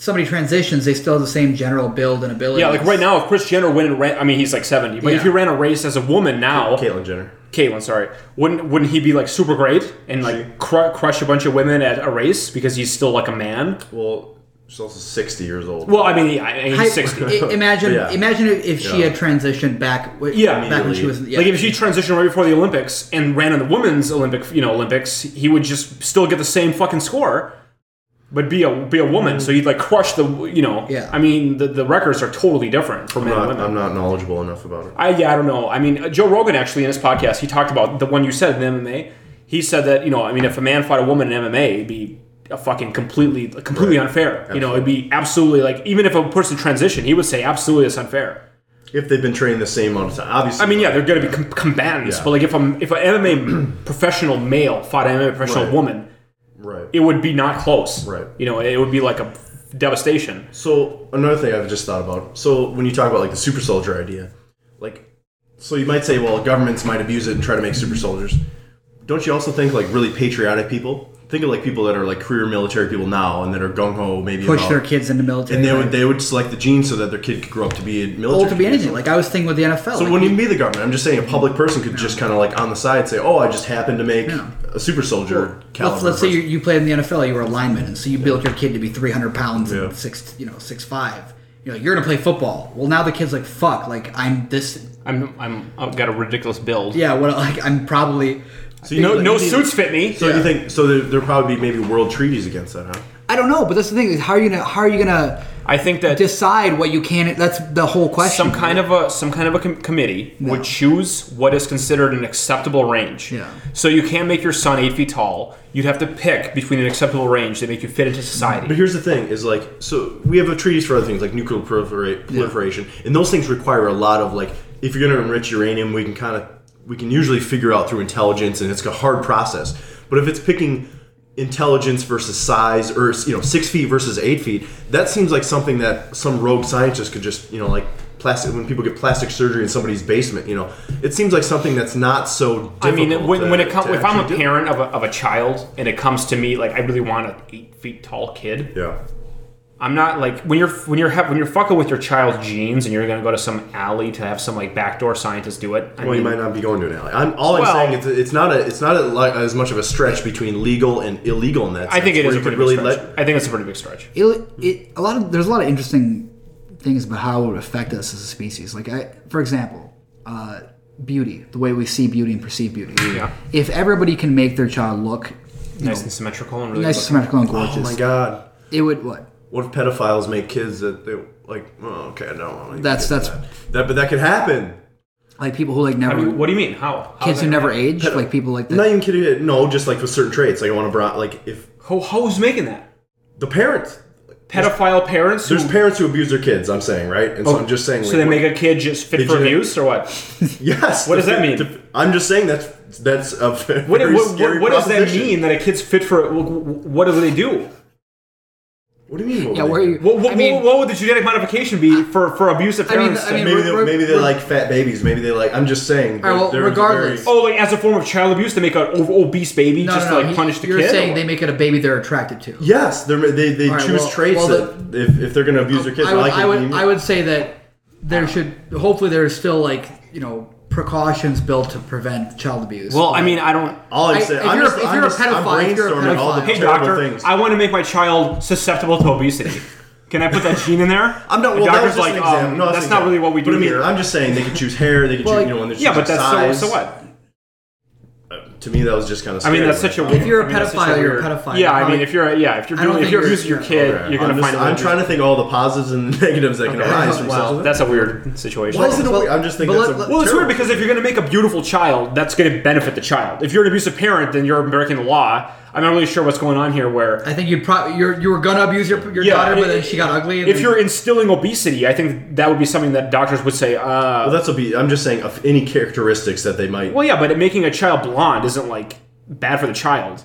[SPEAKER 2] somebody transitions, they still have the same general build and ability?
[SPEAKER 1] yeah, like right now, if Chris Jenner went and ran, I mean, he's like seventy, but if
[SPEAKER 2] Yeah.
[SPEAKER 1] he ran a race as a woman now,
[SPEAKER 3] Caitlyn Jenner.
[SPEAKER 1] Caitlyn, sorry, wouldn't wouldn't he be like super great and like cru- crush a bunch of women at a race because he's still like a man?
[SPEAKER 3] Well, she's also 60 years old.
[SPEAKER 1] Well, I mean, he, I, he's
[SPEAKER 2] I-
[SPEAKER 1] sixty.
[SPEAKER 2] i- imagine
[SPEAKER 3] [LAUGHS] Yeah.
[SPEAKER 2] imagine if she
[SPEAKER 3] Yeah.
[SPEAKER 2] had transitioned back. w-
[SPEAKER 1] Yeah,
[SPEAKER 2] back when she was yeah.
[SPEAKER 1] Like if she transitioned right before the Olympics and ran in the women's Olympic, you know, Olympics, he would just still get the same fucking score, but be a be a woman. So he'd like crush the, you know.
[SPEAKER 2] Yeah.
[SPEAKER 1] I mean, the, the records are totally different for men
[SPEAKER 3] I'm
[SPEAKER 1] and
[SPEAKER 3] not,
[SPEAKER 1] women.
[SPEAKER 3] I'm not knowledgeable enough about it.
[SPEAKER 1] I yeah, I don't know. I mean, uh, Joe Rogan actually in his podcast, he talked about the one you said in MMA. He said that you know, I mean, if a man fought a woman in MMA, it'd be a fucking completely completely
[SPEAKER 3] Right.
[SPEAKER 1] unfair. You know, it'd be absolutely like even if a person transitioned, he would say absolutely it's unfair.
[SPEAKER 3] If they've been trained the same amount of time, obviously.
[SPEAKER 1] I mean, yeah, they're going to be com- combatants,
[SPEAKER 3] Yeah.
[SPEAKER 1] but like if I'm if an MMA [CLEARS THROAT] professional male fought an MMA professional
[SPEAKER 3] Right.
[SPEAKER 1] woman,
[SPEAKER 3] Right.
[SPEAKER 1] it would be not close.
[SPEAKER 3] Right.
[SPEAKER 1] You know, it would be like a devastation.
[SPEAKER 3] So another thing I've just thought about. So when you talk about like the super soldier idea, like, so you might say, well, governments might abuse it and try to make super soldiers. Don't you also think like really patriotic people? Think of like people that are like career military people now and that are gung ho maybe
[SPEAKER 2] push
[SPEAKER 3] about-
[SPEAKER 2] their kids into military,
[SPEAKER 3] and they
[SPEAKER 2] right?
[SPEAKER 3] would they would select the genes so that their kid could grow up to be a military.
[SPEAKER 2] Well, to be
[SPEAKER 3] kid.
[SPEAKER 2] anything. Like I was thinking with the NFL.
[SPEAKER 3] So
[SPEAKER 2] like,
[SPEAKER 3] it wouldn't even be the government. I'm just saying a public person could just kind of like on the side say, "Oh, I just happened to make
[SPEAKER 2] Yeah.
[SPEAKER 3] a super soldier." caliber
[SPEAKER 2] let's, let's say
[SPEAKER 3] person."
[SPEAKER 2] you, you played in the NFL, you were a lineman, and so you built your kid to be 300 pounds
[SPEAKER 3] Yeah.
[SPEAKER 2] and six, you know, six five. You're like, you're gonna play football. Well, now the kid's like, fuck, like I'm this
[SPEAKER 1] I'm I'm I've got a ridiculous build.
[SPEAKER 2] Yeah, well, like I'm probably
[SPEAKER 3] So you
[SPEAKER 4] No,
[SPEAKER 3] like,
[SPEAKER 4] no
[SPEAKER 3] you think-
[SPEAKER 4] suits fit me.
[SPEAKER 3] So you think so? There, there'll probably be maybe world treaties against that, huh?
[SPEAKER 2] I don't know, but that's the thing. Is how are you gonna how are you gonna
[SPEAKER 1] I think that
[SPEAKER 2] decide what you can? That's the whole question.
[SPEAKER 1] some kind of a some kind of a com- committee
[SPEAKER 2] No.
[SPEAKER 1] would choose what is considered an acceptable range.
[SPEAKER 2] Yeah.
[SPEAKER 1] So you can't make your son eight feet tall. You'd have to pick between an acceptable range that make you fit into society.
[SPEAKER 3] But here's the thing: is like, so we have a treaties for other things like nuclear prolifera- proliferation, and those things require a lot of like, if you're going to enrich uranium, we can kind of we can usually figure out through intelligence, and it's a hard process. But if it's picking intelligence versus size, or you know, six feet versus eight feet, that seems like something that some rogue scientist could just you know like plastic when people get plastic surgery in somebody's basement. You know, it seems like something that's not so.
[SPEAKER 1] I mean,
[SPEAKER 3] difficult
[SPEAKER 1] when,
[SPEAKER 3] to-
[SPEAKER 1] when it comes,
[SPEAKER 3] to
[SPEAKER 1] if I'm a
[SPEAKER 3] actually do.
[SPEAKER 1] parent of a, of a child and it comes to me, like I really want an eight feet tall kid.
[SPEAKER 3] yeah.
[SPEAKER 1] I'm not like when you're when you're ha- when you're fucking with your child's genes and you're gonna go to some alley to have some like backdoor scientist do it. I
[SPEAKER 3] Well, you
[SPEAKER 1] mean,
[SPEAKER 3] might not be going to an alley. I'm all I'm
[SPEAKER 1] Well-
[SPEAKER 3] saying is it's not a it's not a, li- as much of a stretch between legal and illegal in that. Sense,
[SPEAKER 1] I think it
[SPEAKER 3] where
[SPEAKER 1] is a
[SPEAKER 3] you could
[SPEAKER 1] pretty
[SPEAKER 3] really
[SPEAKER 1] big stretch.
[SPEAKER 3] let.
[SPEAKER 1] I think it's a pretty big stretch.
[SPEAKER 2] it, it, a lot of there's a lot of interesting things about how it would affect us as a species. Like, I, for example, uh, beauty, the way we see beauty and perceive beauty.
[SPEAKER 1] Yeah.
[SPEAKER 2] If everybody can make their child look
[SPEAKER 1] Nice and symmetrical and really
[SPEAKER 2] nice,
[SPEAKER 1] looking-
[SPEAKER 2] symmetrical, and gorgeous,
[SPEAKER 3] Oh my god!
[SPEAKER 2] it would what?
[SPEAKER 3] What if pedophiles make kids that they like? Oh, okay, I don't want to.
[SPEAKER 2] That's that's
[SPEAKER 3] that, but that could happen.
[SPEAKER 2] like people who like
[SPEAKER 1] I
[SPEAKER 2] never
[SPEAKER 1] mean, what do you mean? How? How
[SPEAKER 2] kids
[SPEAKER 1] that-
[SPEAKER 2] who never age, like people like
[SPEAKER 3] not
[SPEAKER 2] that.
[SPEAKER 3] even kidding. No, just like with certain traits. Like I want to brought like if
[SPEAKER 1] Who, who's making that?
[SPEAKER 3] the parents.
[SPEAKER 1] Pedophile parents?
[SPEAKER 3] There's
[SPEAKER 1] who,
[SPEAKER 3] parents who abuse their kids. I'm saying right, and so I'm just saying.
[SPEAKER 1] Oh, so
[SPEAKER 3] like,
[SPEAKER 1] they
[SPEAKER 3] what-
[SPEAKER 1] make a kid just fit
[SPEAKER 3] Did
[SPEAKER 1] for
[SPEAKER 3] you-
[SPEAKER 1] abuse or what?
[SPEAKER 3] Yes.
[SPEAKER 1] What does that mean?
[SPEAKER 3] I'm just saying that's that's a very
[SPEAKER 1] What, what, what-
[SPEAKER 3] scary
[SPEAKER 1] what does that
[SPEAKER 3] proposition.
[SPEAKER 1] mean that a kid's fit for? wh- wh- What do they do?
[SPEAKER 3] What do you mean? what
[SPEAKER 2] Yeah,
[SPEAKER 3] would
[SPEAKER 2] where
[SPEAKER 3] they
[SPEAKER 2] are
[SPEAKER 3] do?
[SPEAKER 2] you?
[SPEAKER 1] What, what,
[SPEAKER 2] I mean,
[SPEAKER 1] what would the genetic modification be for for abusive
[SPEAKER 2] I mean,
[SPEAKER 1] parents?
[SPEAKER 2] I
[SPEAKER 1] to-
[SPEAKER 2] mean,
[SPEAKER 3] Maybe
[SPEAKER 2] We're-
[SPEAKER 3] they
[SPEAKER 2] we're-
[SPEAKER 3] maybe they
[SPEAKER 2] we're-
[SPEAKER 3] like fat babies. Maybe they like. I'm just saying.
[SPEAKER 2] All right, well,
[SPEAKER 3] there- there is a
[SPEAKER 2] regardless.
[SPEAKER 3] very-
[SPEAKER 1] oh, like as a form of child abuse, they make an o- obese baby
[SPEAKER 2] no,
[SPEAKER 1] just
[SPEAKER 2] no, no,
[SPEAKER 1] to like
[SPEAKER 2] he-
[SPEAKER 1] punish the
[SPEAKER 2] you're
[SPEAKER 1] kid.
[SPEAKER 2] saying
[SPEAKER 1] or
[SPEAKER 2] they make it a baby they're attracted to.
[SPEAKER 3] yes, they're, they they
[SPEAKER 2] All right,
[SPEAKER 3] choose
[SPEAKER 2] well-
[SPEAKER 3] traits
[SPEAKER 2] well,
[SPEAKER 3] that if, if they're going to abuse their kids,
[SPEAKER 2] I would,
[SPEAKER 3] like
[SPEAKER 2] I, would, I would say that there should hopefully there's still like you know precautions built to prevent child abuse.
[SPEAKER 1] Well, I mean, I don't.
[SPEAKER 3] All I'm
[SPEAKER 2] I-
[SPEAKER 3] saying,
[SPEAKER 2] if
[SPEAKER 3] I'm
[SPEAKER 2] you're a-
[SPEAKER 3] just,
[SPEAKER 2] if
[SPEAKER 3] I'm
[SPEAKER 2] you're a
[SPEAKER 3] just, I'm
[SPEAKER 2] pedophile, if you're a
[SPEAKER 3] brainstorming all the
[SPEAKER 2] pedophile-
[SPEAKER 1] Hey,
[SPEAKER 3] terrible
[SPEAKER 1] doctor,
[SPEAKER 3] things.
[SPEAKER 1] I want to make my child susceptible to obesity. Can I put that gene in there?
[SPEAKER 3] I'm not.
[SPEAKER 1] The
[SPEAKER 3] Well, that was
[SPEAKER 1] doctor's
[SPEAKER 3] just an
[SPEAKER 1] like,
[SPEAKER 3] example.
[SPEAKER 1] um,
[SPEAKER 3] No,
[SPEAKER 1] that's,
[SPEAKER 3] an
[SPEAKER 1] not
[SPEAKER 3] example.
[SPEAKER 1] really what we do
[SPEAKER 3] But I mean,
[SPEAKER 1] here.
[SPEAKER 3] I'm just saying they could choose hair. They could
[SPEAKER 2] Well,
[SPEAKER 3] choose, you know, and they
[SPEAKER 1] yeah,
[SPEAKER 3] choose
[SPEAKER 1] but that's
[SPEAKER 3] size.
[SPEAKER 1] so, so what?
[SPEAKER 3] To me, that was just kind of.
[SPEAKER 1] I mean, that's such a.
[SPEAKER 2] if you're a
[SPEAKER 1] I mean, that's such
[SPEAKER 2] pedophile, you're a
[SPEAKER 1] weird-
[SPEAKER 2] pedophile.
[SPEAKER 1] Yeah, I
[SPEAKER 2] Probably-
[SPEAKER 1] mean, if you're a, yeah, if you're
[SPEAKER 2] I don't
[SPEAKER 1] doing, if
[SPEAKER 2] think
[SPEAKER 1] you're
[SPEAKER 2] you're-
[SPEAKER 1] abusing your
[SPEAKER 2] yeah.
[SPEAKER 1] kid, you're gonna
[SPEAKER 3] I'm
[SPEAKER 1] find.
[SPEAKER 3] Just,
[SPEAKER 1] a way
[SPEAKER 3] I'm
[SPEAKER 1] to-
[SPEAKER 3] trying to think all the positives and negatives that can arise from
[SPEAKER 2] Wow.
[SPEAKER 3] such a
[SPEAKER 1] That's a weird situation.
[SPEAKER 3] Why is it a-
[SPEAKER 2] Well,
[SPEAKER 3] I'm just thinking.
[SPEAKER 2] but
[SPEAKER 3] that's a
[SPEAKER 2] let-
[SPEAKER 1] Well, it's weird
[SPEAKER 3] terrible-
[SPEAKER 1] because if you're going to make a beautiful child, that's going to benefit the child. If you're an abusive parent, then you're breaking the law. I'm not really sure what's going on here. Where
[SPEAKER 2] I think you'd probably you're you were gonna abuse your your
[SPEAKER 1] Yeah,
[SPEAKER 2] daughter,
[SPEAKER 1] i-
[SPEAKER 2] but then she got ugly. And
[SPEAKER 1] if
[SPEAKER 2] then-
[SPEAKER 1] you're instilling obesity, I think that would be something that doctors would say. Uh,
[SPEAKER 3] Well, that's a be. I'm just saying of any characteristics that they might.
[SPEAKER 1] well, yeah, but making a child blonde isn't like bad for the child.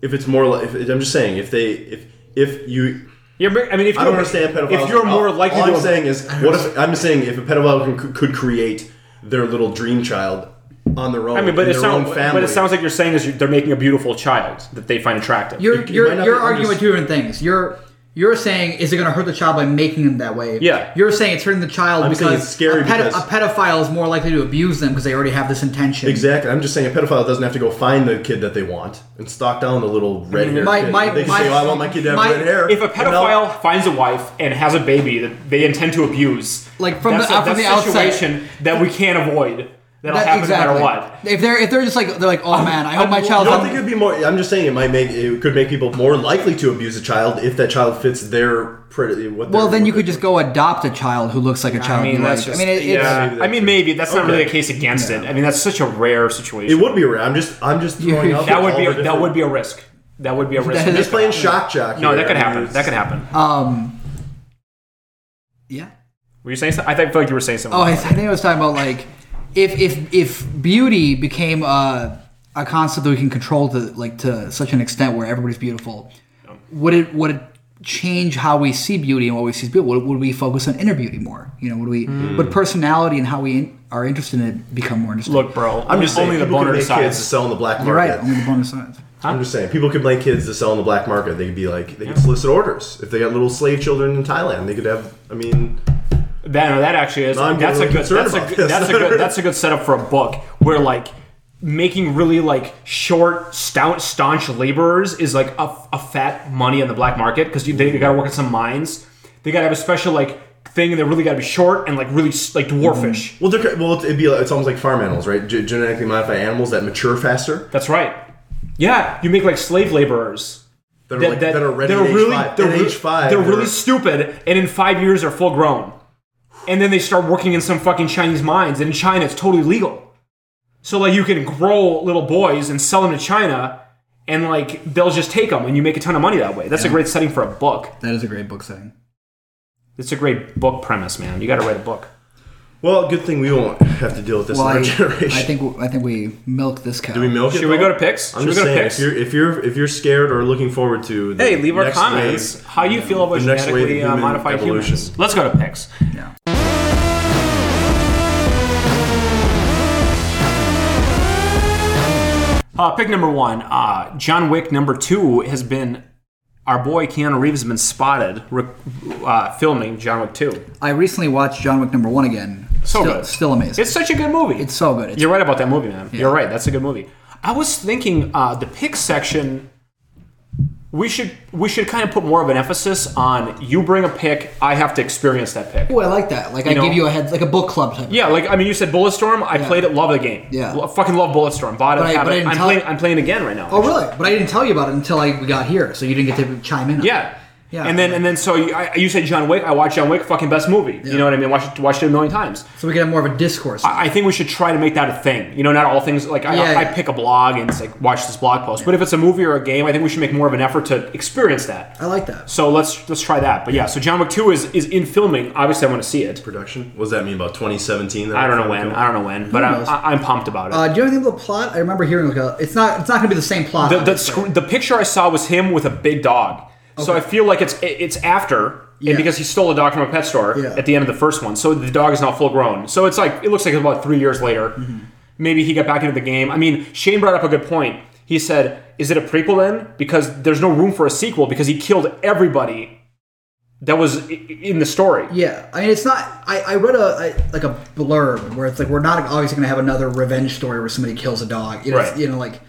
[SPEAKER 3] If it's more, li- if, I'm just saying if they if if you
[SPEAKER 1] You're, I mean, if you
[SPEAKER 3] I don't understand pedophiles.
[SPEAKER 1] If you're more
[SPEAKER 3] all,
[SPEAKER 1] likely
[SPEAKER 3] all
[SPEAKER 1] to
[SPEAKER 3] I'm saying is, what if I'm saying if a pedophile could, could create their little dream child on their own?
[SPEAKER 1] I mean, but
[SPEAKER 3] in
[SPEAKER 1] it,
[SPEAKER 3] their
[SPEAKER 1] sound,
[SPEAKER 3] own family,
[SPEAKER 1] but it sounds like you're saying is you- they're making a beautiful child that they find attractive.
[SPEAKER 2] you're
[SPEAKER 3] you
[SPEAKER 2] you're,
[SPEAKER 3] might not
[SPEAKER 2] you're
[SPEAKER 3] be- I'm
[SPEAKER 2] arguing
[SPEAKER 3] just-
[SPEAKER 2] with two different things. You're you're saying is it gonna hurt the child by making them that way?
[SPEAKER 1] Yeah.
[SPEAKER 2] You're saying it's hurting the child
[SPEAKER 3] I'm saying
[SPEAKER 2] because,
[SPEAKER 3] it's scary
[SPEAKER 2] a pedo-
[SPEAKER 3] because-
[SPEAKER 2] a pedophile is more likely to abuse them because they already have this intention.
[SPEAKER 3] exactly. I'm just saying a pedophile doesn't have to go find the kid that they want and stalk down the little red hair.
[SPEAKER 2] my-
[SPEAKER 3] kid.
[SPEAKER 2] my-
[SPEAKER 3] they can
[SPEAKER 2] my-
[SPEAKER 3] say, well, "I want my kid to have
[SPEAKER 2] my-
[SPEAKER 3] red hair."
[SPEAKER 1] if a
[SPEAKER 3] and I'll-
[SPEAKER 1] pedophile finds a wife and has a baby that they intend to abuse,
[SPEAKER 2] Like, from
[SPEAKER 1] that's
[SPEAKER 2] the-
[SPEAKER 1] a,
[SPEAKER 2] uh, from
[SPEAKER 1] that's
[SPEAKER 2] the
[SPEAKER 1] a
[SPEAKER 2] outside-
[SPEAKER 1] situation that we can't avoid. That'll
[SPEAKER 2] That-
[SPEAKER 1] happen
[SPEAKER 2] exactly.
[SPEAKER 1] no matter what.
[SPEAKER 2] If they're if they're just like they're like oh man I hope my
[SPEAKER 1] I
[SPEAKER 3] I
[SPEAKER 2] child.
[SPEAKER 3] don't think it'd be more. I'm just saying it might make it could make people more likely to abuse a child if that child fits their pretty. What
[SPEAKER 2] well
[SPEAKER 3] they're-
[SPEAKER 2] then
[SPEAKER 3] what
[SPEAKER 2] you could
[SPEAKER 3] they're-
[SPEAKER 2] just go adopt a child who looks like a child.
[SPEAKER 1] I mean,
[SPEAKER 2] you
[SPEAKER 1] that's
[SPEAKER 2] like.
[SPEAKER 1] just.
[SPEAKER 2] I mean it, it's
[SPEAKER 1] yeah.
[SPEAKER 3] Maybe
[SPEAKER 1] I mean, maybe that's not really
[SPEAKER 3] Okay.
[SPEAKER 1] a case against it. I mean, that's such a rare
[SPEAKER 3] It
[SPEAKER 1] situation.
[SPEAKER 3] would be rare. I'm just.
[SPEAKER 2] [LAUGHS]
[SPEAKER 3] I'm just throwing out.
[SPEAKER 1] that would
[SPEAKER 3] all
[SPEAKER 1] be
[SPEAKER 3] the
[SPEAKER 1] a, that
[SPEAKER 3] different-
[SPEAKER 1] would be a risk. That would be a risk.
[SPEAKER 2] is-
[SPEAKER 1] that
[SPEAKER 3] Just
[SPEAKER 1] could
[SPEAKER 3] playing
[SPEAKER 1] happen.
[SPEAKER 3] shock jock.
[SPEAKER 1] No,
[SPEAKER 3] here.
[SPEAKER 1] that could
[SPEAKER 3] I mean,
[SPEAKER 1] happen.
[SPEAKER 3] it's-
[SPEAKER 1] That could happen.
[SPEAKER 2] um yeah.
[SPEAKER 1] Were you saying? Something? I think- feel like you were saying something.
[SPEAKER 2] Oh, I, I think I was talking about like if if if beauty became a a concept that we can control to like to such an extent where everybody's beautiful, would it would it change how we see beauty and what we see as beautiful? Would, would we focus on inner beauty more? You know, would we
[SPEAKER 3] Mm.
[SPEAKER 2] would personality and how we in, are interested in it become more interesting?
[SPEAKER 1] Look, bro.
[SPEAKER 3] I'm just saying,
[SPEAKER 1] only the
[SPEAKER 3] people
[SPEAKER 1] boner
[SPEAKER 3] could make kids to
[SPEAKER 1] decides.
[SPEAKER 3] sell on the black market.
[SPEAKER 2] you're right. Only the bonus sides.
[SPEAKER 3] I'm just saying, people could make kids to sell on the black market. They could be like, they could solicit orders. If they got little slave children in Thailand, they could have. I mean,
[SPEAKER 1] That, no, that actually is.
[SPEAKER 3] No, I'm
[SPEAKER 1] that's a
[SPEAKER 3] really
[SPEAKER 1] good.
[SPEAKER 3] concerned
[SPEAKER 1] That's a
[SPEAKER 3] about
[SPEAKER 1] good.
[SPEAKER 3] this.
[SPEAKER 1] That's a good. That's a good setup for a book where like making really like short, stout, staunch laborers is like a, a fat money on the black market because they, they got to work at some mines. They got to have a special like thing, and they really got to be short and like really s- like dwarfish.
[SPEAKER 3] Well, they're, well, it'd be like, it's almost like farm animals, right? Ge- genetically modified animals that mature faster.
[SPEAKER 1] That's right. Yeah, you make like slave laborers.
[SPEAKER 3] That are, like, that, are ready
[SPEAKER 1] they're
[SPEAKER 3] at age
[SPEAKER 1] really,
[SPEAKER 3] five.
[SPEAKER 1] They're
[SPEAKER 3] At
[SPEAKER 1] re-
[SPEAKER 3] age five,
[SPEAKER 1] They're really
[SPEAKER 3] they're-
[SPEAKER 1] stupid, and in five years are full grown, and then they start working in some fucking Chinese mines. And in China, it's totally legal. So like you can grow little boys and sell them to China, and like they'll just take them, and you make a ton of money that way. That's a great setting for a book.
[SPEAKER 2] That is a great book setting.
[SPEAKER 1] It's a great book premise, man. You got to write a book.
[SPEAKER 3] Well, good thing we won't have to deal with this
[SPEAKER 2] Well,
[SPEAKER 3] in
[SPEAKER 2] I,
[SPEAKER 3] our generation.
[SPEAKER 2] I think I think we milk this cow.
[SPEAKER 3] Do we milk it,
[SPEAKER 1] Should we go
[SPEAKER 3] though?
[SPEAKER 1] to picks?
[SPEAKER 3] I'm
[SPEAKER 1] Should we
[SPEAKER 3] just
[SPEAKER 1] go to
[SPEAKER 3] saying,
[SPEAKER 1] picks?
[SPEAKER 3] if you're if you're if you're scared or looking forward to the
[SPEAKER 1] Hey, leave our
[SPEAKER 3] next
[SPEAKER 1] comments.
[SPEAKER 3] wave-
[SPEAKER 1] How you feel about
[SPEAKER 3] the next wave of
[SPEAKER 1] genetically uh,
[SPEAKER 3] human
[SPEAKER 1] modified
[SPEAKER 3] evolution.
[SPEAKER 1] humans? Let's go to picks.
[SPEAKER 2] Yeah.
[SPEAKER 1] Uh, pick number one, uh, John Wick number two has been our boy Keanu Reeves has been spotted re- uh, filming John Wick two.
[SPEAKER 2] I recently watched John Wick number one again.
[SPEAKER 1] So
[SPEAKER 2] still,
[SPEAKER 1] good.
[SPEAKER 2] still amazing.
[SPEAKER 1] It's such a good movie.
[SPEAKER 2] It's so good. It's,
[SPEAKER 1] You're right about that movie, man. You're right. That's a good movie. I was thinking uh, the pick section. We should we should kind of put more of an emphasis on you bring a pick, I have to experience that pick.
[SPEAKER 2] Ooh, I like that. Like I
[SPEAKER 1] know-
[SPEAKER 2] give you a head, like a book club type.
[SPEAKER 1] Yeah, like I mean, you said Bulletstorm. I played it. Love the game.
[SPEAKER 2] Yeah.
[SPEAKER 1] Lo- fucking love Bulletstorm. Bought it.
[SPEAKER 2] But I-
[SPEAKER 1] have
[SPEAKER 2] but I
[SPEAKER 1] it.
[SPEAKER 2] didn't
[SPEAKER 1] I'm
[SPEAKER 2] tell-
[SPEAKER 1] playing. I'm playing again right now.
[SPEAKER 2] Oh really? But I didn't tell you about it until I we got here, so you didn't get to chime in. on it.
[SPEAKER 1] Yeah.
[SPEAKER 2] Yeah.
[SPEAKER 1] And then and then so you, I, you said John Wick. I watched John Wick. Fucking best movie. You know what I mean? Watched it, watched it a million times.
[SPEAKER 2] So we can have more of a discourse.
[SPEAKER 1] I I think we should try to make that a thing. You know, not all things like I,
[SPEAKER 2] Yeah,
[SPEAKER 1] I
[SPEAKER 2] yeah.
[SPEAKER 1] pick a blog and it's like watch this blog post. But if it's a movie or a game, I think we should make more of an effort to experience that.
[SPEAKER 2] I like that.
[SPEAKER 1] So let's let's try that. But yeah, so John Wick Two is is in filming. Obviously, I want to see it.
[SPEAKER 3] production. What does that mean about 2017?
[SPEAKER 1] I don't know when. I don't know when. But I'm,
[SPEAKER 2] knows?
[SPEAKER 1] I- I'm pumped about it.
[SPEAKER 2] Uh, do you have anything about the plot? I remember hearing like a, it's not it's not going to be the same plot.
[SPEAKER 1] the, the,
[SPEAKER 2] obviously.
[SPEAKER 1] sc- the picture I saw was him with a big dog. So I feel like it's it- it's after
[SPEAKER 2] Yeah.
[SPEAKER 1] and because he stole a dog from a pet store
[SPEAKER 2] Yeah.
[SPEAKER 1] at the end of the first one. So the dog is now full grown. So it's like it looks like it's about three years later.
[SPEAKER 2] Mm-hmm.
[SPEAKER 1] Maybe he got back into the game. I mean, Shane brought up a good point. He said, "Is it a prequel then? Because there's no room for a sequel because he killed everybody that was i- i- in the story."
[SPEAKER 2] yeah, I mean it's not. I, I read a, I- like a blurb where it's like we're not obviously going to have another revenge story where somebody kills a dog. You know, it's-
[SPEAKER 1] Right.
[SPEAKER 2] You know, like,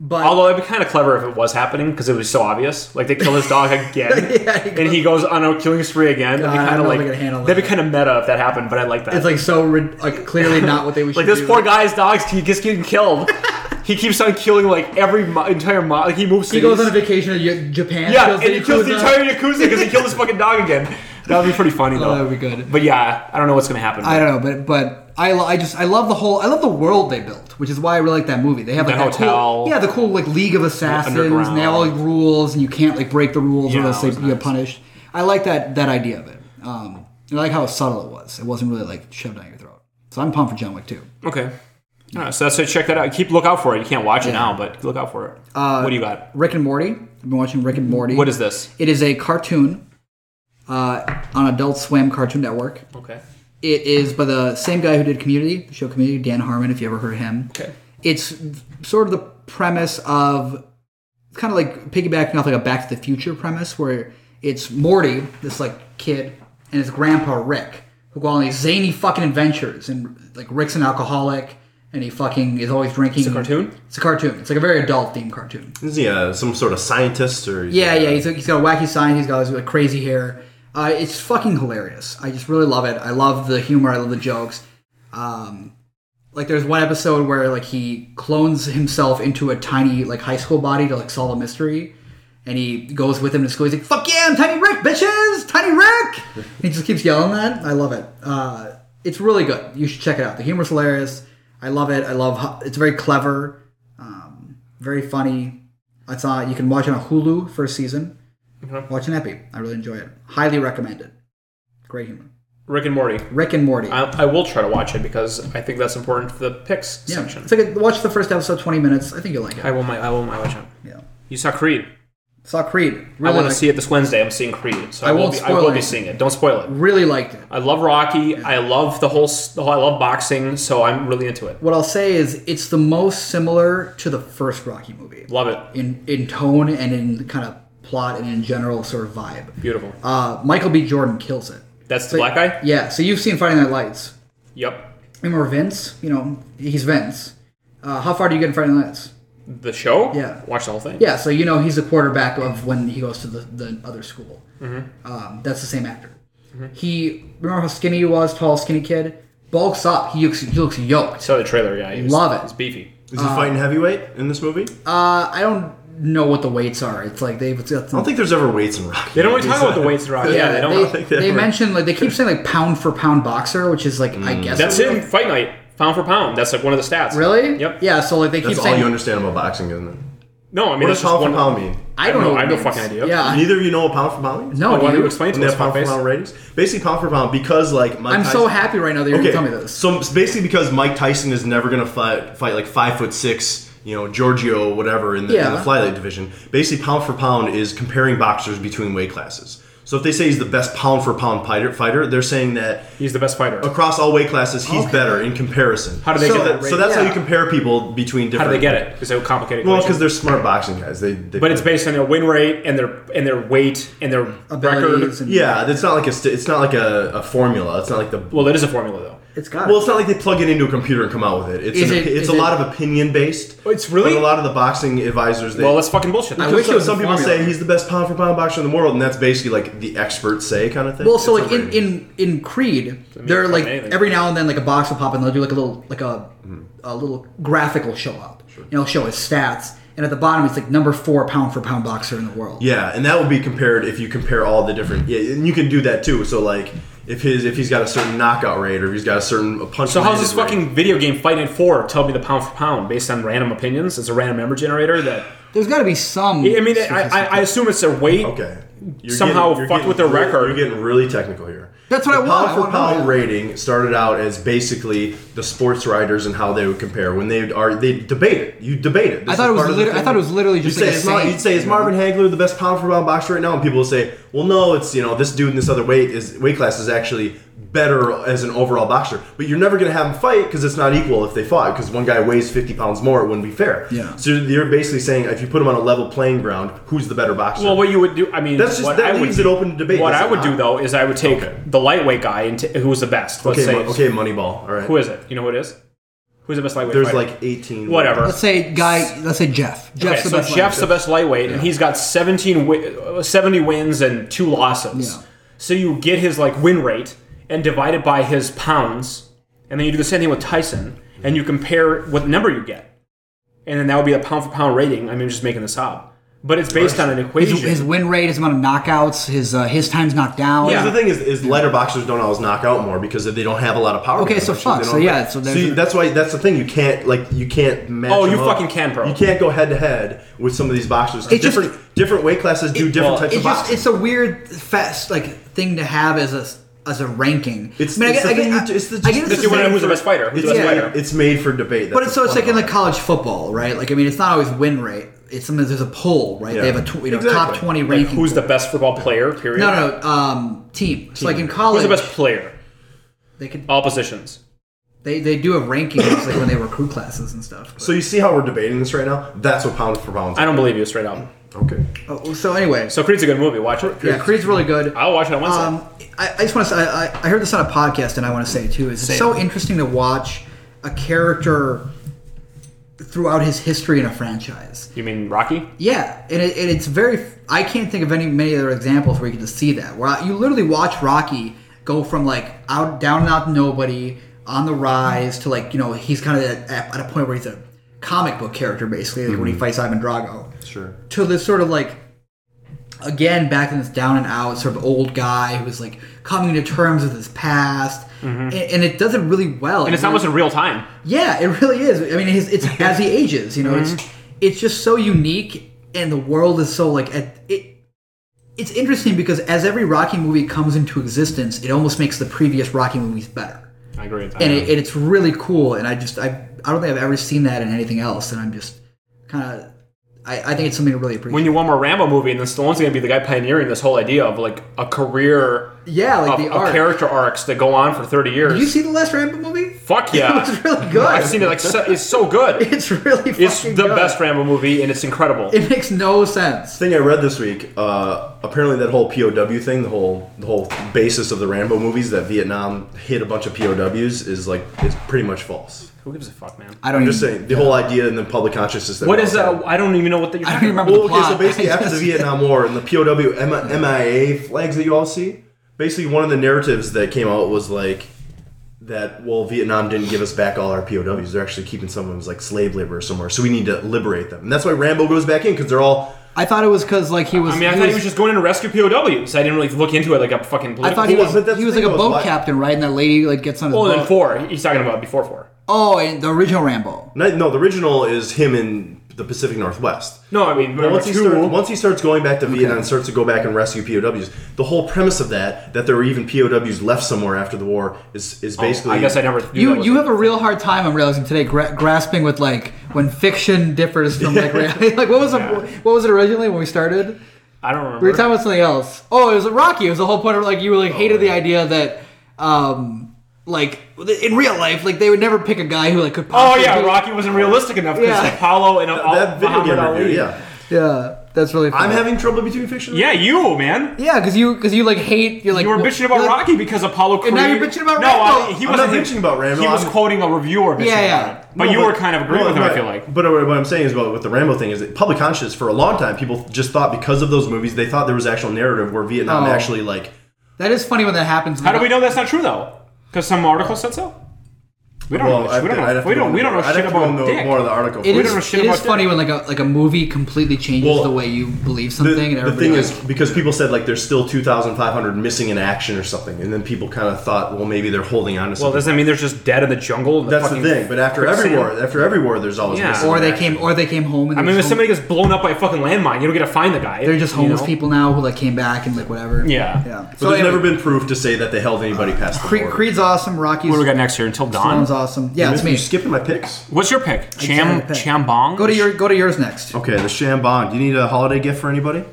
[SPEAKER 2] but
[SPEAKER 1] Although it'd be kind of clever if it was happening because it was so obvious. Like they kill his
[SPEAKER 2] [LAUGHS]
[SPEAKER 1] dog again,
[SPEAKER 2] Yeah, he
[SPEAKER 1] and he goes on a killing spree again. That'd be
[SPEAKER 2] God, I
[SPEAKER 1] kind
[SPEAKER 2] don't
[SPEAKER 1] of
[SPEAKER 2] know if
[SPEAKER 1] like
[SPEAKER 2] I could handle
[SPEAKER 1] that'd be
[SPEAKER 2] that.
[SPEAKER 1] kind of meta if that happened. But I like that.
[SPEAKER 2] it's like so rid- like clearly
[SPEAKER 1] [LAUGHS]
[SPEAKER 2] not what they should
[SPEAKER 1] Like, this
[SPEAKER 2] do.
[SPEAKER 1] poor guy's dog he gets getting
[SPEAKER 2] [LAUGHS]
[SPEAKER 1] killed. he keeps on killing like every mi- entire mile. Like, he moves.
[SPEAKER 2] He goes on a
[SPEAKER 1] cities.
[SPEAKER 2] vacation to Yo- Japan.
[SPEAKER 1] yeah, and he kills the
[SPEAKER 2] Yakuza.
[SPEAKER 1] entire yakuza because he
[SPEAKER 2] [LAUGHS]
[SPEAKER 1] killed his fucking dog again. That would be pretty funny though.
[SPEAKER 2] Oh, that would be good.
[SPEAKER 1] But yeah, I don't know what's gonna happen.
[SPEAKER 2] I don't know, but but I, lo- I just I love the whole I love the world they built, which is why I really like that movie. They have like
[SPEAKER 1] The
[SPEAKER 2] that
[SPEAKER 1] hotel.
[SPEAKER 2] Cool, yeah, the cool like League of Assassins, and they have all
[SPEAKER 1] underground.
[SPEAKER 2] like rules, and you can't like break the rules
[SPEAKER 1] Yeah,
[SPEAKER 2] or else
[SPEAKER 1] that
[SPEAKER 2] they
[SPEAKER 1] was
[SPEAKER 2] get
[SPEAKER 1] nice.
[SPEAKER 2] punished. I like that that idea of it. Um, and I like how subtle it was. It wasn't really like shoved down your throat. So I'm pumped for John Wick too.
[SPEAKER 1] okay. All right, so that's it. Check that out. Keep look out for it. You can't watch it now, but look out for it.
[SPEAKER 2] Uh,
[SPEAKER 1] what do you got?
[SPEAKER 2] Rick and Morty. I've been watching Rick and Morty.
[SPEAKER 1] What is this?
[SPEAKER 2] It is a cartoon uh, on Adult Swim Cartoon Network.
[SPEAKER 1] Okay.
[SPEAKER 2] It is by the same guy who did Community, the show Community, Dan Harmon, if you ever heard of him.
[SPEAKER 1] Okay.
[SPEAKER 2] It's sort of the premise of it's kind of like piggybacking off like a Back to the Future premise where it's Morty, this like kid, and his grandpa Rick, who go on these zany fucking adventures and like Rick's an alcoholic and he fucking is always drinking. It's a
[SPEAKER 1] cartoon?
[SPEAKER 2] It's a cartoon. It's like a very adult themed cartoon.
[SPEAKER 3] Is he uh, some sort of scientist or? he's,
[SPEAKER 2] Yeah,
[SPEAKER 3] uh,
[SPEAKER 2] yeah. He's, he's got a wacky sign. He's got his like, crazy hair. Uh, it's fucking hilarious. I just really love it. I love the humor. I love the jokes. Um, like there's one episode where like he clones himself into a tiny like high school body to like solve a mystery, and he goes with him to school. He's like, "Fuck yeah, I'm Tiny Rick, bitches, Tiny Rick!" And he just keeps yelling that. I love it. Uh, it's really good. You should check it out. The humor's hilarious. I love it. I love. How, it's very clever, um, very funny. It's on. You can watch it on Hulu first season. Watch an epi. I really enjoy it. Highly recommend it. Great humor.
[SPEAKER 1] Rick and Morty.
[SPEAKER 2] Rick and Morty.
[SPEAKER 1] I, I will try to watch it because I think that's important for the picks
[SPEAKER 2] yeah,
[SPEAKER 1] section.
[SPEAKER 2] it's like a, watch the first episode, twenty minutes. I think you'll like it.
[SPEAKER 1] I will. My I will. My watch it.
[SPEAKER 2] yeah.
[SPEAKER 1] You saw Creed.
[SPEAKER 2] Saw Creed.
[SPEAKER 1] I
[SPEAKER 2] Really
[SPEAKER 1] want to
[SPEAKER 2] liked-
[SPEAKER 1] see it this Wednesday. I'm seeing Creed, so I,
[SPEAKER 2] I
[SPEAKER 1] will
[SPEAKER 2] won't
[SPEAKER 1] be, I
[SPEAKER 2] spoil
[SPEAKER 1] will be
[SPEAKER 2] anything.
[SPEAKER 1] seeing it. Don't spoil it.
[SPEAKER 2] Really liked it.
[SPEAKER 1] I love Rocky. I love the whole, s- the whole. I love boxing, so I'm really into it.
[SPEAKER 2] What I'll say is, it's the most similar to the first Rocky movie
[SPEAKER 1] Love it.
[SPEAKER 2] in in tone and in kind of plot and in general sort of vibe.
[SPEAKER 1] Beautiful.
[SPEAKER 2] Uh, Michael B. Jordan kills it.
[SPEAKER 1] That's the black guy.
[SPEAKER 2] Yeah. So you've seen Friday Night Lights.
[SPEAKER 1] Yep.
[SPEAKER 2] Remember Vince? You know he's Vince. Uh, how far do you get in Friday Night Lights?
[SPEAKER 1] The show.
[SPEAKER 2] Yeah.
[SPEAKER 1] Watch the whole thing.
[SPEAKER 2] Yeah, so
[SPEAKER 3] Mm-hmm.
[SPEAKER 2] you know he's the quarterback of when he goes to the, the other school. Um, that's the same actor. He remember how skinny he was, tall, skinny kid. Bulks up. He looks, he looks yoked.
[SPEAKER 1] Saw the trailer, yeah. he was-
[SPEAKER 2] Love it.
[SPEAKER 1] He's beefy.
[SPEAKER 3] Is he fighting heavyweight in this movie?
[SPEAKER 2] Uh, I don't know what the weights are. It's like they've. It's, it's,
[SPEAKER 3] I don't think there's ever weights in Rocky.
[SPEAKER 1] They don't really talk about the weights rock. Yeah, they don't.
[SPEAKER 3] think
[SPEAKER 2] They,
[SPEAKER 3] they ever-
[SPEAKER 2] mentioned like they keep saying like pound for pound boxer, which is like
[SPEAKER 3] Mm.
[SPEAKER 2] I guess
[SPEAKER 1] That's
[SPEAKER 2] a real-
[SPEAKER 1] in Fight Night, pound for pound. That's like one of the stats.
[SPEAKER 2] Really?
[SPEAKER 1] Yep.
[SPEAKER 2] Yeah. So like they keep
[SPEAKER 3] That's all
[SPEAKER 2] saying.
[SPEAKER 3] you understand about boxing, isn't it?
[SPEAKER 1] No, I mean
[SPEAKER 3] What
[SPEAKER 1] it's
[SPEAKER 3] does
[SPEAKER 1] just
[SPEAKER 3] pound for
[SPEAKER 1] one.
[SPEAKER 3] pound mean?
[SPEAKER 2] I don't
[SPEAKER 1] No,
[SPEAKER 2] know.
[SPEAKER 1] I have
[SPEAKER 2] what
[SPEAKER 1] no
[SPEAKER 2] it
[SPEAKER 1] fucking
[SPEAKER 2] means.
[SPEAKER 1] idea.
[SPEAKER 2] Yeah.
[SPEAKER 3] Neither of you Oh, know what pound for pound means?
[SPEAKER 2] no.
[SPEAKER 1] Why
[SPEAKER 2] dude.
[SPEAKER 1] don't you explain
[SPEAKER 3] And
[SPEAKER 1] to
[SPEAKER 3] they
[SPEAKER 1] us?
[SPEAKER 3] have pound for
[SPEAKER 1] fuckface?
[SPEAKER 3] pound ratings? Basically, pound for pound, because like Mike
[SPEAKER 2] I'm so
[SPEAKER 3] Tyson-
[SPEAKER 2] happy right now that you're
[SPEAKER 3] okay,
[SPEAKER 2] gonna tell me this.
[SPEAKER 3] So basically, because Mike Tyson is never going to fight, fight like five foot six, you know, Giorgio, whatever, in the, in the
[SPEAKER 2] Yeah.
[SPEAKER 3] flyweight division. Basically, pound for pound is comparing boxers between weight classes. So if they say he's the best pound for pound fighter, fighter they're saying that
[SPEAKER 1] He's the best fighter.
[SPEAKER 3] across all weight classes, he's
[SPEAKER 2] Okay.
[SPEAKER 3] better in comparison.
[SPEAKER 1] How do they
[SPEAKER 3] so,
[SPEAKER 1] get that
[SPEAKER 3] So
[SPEAKER 1] rating?
[SPEAKER 3] that's how
[SPEAKER 2] Yeah.
[SPEAKER 3] you compare people between
[SPEAKER 1] How
[SPEAKER 3] different.
[SPEAKER 1] do they get it? It's a complicated
[SPEAKER 3] Well, because
[SPEAKER 1] question.
[SPEAKER 3] they're smart boxing guys. They, they
[SPEAKER 1] But it's based on their win rate and their and their weight and their
[SPEAKER 2] Abilities
[SPEAKER 1] record.
[SPEAKER 2] and-
[SPEAKER 3] yeah. It's not like a st- it's not like a, a formula. It's not like the
[SPEAKER 1] Well, it is a formula though.
[SPEAKER 2] It's got.
[SPEAKER 3] Well, it's not like they plug it into a computer and come out with it. It's
[SPEAKER 2] Is
[SPEAKER 3] an,
[SPEAKER 2] it-
[SPEAKER 3] it's
[SPEAKER 2] is
[SPEAKER 3] a
[SPEAKER 2] it-
[SPEAKER 3] lot of opinion based.
[SPEAKER 1] Oh, It's really-
[SPEAKER 3] But a lot of the boxing advisors. They,
[SPEAKER 1] Well, that's fucking bullshit.
[SPEAKER 2] I
[SPEAKER 1] Then.
[SPEAKER 2] would-
[SPEAKER 3] because
[SPEAKER 2] wish it was
[SPEAKER 3] some, some
[SPEAKER 2] a
[SPEAKER 3] people
[SPEAKER 2] formula.
[SPEAKER 3] say he's the best pound for pound boxer in the world, and that's basically like the experts say kind of thing.
[SPEAKER 2] Well, so
[SPEAKER 3] It's
[SPEAKER 2] like in,
[SPEAKER 3] overrated.
[SPEAKER 2] in in Creed, they're
[SPEAKER 1] fucking
[SPEAKER 2] like
[SPEAKER 1] anything.
[SPEAKER 2] every now and then like a box will pop and they'll do like a little like a
[SPEAKER 1] Mm-hmm.
[SPEAKER 2] a little graphic will show up. And it'll show his stats, and at the bottom it's like number four pound for pound boxer in the world.
[SPEAKER 3] yeah, and that would be compared if you compare all the different. Yeah, and you can do that too. So like if his if he's got a certain knockout rate or if he's got a certain punch.
[SPEAKER 1] So how's this
[SPEAKER 3] landed rate.
[SPEAKER 1] fucking video game Fight Night Four tell me the pound for pound based on random opinions? It's a random number generator that
[SPEAKER 2] There's got to be some.
[SPEAKER 1] I mean I, I, I assume it's their weight.
[SPEAKER 3] Okay.
[SPEAKER 1] Somehow fucked with their
[SPEAKER 3] real-
[SPEAKER 1] record.
[SPEAKER 3] You're getting really technical here.
[SPEAKER 2] That's
[SPEAKER 3] the
[SPEAKER 2] what I want. I
[SPEAKER 3] Pound for
[SPEAKER 2] wanna know,
[SPEAKER 3] pound
[SPEAKER 2] yeah.
[SPEAKER 3] rating started out as basically the sports writers and how they would compare when they are they debate it. You debate it. This
[SPEAKER 2] I thought
[SPEAKER 3] is
[SPEAKER 2] it was
[SPEAKER 3] part of the
[SPEAKER 2] liter- I
[SPEAKER 3] thing.
[SPEAKER 2] thought it was literally just
[SPEAKER 3] you'd
[SPEAKER 2] like
[SPEAKER 3] say,
[SPEAKER 2] a
[SPEAKER 3] it's not,
[SPEAKER 2] saying,
[SPEAKER 3] you'd say is
[SPEAKER 2] you know?
[SPEAKER 3] Marvin Hagler the best pound for pound boxer right now, and people will say, well, no, it's you know this dude in this other weight is weight class is actually better as an overall boxer, but you're never going to have them fight because it's not equal if they fought because one guy weighs 50 pounds more, it wouldn't be fair.
[SPEAKER 2] Yeah.
[SPEAKER 3] So you're basically saying if you put them on a level playing ground, who's the better boxer?
[SPEAKER 1] Well, what you would do, I mean,
[SPEAKER 3] That's just-
[SPEAKER 1] what
[SPEAKER 3] that
[SPEAKER 1] I would
[SPEAKER 3] leaves it
[SPEAKER 1] do-
[SPEAKER 3] open to debate.
[SPEAKER 1] What
[SPEAKER 3] That's
[SPEAKER 1] I would
[SPEAKER 3] not-
[SPEAKER 1] do though is I would take
[SPEAKER 3] Okay.
[SPEAKER 1] the lightweight guy and t- who was the best. Let's
[SPEAKER 3] Okay,
[SPEAKER 1] say
[SPEAKER 3] Mon- okay, Moneyball. All right.
[SPEAKER 1] who is it? You know who it is? Who's the best lightweight?
[SPEAKER 3] There's
[SPEAKER 1] fighter?
[SPEAKER 3] like 18.
[SPEAKER 1] whatever.
[SPEAKER 2] Let's say guy. Let's say Jeff.
[SPEAKER 1] Okay,
[SPEAKER 2] Jeff's
[SPEAKER 1] so
[SPEAKER 2] the best.
[SPEAKER 1] Jeff's
[SPEAKER 2] one.
[SPEAKER 1] the best lightweight, and he's got 17 wi- uh, 70 wins and two losses.
[SPEAKER 2] Yeah.
[SPEAKER 1] So you get his like win rate and divide it by his pounds, and then you do the same thing with Tyson, and you compare what number you get, and then that would be a pound for pound rating. I mean, just making this up, but it's based on an equation.
[SPEAKER 2] His, his win rate, his amount of knockouts, his uh, his times knocked down.
[SPEAKER 1] Yeah.
[SPEAKER 3] Because the thing is, is lighter boxers don't always knock out more because they don't have a lot of power.
[SPEAKER 2] Okay, so
[SPEAKER 3] They
[SPEAKER 2] fuck,
[SPEAKER 3] don't-
[SPEAKER 2] so yeah, so there's
[SPEAKER 3] See,
[SPEAKER 2] a-
[SPEAKER 3] that's why that's the thing. You can't like you can't match.
[SPEAKER 1] Oh, you
[SPEAKER 3] them up.
[SPEAKER 1] fucking can, bro.
[SPEAKER 3] You can't go head to head with some of these boxers. 'cause
[SPEAKER 2] It just-
[SPEAKER 3] different different weight classes do different
[SPEAKER 1] well,
[SPEAKER 3] types
[SPEAKER 2] It's
[SPEAKER 3] of
[SPEAKER 2] just
[SPEAKER 3] boxing.
[SPEAKER 2] it's a weird fast like thing to have as a as a ranking.
[SPEAKER 3] It's-
[SPEAKER 2] I mean, I
[SPEAKER 3] it's
[SPEAKER 2] guess-
[SPEAKER 3] the
[SPEAKER 2] I
[SPEAKER 3] thing
[SPEAKER 2] guess-
[SPEAKER 3] you- it's the-
[SPEAKER 2] I guess
[SPEAKER 3] it's
[SPEAKER 2] it's
[SPEAKER 1] you
[SPEAKER 2] the
[SPEAKER 1] want to
[SPEAKER 2] same
[SPEAKER 1] who's the
[SPEAKER 2] for-
[SPEAKER 1] best fighter? Who's
[SPEAKER 3] It's,
[SPEAKER 1] the best
[SPEAKER 2] yeah.
[SPEAKER 3] made,
[SPEAKER 1] fighter?
[SPEAKER 3] it's made for debate. That's
[SPEAKER 2] But it's, so
[SPEAKER 3] the
[SPEAKER 2] it's
[SPEAKER 3] fun
[SPEAKER 2] like in like
[SPEAKER 3] about it.
[SPEAKER 2] college football, right? Like I mean, it's not always win rate. It's sometimes there's a poll, right? They
[SPEAKER 3] Yeah.
[SPEAKER 2] have a tw- you know,
[SPEAKER 3] Exactly.
[SPEAKER 2] top twenty
[SPEAKER 1] Like,
[SPEAKER 2] ranking.
[SPEAKER 1] who's the best football player? Period.
[SPEAKER 2] no no um, team? So like in
[SPEAKER 1] Who's
[SPEAKER 2] college,
[SPEAKER 1] the best player?
[SPEAKER 2] they could
[SPEAKER 1] All positions.
[SPEAKER 2] they, they do have rankings like when they recruit classes and stuff.
[SPEAKER 3] So you see how we're debating this right now? That's what pound for pound.
[SPEAKER 1] I don't believe you straight up.
[SPEAKER 3] Okay.
[SPEAKER 2] Oh, so anyway,
[SPEAKER 1] So Creed's a good movie. Watch it.
[SPEAKER 2] yeah, Creed's really good.
[SPEAKER 1] I'll watch it on Wednesday.
[SPEAKER 2] Um, I, I just want to say, I, I- I heard this on a podcast, and I want to say it too. Is it's so interesting to watch a character throughout his history in a franchise.
[SPEAKER 1] you mean Rocky?
[SPEAKER 2] Yeah, and, it, and it's very. I can't think of any many other examples where you can just see that. Where you literally watch Rocky go from like out down and out to nobody on the rise to like you know he's kind of at, at a point where he's a comic book character basically like when he fights Ivan Drago
[SPEAKER 3] Sure.
[SPEAKER 2] to this sort of like again back in this down and out sort of old guy who's like coming to terms with his past and, and it does it really well
[SPEAKER 1] And it's
[SPEAKER 2] It really-
[SPEAKER 1] almost in real time.
[SPEAKER 2] yeah it really is i mean his, it's as
[SPEAKER 1] [LAUGHS]
[SPEAKER 2] he ages you know it's
[SPEAKER 1] Mm-hmm.
[SPEAKER 2] it's just so unique and the world is so like at, it it's interesting because as every rocky movie comes into existence it almost makes the previous rocky movies better
[SPEAKER 1] I agree with that.
[SPEAKER 2] and, it, and it's really cool. And I just I I don't think I've ever seen that in anything else. And I'm just kind of I, I think it's something to really appreciate.
[SPEAKER 1] when you want more Rambo movie, and then Stallone's going to be the guy pioneering this whole idea of like a career,
[SPEAKER 2] yeah, like
[SPEAKER 1] of,
[SPEAKER 2] the
[SPEAKER 1] of
[SPEAKER 2] art.
[SPEAKER 1] character arcs that go on for thirty
[SPEAKER 2] Did
[SPEAKER 1] years.
[SPEAKER 2] you see the last Rambo movie?
[SPEAKER 1] Fuck yeah,
[SPEAKER 2] [LAUGHS] it was really good.
[SPEAKER 1] I've seen it. Like so, it's so good.
[SPEAKER 2] [LAUGHS] It's really
[SPEAKER 1] It's the
[SPEAKER 2] fucking good.
[SPEAKER 1] best Rambo movie, and it's incredible.
[SPEAKER 2] It makes no sense.
[SPEAKER 3] thing I read this week, uh, apparently that whole POW thing, the whole the whole basis of the Rambo movies that Vietnam hit a bunch of POWs is like is pretty much false.
[SPEAKER 1] Who gives a fuck, man?
[SPEAKER 2] I don't
[SPEAKER 3] I'm
[SPEAKER 2] even,
[SPEAKER 3] just saying the whole idea in the public consciousness. That
[SPEAKER 1] What is
[SPEAKER 3] that?
[SPEAKER 1] that? I don't even know what that you're
[SPEAKER 2] I
[SPEAKER 1] talking
[SPEAKER 2] don't remember
[SPEAKER 1] about. [LAUGHS]
[SPEAKER 3] Well, okay, so
[SPEAKER 2] plot.
[SPEAKER 3] basically after the Vietnam War and the POW M- MIA flags that you all see, basically one of the narratives that came out was like that well Vietnam didn't give us back all our POWs they're actually keeping some of them as like slave labor somewhere so we need to liberate them and that's why Rambo goes back in because they're all
[SPEAKER 2] I thought it was because like he was.
[SPEAKER 1] I mean, I thought he was just going in to rescue POWs. I didn't really look into it like a fucking.
[SPEAKER 2] I
[SPEAKER 1] Political
[SPEAKER 2] thought he
[SPEAKER 3] Well,
[SPEAKER 2] was.
[SPEAKER 3] but that's
[SPEAKER 2] He was
[SPEAKER 3] the
[SPEAKER 2] like a
[SPEAKER 3] thing about
[SPEAKER 2] boat
[SPEAKER 3] black-
[SPEAKER 2] captain, right? And that lady like gets on his
[SPEAKER 1] Oh, and
[SPEAKER 2] boat.
[SPEAKER 1] then four. He's talking about before four.
[SPEAKER 2] Oh, and the original Rambo.
[SPEAKER 3] no no, the original is him in the Pacific Northwest
[SPEAKER 1] No, I mean,
[SPEAKER 3] But
[SPEAKER 1] number
[SPEAKER 3] once he,
[SPEAKER 1] two.
[SPEAKER 3] starts, once he starts going back to Vietnam and starts to go back and rescue POWs, the whole premise of that, that there were even POWs left somewhere after the war, is, is basically.
[SPEAKER 1] Oh, I guess I never. knew that
[SPEAKER 2] You
[SPEAKER 1] was
[SPEAKER 2] you
[SPEAKER 1] it.
[SPEAKER 2] have a real hard time. I'm realizing today gra- grasping with like when fiction differs
[SPEAKER 1] [LAUGHS]
[SPEAKER 2] from like reality. Like what was it, what was it originally when we started?
[SPEAKER 1] I don't remember.
[SPEAKER 2] We were talking about something else. Oh, it was Rocky. It was the whole point of like you were like
[SPEAKER 1] Oh,
[SPEAKER 2] hated the idea that um like in real life like they would never pick a guy who like could.
[SPEAKER 1] Oh
[SPEAKER 2] possibly
[SPEAKER 1] yeah,
[SPEAKER 2] do-
[SPEAKER 1] Rocky wasn't realistic enough because
[SPEAKER 2] Yeah.
[SPEAKER 1] Apollo and Al-
[SPEAKER 3] That video
[SPEAKER 1] Muhammad
[SPEAKER 3] game
[SPEAKER 1] Ali.
[SPEAKER 3] review, yeah.
[SPEAKER 2] Yeah, that's really. Funny.
[SPEAKER 3] I'm having trouble between fiction.
[SPEAKER 1] Yeah, you man.
[SPEAKER 2] Yeah, because you because you like hate. You're like
[SPEAKER 1] You were bitching about
[SPEAKER 2] you're like-
[SPEAKER 1] Rocky because Apollo. Creed,
[SPEAKER 2] And now you're bitching about
[SPEAKER 1] no,
[SPEAKER 2] Rambo.
[SPEAKER 1] I, he
[SPEAKER 3] I'm
[SPEAKER 1] wasn't
[SPEAKER 3] not bitching about Rambo,
[SPEAKER 1] He was
[SPEAKER 3] I'm-
[SPEAKER 1] quoting a reviewer. Bitching
[SPEAKER 2] Yeah, yeah.
[SPEAKER 1] About it. But you were kind of agreeing with him. I feel like.
[SPEAKER 3] But what I'm saying is, about with the Rambo thing, is that public conscious for a long time, people just thought because of those movies, they thought there was actual narrative where Vietnam
[SPEAKER 2] Oh.
[SPEAKER 3] actually like.
[SPEAKER 2] That is funny when that happens.
[SPEAKER 1] How do we know that's not true though? Because some article said so. We don't know.
[SPEAKER 3] Well,
[SPEAKER 1] shit- We don't
[SPEAKER 3] I'd
[SPEAKER 1] know.
[SPEAKER 3] have to
[SPEAKER 1] We
[SPEAKER 3] go
[SPEAKER 1] don't. We don't know
[SPEAKER 3] into- I'd
[SPEAKER 1] shit
[SPEAKER 3] have to go
[SPEAKER 1] about
[SPEAKER 3] into
[SPEAKER 1] dick.
[SPEAKER 3] more of the article.
[SPEAKER 2] It
[SPEAKER 3] for
[SPEAKER 2] is,
[SPEAKER 1] don't know shit
[SPEAKER 2] it is
[SPEAKER 1] about that.
[SPEAKER 2] funny when like a like a movie completely changes
[SPEAKER 3] Well,
[SPEAKER 2] the way you believe
[SPEAKER 3] The,
[SPEAKER 2] something and
[SPEAKER 3] the
[SPEAKER 2] everybody
[SPEAKER 3] thing
[SPEAKER 2] like,
[SPEAKER 3] is, because people said like there's still 2,500 missing in action or something, and then people kind of thought, well, maybe they're holding on to something.
[SPEAKER 4] Well, does that mean there's just dead in the jungle? and
[SPEAKER 3] That's the
[SPEAKER 4] fucking
[SPEAKER 3] thing. But after every
[SPEAKER 4] quicksand?
[SPEAKER 3] war, after every war, there's always
[SPEAKER 4] Yeah.
[SPEAKER 3] missing
[SPEAKER 2] or they
[SPEAKER 3] action.
[SPEAKER 2] came or they came home and
[SPEAKER 4] I mean, if
[SPEAKER 2] there's
[SPEAKER 4] somebody gets blown up by a fucking landmine, you don't get to find the guy.
[SPEAKER 2] they're just
[SPEAKER 4] you
[SPEAKER 2] homeless
[SPEAKER 4] know?
[SPEAKER 2] people now who like came back and like whatever.
[SPEAKER 1] Yeah.
[SPEAKER 2] yeah.
[SPEAKER 3] But there's never been proof to say that they held anybody
[SPEAKER 2] Uh,
[SPEAKER 3] past the
[SPEAKER 2] Creed,
[SPEAKER 3] border.
[SPEAKER 2] Creed's awesome. Rocky's
[SPEAKER 1] What do we got next here? Until dawn.
[SPEAKER 2] Stallone's awesome. Yeah, it's
[SPEAKER 3] Miss-
[SPEAKER 2] me.
[SPEAKER 3] You skipping my picks?
[SPEAKER 1] What's your pick? Cham
[SPEAKER 2] Exactly.
[SPEAKER 1] Chambong.
[SPEAKER 2] Go to your go to yours next.
[SPEAKER 3] Okay, the Shambong. Do you need a holiday gift for anybody?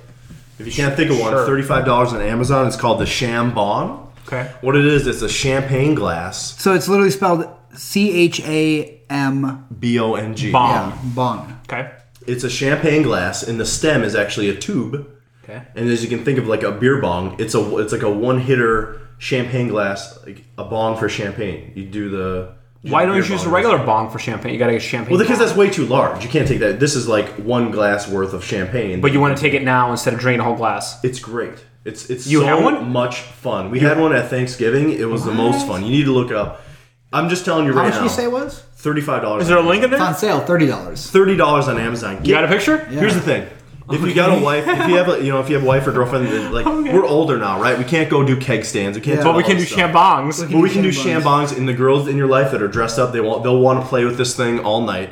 [SPEAKER 3] If you can't think of one,
[SPEAKER 4] Sure.
[SPEAKER 3] thirty-five dollars on Amazon. It's called the Shambong.
[SPEAKER 1] Okay.
[SPEAKER 3] What it is, it's a champagne glass.
[SPEAKER 2] So it's literally spelled C H A M
[SPEAKER 3] B O N G.
[SPEAKER 1] Bong.
[SPEAKER 2] yeah, Bong.
[SPEAKER 1] Okay.
[SPEAKER 3] It's a champagne glass, and the stem is actually a tube.
[SPEAKER 1] Okay.
[SPEAKER 3] And as you can think of, like a beer bong, it's a it's like a one-hitter champagne glass, like a bong for champagne. You do the. you do
[SPEAKER 1] Why
[SPEAKER 3] the
[SPEAKER 1] don't you
[SPEAKER 3] beer
[SPEAKER 1] choose a
[SPEAKER 3] bong.
[SPEAKER 1] regular bong for champagne? You gotta get champagne.
[SPEAKER 3] Well, because
[SPEAKER 1] bong.
[SPEAKER 3] that's way too large. You can't take that. This is like one glass worth of champagne.
[SPEAKER 1] But you want to take it now instead of drinking a whole glass.
[SPEAKER 3] It's great. It's it's
[SPEAKER 1] You
[SPEAKER 3] so
[SPEAKER 1] had one?
[SPEAKER 3] much fun. We had one at Thanksgiving. It was the most fun. You need to look it up. I'm just telling you
[SPEAKER 2] How
[SPEAKER 3] right
[SPEAKER 2] much
[SPEAKER 3] now.
[SPEAKER 2] did you say it was?
[SPEAKER 3] Thirty-five dollars.
[SPEAKER 1] Is there a link in
[SPEAKER 2] It's
[SPEAKER 1] there?
[SPEAKER 2] on sale, thirty dollars.
[SPEAKER 3] Thirty dollars on Amazon. Get,
[SPEAKER 1] You got a picture?
[SPEAKER 3] Here's the thing. If you got a wife, if you have a, you know, if you have a wife or girlfriend, then, like
[SPEAKER 1] Okay.
[SPEAKER 3] we're older now, right? We can't go do keg stands. We can't.
[SPEAKER 2] Oh, Yeah.
[SPEAKER 3] do
[SPEAKER 1] But we
[SPEAKER 3] all
[SPEAKER 1] can do
[SPEAKER 3] this stuff.
[SPEAKER 1] shambongs.
[SPEAKER 3] But we can do
[SPEAKER 2] Shambongs.
[SPEAKER 3] shambongs, and the girls in your life that are dressed up, they want they'll want to play with this thing all night.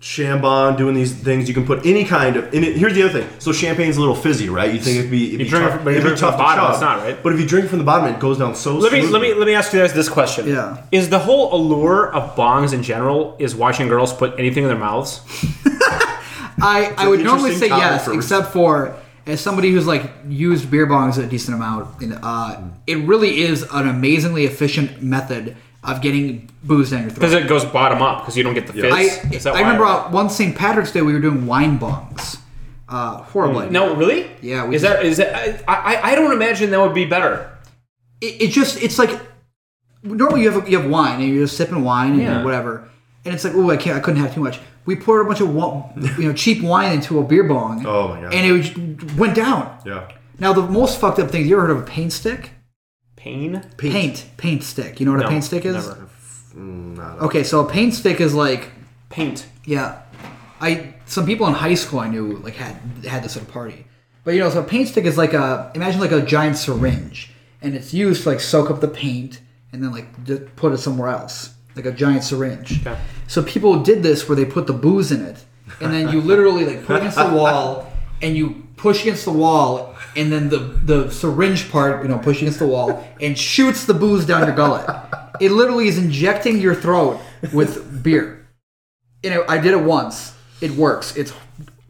[SPEAKER 3] Shambon, doing these things, you can put any kind of. And it, here's the other thing: so champagne's a little fizzy, right? You think it'd be it'd be
[SPEAKER 1] drink it
[SPEAKER 3] tough,
[SPEAKER 1] from- but you
[SPEAKER 3] it'd be
[SPEAKER 1] drink it from
[SPEAKER 3] tough
[SPEAKER 1] the
[SPEAKER 3] to
[SPEAKER 1] bottom,
[SPEAKER 3] chug.
[SPEAKER 1] it's not, right?
[SPEAKER 3] But if you drink from the bottom, it goes down so.
[SPEAKER 4] Let me let
[SPEAKER 3] smoothly.
[SPEAKER 4] me let me ask you guys this question.
[SPEAKER 2] Yeah.
[SPEAKER 4] Is the whole allure of bongs in general is watching girls put anything in their mouths?
[SPEAKER 2] I, I would
[SPEAKER 3] an
[SPEAKER 2] normally say
[SPEAKER 3] interesting
[SPEAKER 2] yes,
[SPEAKER 3] comment for-
[SPEAKER 2] except for as somebody who's like used beer bongs a decent amount, and
[SPEAKER 3] Mm.
[SPEAKER 2] uh, it really is an amazingly efficient method of getting booze down your throat.
[SPEAKER 4] Because it goes bottom up because you don't get the
[SPEAKER 3] Yeah.
[SPEAKER 4] fizz.
[SPEAKER 2] I,
[SPEAKER 4] Is that
[SPEAKER 2] I
[SPEAKER 4] why?
[SPEAKER 2] remember uh, one St. Patrick's Day we were doing wine bongs. Uh, horrible.
[SPEAKER 3] Mm.
[SPEAKER 2] idea.
[SPEAKER 4] No, really?
[SPEAKER 2] Yeah, we
[SPEAKER 4] is
[SPEAKER 2] did.
[SPEAKER 4] that is that? I, I I don't imagine that would be better.
[SPEAKER 2] it, it just it's like normally you have you have wine and you're just sipping wine and
[SPEAKER 4] Yeah.
[SPEAKER 2] whatever, and it's like oh I can't I couldn't have too much. We poured a bunch of wa- you know cheap wine into a beer bong.
[SPEAKER 3] [LAUGHS] Oh my God.
[SPEAKER 2] And it just went down.
[SPEAKER 3] Yeah.
[SPEAKER 2] Now the most fucked up thing you ever heard of a paint stick?
[SPEAKER 4] Pain.
[SPEAKER 2] Paint paint, stick. You know what a
[SPEAKER 4] No,
[SPEAKER 2] paint stick is?
[SPEAKER 4] never.
[SPEAKER 2] Okay, so a paint stick is like
[SPEAKER 4] Paint.
[SPEAKER 2] yeah, I some people in high school I knew like had had this at a party, but you know so a paint stick is like a imagine like a giant syringe, and it's used to like soak up the paint and then like d- put it somewhere else like a giant syringe.
[SPEAKER 4] Okay.
[SPEAKER 2] So people did this where they put the booze in it, and then you literally like put it against the wall and you push against the wall. And then the, the syringe part, you know, push against the wall and shoots the booze down your gullet. It literally is injecting your throat with beer you know, I did it once. It works. It's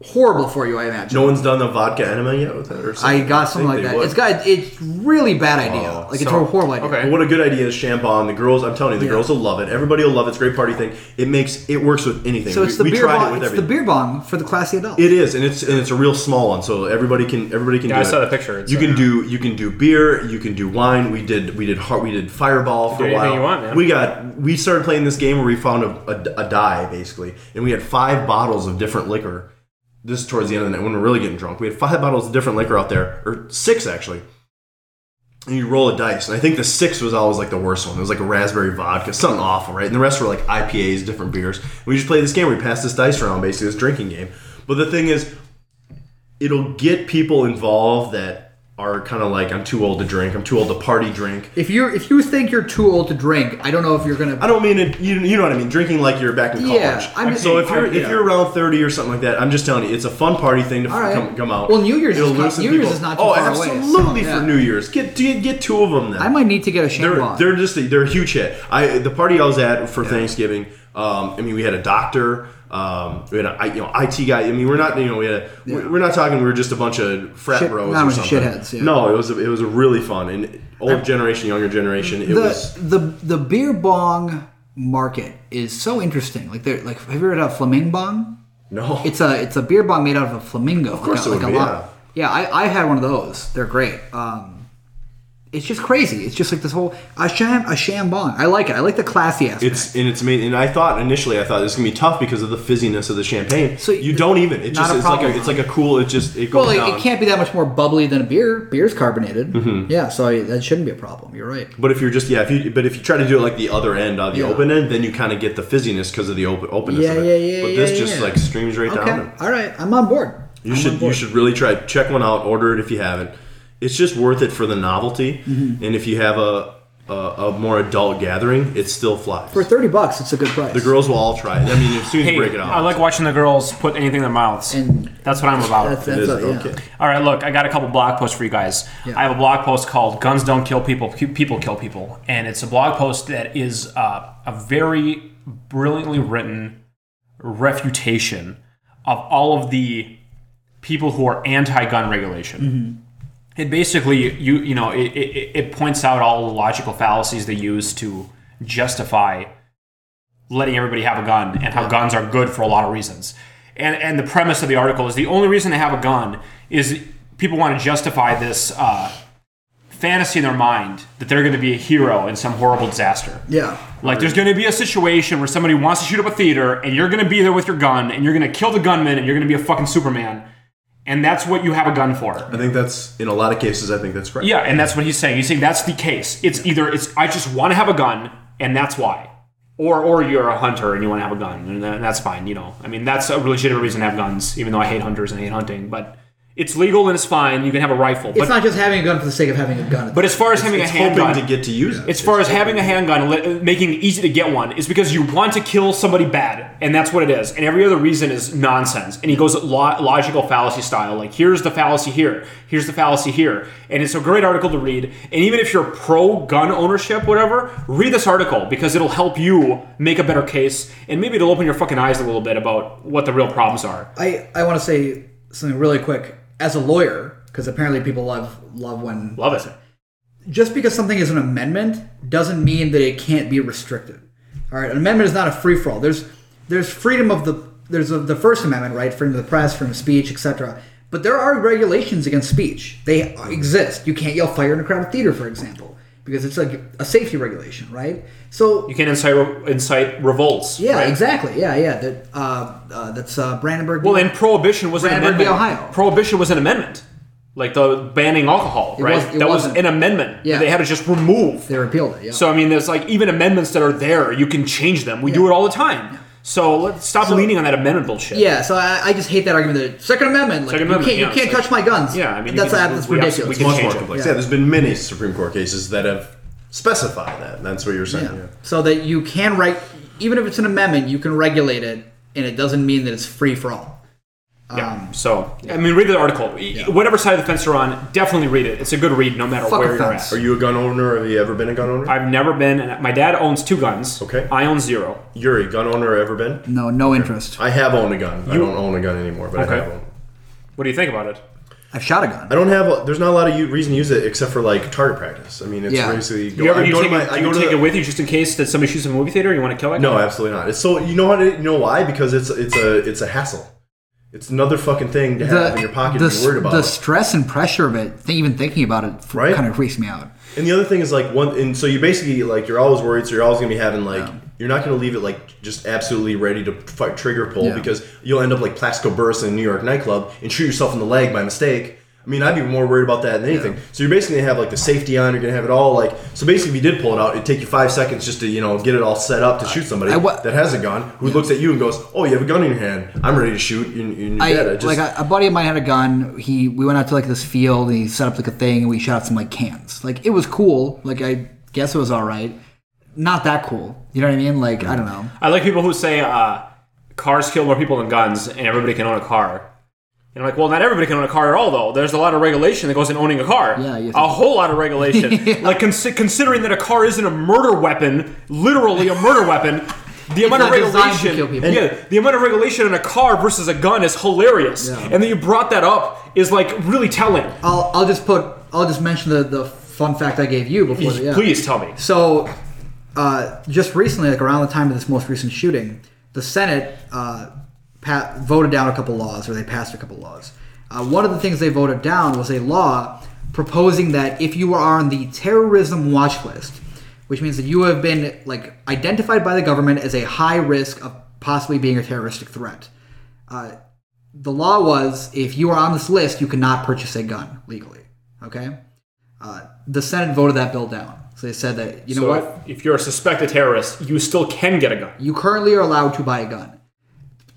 [SPEAKER 2] horrible for you, I imagine.
[SPEAKER 3] No one's done the vodka enema yet with it, or
[SPEAKER 2] I
[SPEAKER 3] something.
[SPEAKER 2] got something
[SPEAKER 3] I
[SPEAKER 2] like
[SPEAKER 3] think they
[SPEAKER 2] that.
[SPEAKER 3] would.
[SPEAKER 2] It's got it's really bad idea.
[SPEAKER 3] Oh,
[SPEAKER 2] like it's
[SPEAKER 4] so-
[SPEAKER 2] a horrible idea.
[SPEAKER 4] okay.
[SPEAKER 3] But what a good idea is Shambon. The girls, I'm telling you, the
[SPEAKER 2] Yeah.
[SPEAKER 3] girls will love it. Everybody will love it. It's a great party thing. It makes it works with anything.
[SPEAKER 2] So
[SPEAKER 3] we,
[SPEAKER 2] it's the
[SPEAKER 3] we
[SPEAKER 2] beer
[SPEAKER 3] tried it
[SPEAKER 2] bong.
[SPEAKER 3] with
[SPEAKER 2] It's the
[SPEAKER 3] everything.
[SPEAKER 2] beer bong for the classy adult.
[SPEAKER 3] It is, and it's and it's a real small one, so everybody can everybody can.
[SPEAKER 4] Yeah,
[SPEAKER 3] do
[SPEAKER 4] I
[SPEAKER 3] it.
[SPEAKER 4] saw the picture. It's
[SPEAKER 3] you
[SPEAKER 4] a-
[SPEAKER 3] can do you can do beer, you can do wine. We did we did heart we did fireball for
[SPEAKER 4] do
[SPEAKER 3] a
[SPEAKER 4] anything
[SPEAKER 3] while.
[SPEAKER 4] you want, man.
[SPEAKER 3] We got we started playing this game where we found a, a, a die basically, and we had five bottles of different liquor. This is towards the end of the night when we we're really getting drunk. We had five bottles of different liquor out there, or six actually. and you roll a dice. And I think the six was always like the worst one. It was like a raspberry vodka, something awful, right? And the rest were like IPAs, different beers. And we just played this game where we passed this dice around, basically this drinking game. But the thing is, it'll get people involved that are kind of like, I'm too old to drink, I'm too old to party drink.
[SPEAKER 2] If you if you think you're too old to drink, I don't know if you're gonna.
[SPEAKER 3] I don't mean it. You, you know what I mean. Drinking like you're back in college.
[SPEAKER 2] Yeah, I'm just-
[SPEAKER 3] so if you're if
[SPEAKER 4] Yeah.
[SPEAKER 3] you're around thirty or something like that, I'm just telling you, it's a fun party thing to f-
[SPEAKER 2] All right.
[SPEAKER 3] come, come out.
[SPEAKER 2] Well, New Year's
[SPEAKER 3] It'll
[SPEAKER 2] is not-
[SPEAKER 3] loosen
[SPEAKER 2] New Year's
[SPEAKER 3] people-
[SPEAKER 2] is not too
[SPEAKER 3] oh,
[SPEAKER 2] far away, so,
[SPEAKER 3] absolutely
[SPEAKER 2] yeah.
[SPEAKER 3] for New Year's. Get get get two of them then.
[SPEAKER 2] I might need to get a
[SPEAKER 3] They're,
[SPEAKER 2] Shamrock.
[SPEAKER 3] they're just a, they're a huge hit. I the party I was at for Thanksgiving. Um, I mean, we had a doctor. Um, we had a I- you know IT guy. I mean, we're not you know we had a, we- we're not talking. We were just a bunch of frat
[SPEAKER 2] Shit-
[SPEAKER 3] bros
[SPEAKER 2] not a
[SPEAKER 3] or
[SPEAKER 2] bunch of
[SPEAKER 3] something.
[SPEAKER 2] shitheads, yeah.
[SPEAKER 3] No, it was a, it was a really fun and old generation, younger generation. It
[SPEAKER 2] the
[SPEAKER 3] was
[SPEAKER 2] the the beer bong market is so interesting. Like they're like have you heard of flaming bong?
[SPEAKER 3] no. [LAUGHS]
[SPEAKER 2] It's a it's a beer bong made out of a flamingo. Of
[SPEAKER 3] course it
[SPEAKER 2] like
[SPEAKER 3] would be,
[SPEAKER 2] Yeah, I, I had one of those. They're great. Um, it's just crazy. It's just like this whole a sham a sham bong. I like it. I like the classy aspect.
[SPEAKER 3] It's and it's made and I thought initially I thought this is gonna be tough because of the fizziness of the champagne.
[SPEAKER 2] So
[SPEAKER 3] So
[SPEAKER 2] you-
[SPEAKER 3] you don't even. It
[SPEAKER 2] not
[SPEAKER 3] just
[SPEAKER 2] a
[SPEAKER 3] it's like a,
[SPEAKER 2] problem.
[SPEAKER 3] it's like a cool. It just it goes
[SPEAKER 2] well, it,
[SPEAKER 3] down. Mm-hmm.
[SPEAKER 2] it can't be that much more bubbly than a beer. Beer's carbonated. Yeah, so I, that shouldn't be a problem. You're right.
[SPEAKER 3] But if you're just yeah, if you but if you try to do it like the other end, uh, the
[SPEAKER 2] Yeah.
[SPEAKER 3] open end, then you kind of get the fizziness because of the open openness.
[SPEAKER 2] Yeah,
[SPEAKER 3] of it.
[SPEAKER 2] yeah, yeah,
[SPEAKER 3] But this
[SPEAKER 2] yeah,
[SPEAKER 3] just
[SPEAKER 2] yeah.
[SPEAKER 3] like streams right
[SPEAKER 2] Okay.
[SPEAKER 3] down. it.
[SPEAKER 2] All right. I'm on board.
[SPEAKER 3] You should you should really try check one out. Order it if you haven't. It's just worth it for the novelty,
[SPEAKER 2] Mm-hmm.
[SPEAKER 3] and if you have a, a a more adult gathering, it still flies.
[SPEAKER 2] For thirty bucks, it's a good price.
[SPEAKER 3] the girls will all try it. I mean, as soon as
[SPEAKER 1] Hey,
[SPEAKER 3] you break it out,
[SPEAKER 1] I like watching the girls put anything in their mouths.
[SPEAKER 2] And-
[SPEAKER 1] that's what I'm about.
[SPEAKER 2] That's, that's
[SPEAKER 3] It is,
[SPEAKER 2] a- yeah.
[SPEAKER 3] okay.
[SPEAKER 1] All right, look, I got a couple blog posts for you guys.
[SPEAKER 2] Yeah.
[SPEAKER 1] I have a blog post called "Guns Don't Kill People, Pe- People Kill People," and it's a blog post that is uh, a very brilliantly written refutation of all of the people who are anti-gun regulation. It basically, you you know, it, it, it points out all the logical fallacies they use to justify letting everybody have a gun and how guns are good for a lot of reasons. And and the premise of the article is the only reason they have a gun is people want to justify this uh, fantasy in their mind that they're going to be a hero in some horrible disaster.
[SPEAKER 2] Yeah.
[SPEAKER 1] Like there's going to be a situation where somebody wants to shoot up a theater and you're going to be there with your gun and you're going to kill the gunman and you're going to be a fucking Superman. And that's what you have a gun for.
[SPEAKER 3] I think that's in a lot of cases. I think that's correct.
[SPEAKER 1] Yeah, and that's what he's saying. He's saying that's the case. It's either it's I just want to have a gun, and that's why, or or you're a hunter and you want to have a gun, and tha- that's fine. You know, I mean, that's a legitimate reason to have guns, even though I hate hunters and I hate hunting. But it's legal and it's fine. You can have a rifle,
[SPEAKER 2] It's
[SPEAKER 1] but
[SPEAKER 2] not just having a gun for the sake of having a gun.
[SPEAKER 1] but as far as having
[SPEAKER 3] It's
[SPEAKER 1] a handgun,
[SPEAKER 3] hoping to get to use it.
[SPEAKER 1] as far as having a handgun and let- making it easy to get one is because you want to kill somebody bad and that's what it is and every other reason is nonsense and he goes lo- logical fallacy style like here's the fallacy here here's the fallacy here and it's a great article to read and even if you're pro gun ownership whatever read this article because it'll help you make a better case and maybe it'll open your fucking eyes a little bit about what the real problems are
[SPEAKER 2] I, I want to say something really quick as a lawyer because apparently people love love when
[SPEAKER 1] love it
[SPEAKER 2] just because something is an amendment doesn't mean that it can't be restricted. All right, an amendment is not a free for all. There's there's freedom of the there's of the First Amendment right, freedom of the press, freedom of speech, etc. But there are regulations against speech. They exist. You can't yell fire in a crowded theater, for example, because it's like a safety regulation, right? So
[SPEAKER 1] you can incite, re- incite revolts
[SPEAKER 2] yeah,
[SPEAKER 1] right?
[SPEAKER 2] exactly. Yeah, yeah. That uh, uh, that's uh, Brandenburg.
[SPEAKER 1] Well, and prohibition was an
[SPEAKER 2] Brandenburg v.
[SPEAKER 1] amendment.
[SPEAKER 2] Ohio.
[SPEAKER 1] Prohibition was an amendment, like the banning alcohol, right?
[SPEAKER 2] was- it
[SPEAKER 1] that
[SPEAKER 2] wasn't.
[SPEAKER 1] was an amendment.
[SPEAKER 2] Yeah.
[SPEAKER 1] that they had to just remove.
[SPEAKER 2] they repealed it. Yeah.
[SPEAKER 1] so I mean, there's like even amendments that are there, you can change them. We do it all the time. So let's stop leaning on that amendment bullshit.
[SPEAKER 2] Yeah, so I, I just hate that argument. That Second Amendment, like
[SPEAKER 1] Second
[SPEAKER 2] you
[SPEAKER 1] Amendment,
[SPEAKER 2] can't,
[SPEAKER 1] yeah,
[SPEAKER 2] you can't
[SPEAKER 1] it's like-
[SPEAKER 2] touch my guns.
[SPEAKER 1] Yeah, I mean, you
[SPEAKER 2] that's,
[SPEAKER 1] can-
[SPEAKER 2] that's
[SPEAKER 1] we- we
[SPEAKER 2] ridiculous.
[SPEAKER 1] absolutely
[SPEAKER 3] much
[SPEAKER 1] Change
[SPEAKER 3] more
[SPEAKER 1] it.
[SPEAKER 3] complex.
[SPEAKER 2] Yeah.
[SPEAKER 3] Yeah. there's been many Supreme Court cases that have specified that. That's what you're saying.
[SPEAKER 2] Yeah.
[SPEAKER 3] yeah.
[SPEAKER 2] So that you can write, even if it's an amendment, you can regulate it, and it doesn't mean that it's free for all.
[SPEAKER 1] Yeah.
[SPEAKER 2] Um,
[SPEAKER 1] so I mean, read the article. Whatever side of the fence you're on, definitely read it. It's a good read, no matter
[SPEAKER 2] Fuck
[SPEAKER 1] where you're
[SPEAKER 2] a fence.
[SPEAKER 1] at.
[SPEAKER 3] Are you a gun owner? Have you ever been a gun owner?
[SPEAKER 1] I've never been, and my dad owns two guns.
[SPEAKER 3] Okay.
[SPEAKER 1] I own zero.
[SPEAKER 3] You're a gun owner. Ever been?
[SPEAKER 2] No, no interest.
[SPEAKER 3] I have owned a gun. I don't own a gun anymore, but
[SPEAKER 1] Okay.
[SPEAKER 3] I have one.
[SPEAKER 1] What do you think about it?
[SPEAKER 2] I've shot a gun.
[SPEAKER 3] I don't have. A, there's not a lot of u- reason to use it except for like target practice. I mean, it's
[SPEAKER 2] Yeah.
[SPEAKER 3] basically.
[SPEAKER 1] Do you ever
[SPEAKER 3] I
[SPEAKER 1] you
[SPEAKER 3] go
[SPEAKER 1] take,
[SPEAKER 3] to my-
[SPEAKER 1] it,
[SPEAKER 3] I
[SPEAKER 1] do you
[SPEAKER 3] go to
[SPEAKER 1] take
[SPEAKER 3] the-
[SPEAKER 1] it with you just in case that somebody shoots in a movie theater? You want to kill it?
[SPEAKER 3] No, absolutely not. It's so you know what? it- You know why? Because it's it's a it's a hassle. It's another fucking thing to have in your pocket. to be worried about.
[SPEAKER 2] the stress and pressure of it, th- even thinking about it, f-
[SPEAKER 3] Right?
[SPEAKER 2] kind of freaks me out.
[SPEAKER 3] And the other thing is like one, and so you basically like you're always worried, so you're always gonna be having like you're not gonna leave it like just absolutely ready to fight trigger pull
[SPEAKER 2] Yeah.
[SPEAKER 3] because you'll end up like Plaxico Burris in a New York nightclub and shoot yourself in the leg by mistake. I mean, I'd be more worried about that than anything. So you're basically gonna have like the safety on. You're gonna have it all like. So basically, if you did pull it out, it'd take you five seconds just to you know get it all set up to shoot somebody
[SPEAKER 2] I wa-
[SPEAKER 3] that has a gun who looks at you and goes, "Oh, you have a gun in your hand. I'm ready to shoot." And, and you're
[SPEAKER 2] I,
[SPEAKER 3] dead. I just,
[SPEAKER 2] like a, a buddy of mine had a gun. He we went out to like this field and he set up like a thing and we shot some like cans. Like it was cool. Like I guess it was all right. Not that cool. You know what I mean? Like I don't know.
[SPEAKER 1] I like people who say uh, cars kill more people than guns, and everybody can own a car. And I'm like, well, not everybody can own a car at all, though. There's a lot of regulation that goes in owning a car.
[SPEAKER 2] Yeah, you think-
[SPEAKER 1] a whole lot of
[SPEAKER 2] [LAUGHS]
[SPEAKER 1] regulation. Like consi- considering that a car isn't a murder weapon, literally a murder weapon. The amount of
[SPEAKER 2] not designed to
[SPEAKER 1] regulation,
[SPEAKER 2] kill people.
[SPEAKER 1] yeah, the amount of regulation in a car versus a gun is hilarious. And that you brought that up is like really telling.
[SPEAKER 2] I'll I'll just put I'll just mention the the fun fact I gave you before. the- yeah.
[SPEAKER 1] Please tell me.
[SPEAKER 2] So, uh, just recently, like around the time of this most recent shooting, the Senate uh, pa- voted down a couple laws, or they passed a couple laws. Uh, one of the things they voted down was a law proposing that if you are on the terrorism watch list, which means that you have been like identified by the government as a high risk of possibly being a terroristic threat. Uh, the law was if you are on this list, you cannot purchase a gun legally. Okay, uh, the Senate voted that bill down. So they said that you know
[SPEAKER 1] So
[SPEAKER 2] what
[SPEAKER 1] if, if you're a suspected terrorist, you still can get a gun.
[SPEAKER 2] you currently are allowed to buy a gun.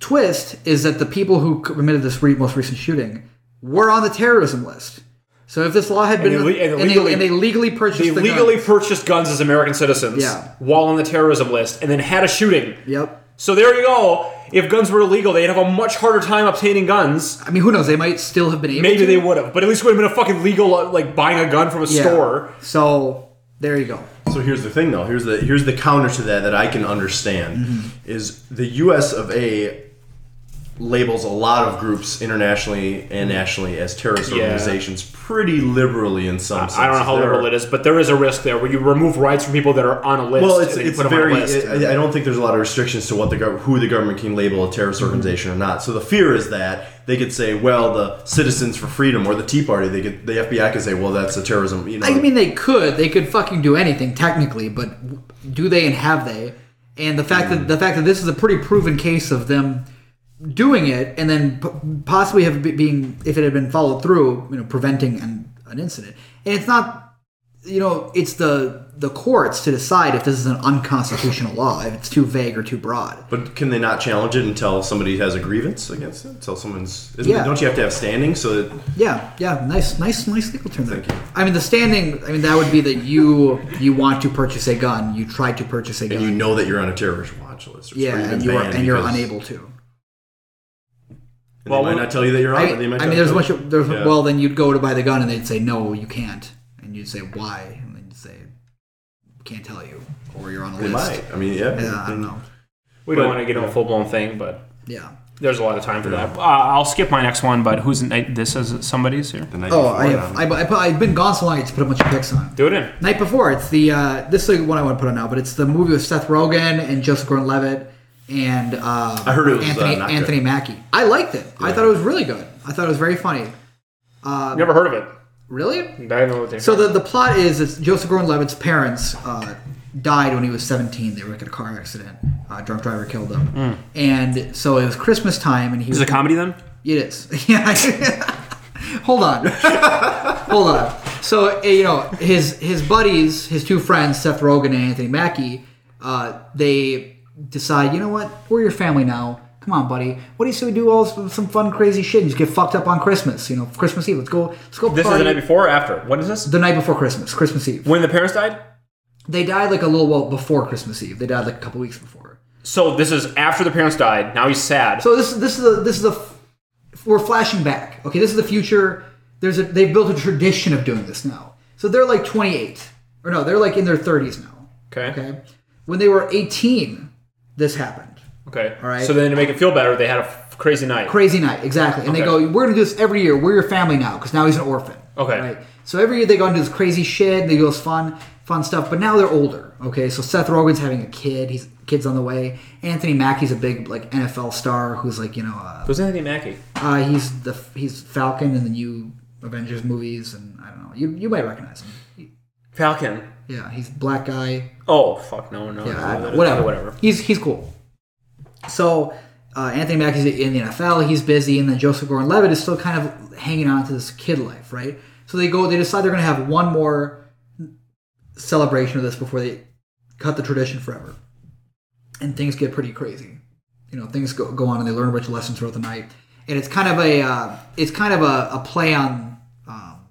[SPEAKER 2] Twist is that the people who committed this re- most recent shooting were on the terrorism list. So if this law had been
[SPEAKER 1] they
[SPEAKER 2] and,
[SPEAKER 1] le- and
[SPEAKER 2] they,
[SPEAKER 1] legally-
[SPEAKER 2] and they legally purchased
[SPEAKER 1] They
[SPEAKER 2] the
[SPEAKER 1] legally
[SPEAKER 2] gun.
[SPEAKER 1] purchased guns as American citizens
[SPEAKER 2] Yeah.
[SPEAKER 1] while on the terrorism list and then had a shooting.
[SPEAKER 2] Yep.
[SPEAKER 1] So there you go. If guns were illegal, they'd have a much harder time obtaining guns.
[SPEAKER 2] I mean, who knows? They might still have been able.
[SPEAKER 1] Maybe
[SPEAKER 2] to.
[SPEAKER 1] they would have, but at least it would have been a fucking legal, uh, like buying a gun from a
[SPEAKER 2] Yeah.
[SPEAKER 1] store.
[SPEAKER 2] So there you go.
[SPEAKER 3] So here's the thing, though. Here's the here's the counter to that that I can understand
[SPEAKER 1] Mm-hmm.
[SPEAKER 3] is the U.S. of A. labels a lot of groups internationally
[SPEAKER 1] Mm-hmm.
[SPEAKER 3] and nationally as terrorist organizations pretty liberally in some. senses.
[SPEAKER 1] I don't know how
[SPEAKER 3] There
[SPEAKER 1] liberal
[SPEAKER 3] are-
[SPEAKER 1] it is, but there is a risk there where you remove rights from people that are on a list.
[SPEAKER 3] Well, it's
[SPEAKER 1] and then you
[SPEAKER 3] it's
[SPEAKER 1] put them on a
[SPEAKER 3] very.
[SPEAKER 1] list.
[SPEAKER 3] I I don't think there's a lot of restrictions to what the gov- who the government can label a terrorist
[SPEAKER 1] Mm-hmm.
[SPEAKER 3] organization or not. So the fear is that they could say, well, the Citizens for Freedom or the Tea Party. They could the FBI could say, well, that's a terrorism. You know,
[SPEAKER 2] I mean, they could. They could fucking do anything technically, but do they and have they? And the fact that the fact that this is a pretty proven case of them doing it and then p- possibly have be- being if it had been followed through, you know, preventing an, an incident. And it's not, you know, it's the the courts to decide if this is an unconstitutional law, if it's too vague or too broad.
[SPEAKER 3] But can they not challenge it until somebody has a grievance against it? Until someone's isn't
[SPEAKER 2] Yeah.
[SPEAKER 3] don't you have to have standing? So that,
[SPEAKER 2] Yeah, yeah, nice, nice, nice legal term there. I mean, the standing. I mean, that would be that you you want to purchase a gun, you tried to purchase a gun.
[SPEAKER 3] you know that you're on a terrorist watch list. Or
[SPEAKER 2] Yeah,
[SPEAKER 3] you've been
[SPEAKER 2] and you're
[SPEAKER 3] banned
[SPEAKER 2] and you're
[SPEAKER 3] because-
[SPEAKER 2] unable to.
[SPEAKER 3] and
[SPEAKER 1] Well,
[SPEAKER 3] they might
[SPEAKER 1] we-
[SPEAKER 3] not tell you that you're on.
[SPEAKER 2] I,
[SPEAKER 3] but they might
[SPEAKER 2] I
[SPEAKER 3] tell
[SPEAKER 2] mean,
[SPEAKER 3] you
[SPEAKER 2] there's a
[SPEAKER 3] that-
[SPEAKER 2] bunch of there's
[SPEAKER 3] Yeah.
[SPEAKER 2] well, then you'd go to buy the gun, and they'd say no, you can't, and you'd say why, and then you'd say can't tell you, or you're on a
[SPEAKER 3] They
[SPEAKER 2] list.
[SPEAKER 3] might. I mean, yeah.
[SPEAKER 2] Yeah, I don't know.
[SPEAKER 1] we don't
[SPEAKER 3] but-
[SPEAKER 1] want to get into a full blown thing, but
[SPEAKER 2] Yeah.
[SPEAKER 1] there's a lot of time for that.
[SPEAKER 5] Uh, I'll skip my next one, but who's this is somebody's here?
[SPEAKER 3] The night
[SPEAKER 2] Oh,
[SPEAKER 3] before
[SPEAKER 2] I have.
[SPEAKER 3] them.
[SPEAKER 2] I, I, put- I've been gone so long. I just put a bunch of pics on.
[SPEAKER 1] Do it in.
[SPEAKER 2] Night before, it's the uh, this is the one I want to put on now, but it's the movie with Seth Rogen and Joseph Gordon-Levitt and uh,
[SPEAKER 3] I heard it was, uh,
[SPEAKER 2] Anthony
[SPEAKER 3] not good.
[SPEAKER 2] Anthony Mackie. I liked it. I thought it was really good. I thought it was very funny.
[SPEAKER 1] Never heard of it.
[SPEAKER 2] Really?
[SPEAKER 1] I don't know what they
[SPEAKER 2] So the, the plot is it's Joseph Gordon-Levitt's parents uh, died when he was 17. They were like in a car accident. Uh, drunk driver killed them.
[SPEAKER 1] Hmm.
[SPEAKER 2] And so it was Christmas time, and he
[SPEAKER 5] Is
[SPEAKER 2] was
[SPEAKER 5] it a comedy then?
[SPEAKER 2] it is. [LAUGHS] Yeah. Hold on. [LAUGHS] Hold on. So eh, you know his his buddies, his two friends, Seth Rogen and Anthony Mackie, uh, they decide, you know what, we're your family now. Come on, buddy. What do you say we do all some, some fun, crazy shit and just get fucked up on Christmas? You know, Christmas Eve. Let's go. Let's go.
[SPEAKER 1] This is
[SPEAKER 2] party."
[SPEAKER 1] the night before or after? When is this?
[SPEAKER 2] The night before Christmas, Christmas Eve.
[SPEAKER 1] When the parents died?
[SPEAKER 2] They died like a little while before Christmas Eve. They died like a couple weeks before.
[SPEAKER 1] So this is after the parents died. Now he's sad.
[SPEAKER 2] So this this is a this is a we're flashing back. Okay, this is the future. There's a they've built a tradition of doing this now. So they're like 28 or no, they're like in their 30s now.
[SPEAKER 1] okay. Okay.
[SPEAKER 2] Okay, when they were 18, this happened.
[SPEAKER 1] All
[SPEAKER 2] right.
[SPEAKER 1] So then to make it feel better, they had a f- crazy night.
[SPEAKER 2] Crazy night, exactly. And they
[SPEAKER 1] Okay.
[SPEAKER 2] go, we're gonna do this every year. We're your family now because now he's an orphan.
[SPEAKER 1] Okay.
[SPEAKER 2] Right. So every year they go and do this crazy shit. And they do this fun, fun stuff. But now they're older. Okay. So Seth Rogen's having a kid. He's kids on the way. Anthony Mackie's a big like NFL star who's like you know. Uh,
[SPEAKER 1] Who's Anthony Mackie?
[SPEAKER 2] Uh, he's the he's Falcon in the new Avengers movies, and I don't know. You you might recognize him.
[SPEAKER 1] Falcon.
[SPEAKER 2] Yeah, he's a black guy.
[SPEAKER 1] Oh fuck no no.
[SPEAKER 2] Yeah,
[SPEAKER 1] no,
[SPEAKER 2] I-
[SPEAKER 1] that is-
[SPEAKER 2] whatever,
[SPEAKER 1] Whatever.
[SPEAKER 2] He's he's cool. So Uh, Anthony Mackie's in the NFL. He's busy, and then Joseph Gordon-Levitt is still kind of hanging on to this kid life, right? So they go. They decide they're going to have one more celebration of this before they cut the tradition forever, and things get pretty crazy. You know, things go, go on, and they learn rich lessons throughout the night. And it's kind of a uh, it's kind of a, a play on um,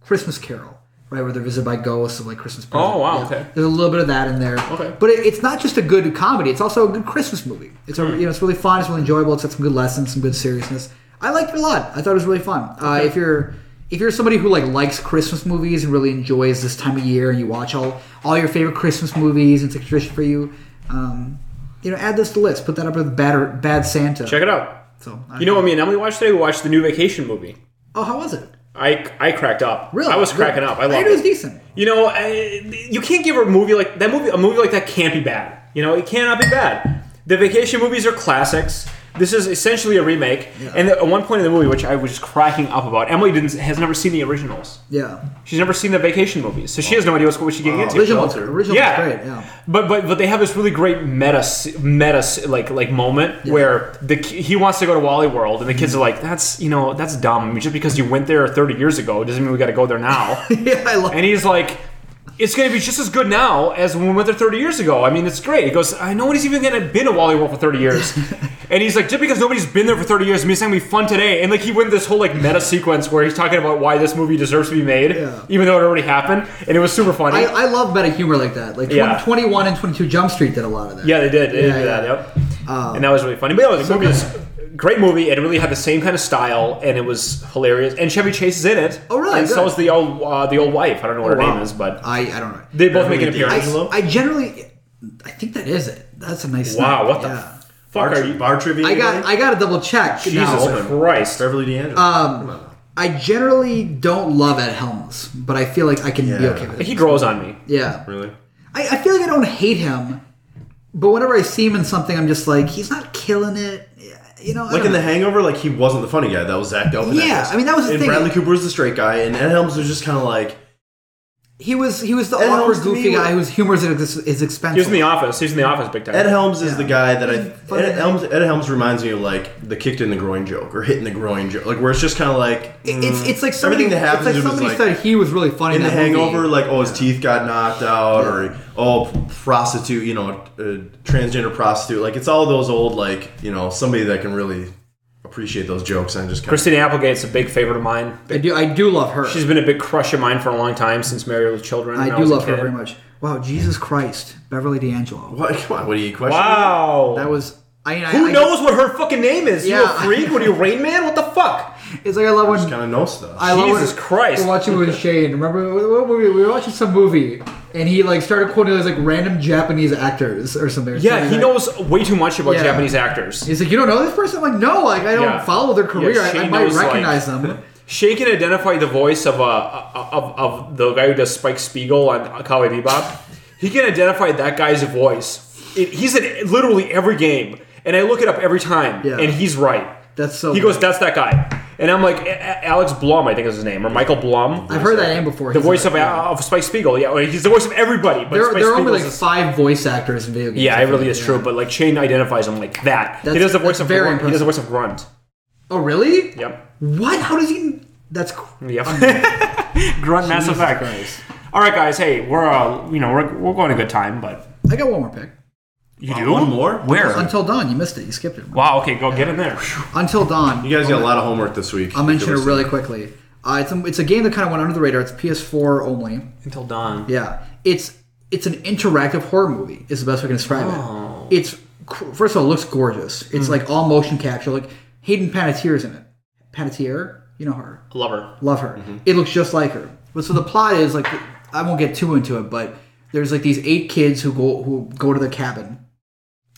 [SPEAKER 2] Christmas Carol, right? Where they're visited by ghosts of like Christmas. present.
[SPEAKER 6] Oh, wow,
[SPEAKER 2] Yeah.
[SPEAKER 6] okay.
[SPEAKER 2] There's a little bit of that in there.
[SPEAKER 6] Okay.
[SPEAKER 2] But it, it's not just a good comedy; it's also a good Christmas movie. It's
[SPEAKER 1] Hmm.
[SPEAKER 2] a, you know it's really fun. It's really enjoyable. It's got some good lessons, some good seriousness. I liked it a lot. I thought it was really fun. Uh, if you're if you're somebody who like likes Christmas movies and really enjoys this time of year, and you watch all all your favorite Christmas movies, and it's a tradition for you, um, you know, add this to the list. Put that up with Bad, Bad Santa.
[SPEAKER 1] Check it out.
[SPEAKER 2] So
[SPEAKER 1] You know what me and Emily watched today? We watched the new Vacation movie.
[SPEAKER 2] Oh, how was it?
[SPEAKER 1] I, I cracked up.
[SPEAKER 2] Really?
[SPEAKER 1] I was cracking up. I
[SPEAKER 2] heard
[SPEAKER 1] loved
[SPEAKER 2] it was
[SPEAKER 1] it.
[SPEAKER 2] decent.
[SPEAKER 1] You know, I, you can't give a movie like that movie a movie like that can't be bad. You know, it cannot be bad. The vacation movies are classics. This is essentially a remake. And at one point in the movie, which I was just cracking up about, Emily didn't has never seen the originals.
[SPEAKER 2] Yeah. [LAUGHS]
[SPEAKER 1] She's never seen the vacation movies, so she has no idea what's- what she's
[SPEAKER 2] Oh,
[SPEAKER 1] getting into.
[SPEAKER 2] Original,
[SPEAKER 3] Shelter.
[SPEAKER 2] original
[SPEAKER 1] Yeah.
[SPEAKER 2] was great. Yeah.
[SPEAKER 1] But but but they have this really great meta s- meta s- like like moment where the ki- he wants to go to Wally World and the
[SPEAKER 2] Mm-hmm.
[SPEAKER 1] kids are like that's you know that's dumb I mean, just because you went there 30 years ago doesn't mean we got to go there
[SPEAKER 2] [LAUGHS]
[SPEAKER 1] now.
[SPEAKER 2] yeah, I love.
[SPEAKER 1] And he's like, it's going to be just as good now as when we went there 30 years ago. I mean, it's great. He goes, I nobody's even going to been to Wally World for 30
[SPEAKER 2] [LAUGHS]
[SPEAKER 1] years. and he's like, just because nobody's been there for 30 years, I mean, it's going to be fun today. And like, he went this whole like meta sequence where he's talking about why this movie deserves to be made,
[SPEAKER 2] Yeah.
[SPEAKER 1] even though it already happened. And it was super funny.
[SPEAKER 2] I, I love meta humor like that. Like 20,
[SPEAKER 1] Yeah.
[SPEAKER 2] 21 and 22 Jump Street did a lot of that.
[SPEAKER 1] yeah, they did. They did
[SPEAKER 2] Yeah,
[SPEAKER 1] do that.
[SPEAKER 2] yeah. Um,
[SPEAKER 1] Yep. and that was really funny. But yeah, the movie is great movie. It really had the same kind of style, and it was hilarious. And Chevy Chase is in it.
[SPEAKER 2] Oh, really?
[SPEAKER 1] And so
[SPEAKER 2] Good. Oh,
[SPEAKER 1] is the old uh, the old wife. I don't know what her
[SPEAKER 2] wow.
[SPEAKER 1] name is, but
[SPEAKER 2] I, I don't know.
[SPEAKER 1] they both make an
[SPEAKER 3] Beverly
[SPEAKER 1] appearance.
[SPEAKER 2] I,
[SPEAKER 3] D'Angelo?
[SPEAKER 2] I generally, I think that is it. That's a nice.
[SPEAKER 1] Wow,
[SPEAKER 2] snack.
[SPEAKER 1] what the
[SPEAKER 3] Bar,
[SPEAKER 1] Fuck are you?
[SPEAKER 3] bar trivia.
[SPEAKER 2] I got I got to double check.
[SPEAKER 1] Jesus
[SPEAKER 2] now.
[SPEAKER 3] open.
[SPEAKER 1] Christ.
[SPEAKER 3] Beverly D'Angelo.
[SPEAKER 2] Um, I generally don't love Ed Helms, but I feel like I can be
[SPEAKER 3] Yeah.
[SPEAKER 2] okay with it.
[SPEAKER 1] He grows on me.
[SPEAKER 2] Yeah,
[SPEAKER 3] really?
[SPEAKER 2] I, I feel like I don't hate him, but whenever I see him in something, I'm just like, he's not killing it. You know, I
[SPEAKER 3] Like
[SPEAKER 2] don't
[SPEAKER 3] in The
[SPEAKER 2] know.
[SPEAKER 3] Hangover, like he wasn't the funny guy. That was Zach Galifianakis.
[SPEAKER 2] Yeah, I mean, that was the
[SPEAKER 3] and
[SPEAKER 2] thing.
[SPEAKER 3] Bradley Cooper was the straight guy, and Ed Helms was just kind of like
[SPEAKER 2] he was he was the
[SPEAKER 3] Ed
[SPEAKER 2] awkward,
[SPEAKER 3] Helms to me
[SPEAKER 2] goofy guy
[SPEAKER 3] was-
[SPEAKER 2] whose humor is ex- is
[SPEAKER 1] He was in
[SPEAKER 2] expensive.
[SPEAKER 1] the office. He was in the office big time.
[SPEAKER 3] Ed Helms is
[SPEAKER 2] Yeah.
[SPEAKER 3] the guy that I
[SPEAKER 2] funny.
[SPEAKER 3] Ed Helms, Ed Helms reminds me of like the kicked in the groin joke or hitting the groin joke, like where it's just kind of like
[SPEAKER 2] it's it's like somebody,
[SPEAKER 3] everything that happens
[SPEAKER 2] it's
[SPEAKER 3] to
[SPEAKER 2] like
[SPEAKER 3] him
[SPEAKER 2] somebody
[SPEAKER 3] is like
[SPEAKER 2] said he was really funny
[SPEAKER 3] in the
[SPEAKER 2] that movie.
[SPEAKER 3] Hangover, like oh his teeth got knocked out or oh prostitute, you know, a transgender prostitute, like it's all those old like you know somebody that can really appreciate those jokes and just kind [LAUGHS]
[SPEAKER 1] Christina Applegate's a big favorite of mine.
[SPEAKER 2] I do I do love her.
[SPEAKER 1] She's been a big crush of mine for a long time since Married with Children.
[SPEAKER 2] I
[SPEAKER 1] when
[SPEAKER 2] do
[SPEAKER 1] was a
[SPEAKER 2] love her
[SPEAKER 1] kid.
[SPEAKER 2] very much. Wow, Jesus Christ, Beverly D'Angelo.
[SPEAKER 3] of what, come on, what are you questioning?
[SPEAKER 1] Wow.
[SPEAKER 2] That was I mean, I,
[SPEAKER 1] Who
[SPEAKER 2] I-
[SPEAKER 1] knows what her fucking name is? You
[SPEAKER 2] Yeah.
[SPEAKER 1] a freak? What are you, Rain Man? What the fuck?
[SPEAKER 2] It's like I love
[SPEAKER 3] Just
[SPEAKER 2] when
[SPEAKER 3] kind of know stuff.
[SPEAKER 2] I love
[SPEAKER 1] Jesus
[SPEAKER 2] when
[SPEAKER 1] Christ.
[SPEAKER 2] We're watching with Shane. Remember what movie? We were watching some movie, and he like started quoting these like random Japanese actors or something. or
[SPEAKER 1] Yeah,
[SPEAKER 2] something
[SPEAKER 1] he
[SPEAKER 2] like-
[SPEAKER 1] knows way too much about
[SPEAKER 2] Yeah.
[SPEAKER 1] Japanese actors.
[SPEAKER 2] He's like, you don't know this person? I'm like, no, like I don't
[SPEAKER 1] Yeah.
[SPEAKER 2] follow their career. I- I,
[SPEAKER 1] Shane
[SPEAKER 2] might
[SPEAKER 1] knows, like- [LAUGHS]
[SPEAKER 2] recognize them.
[SPEAKER 1] Shay can identify the voice of uh, of, of the guy who does Spike Spiegel on Cowboy Bebop. He can identify that guy's voice. It, he's in literally every game, and I look it up every time,
[SPEAKER 2] Yeah.
[SPEAKER 1] and he's right.
[SPEAKER 2] That's so.
[SPEAKER 1] He goes, "That's that guy," and I'm like, "A- A- "Alex Blum, I think is his name, or Michael Blum."
[SPEAKER 2] I've heard that name before.
[SPEAKER 1] the
[SPEAKER 2] He's
[SPEAKER 1] voice
[SPEAKER 2] like-
[SPEAKER 1] of, uh, of Spike Spiegel. Yeah, he's the voice of everybody. But
[SPEAKER 2] There,
[SPEAKER 1] Spike
[SPEAKER 2] there are only
[SPEAKER 1] Spiegel's
[SPEAKER 2] like
[SPEAKER 1] is-
[SPEAKER 2] five voice actors in video games.
[SPEAKER 1] yeah,
[SPEAKER 2] I
[SPEAKER 1] it really
[SPEAKER 2] think.
[SPEAKER 1] is true.
[SPEAKER 2] Yeah.
[SPEAKER 1] But like Shane identifies him like that. he
[SPEAKER 2] That's-
[SPEAKER 1] does the voice
[SPEAKER 2] that's
[SPEAKER 1] of
[SPEAKER 2] very
[SPEAKER 1] Grunt. He does the voice
[SPEAKER 2] impressive.
[SPEAKER 1] of Grunt.
[SPEAKER 2] oh, really?
[SPEAKER 1] Yep.
[SPEAKER 2] What? How does he? That's cr-
[SPEAKER 1] Yep. [LAUGHS] Grunt Mass
[SPEAKER 2] Jesus
[SPEAKER 1] Effect.
[SPEAKER 2] Christ.
[SPEAKER 1] All right, guys. Hey, we're uh, you know we're, we're going a good time, but
[SPEAKER 2] I got one more pick.
[SPEAKER 1] you
[SPEAKER 3] Wow,
[SPEAKER 1] do
[SPEAKER 3] Uh, one more?
[SPEAKER 1] Where?
[SPEAKER 2] Until dawn, you missed it. You skipped it.
[SPEAKER 1] Wow. Okay, go get in there.
[SPEAKER 2] Until dawn.
[SPEAKER 3] you guys got a lot of homework this week.
[SPEAKER 2] I'll mention it
[SPEAKER 3] Because-
[SPEAKER 2] really quickly. Uh, it's, a, it's a game that kind of went under the radar. It's PS4 only.
[SPEAKER 1] Until dawn.
[SPEAKER 2] Yeah, it's it's an interactive horror movie. Is the best way I can describe it. It's cr- first of all, it looks gorgeous. It's like all motion capture. Like Hayden Panettiere's in it. Panettiere, you know her.
[SPEAKER 1] Lover.
[SPEAKER 2] Love her.
[SPEAKER 1] Mm-hmm.
[SPEAKER 2] It looks just like her. But so the plot is like I won't get too into it, but there's like these eight kids who go who go to the cabin,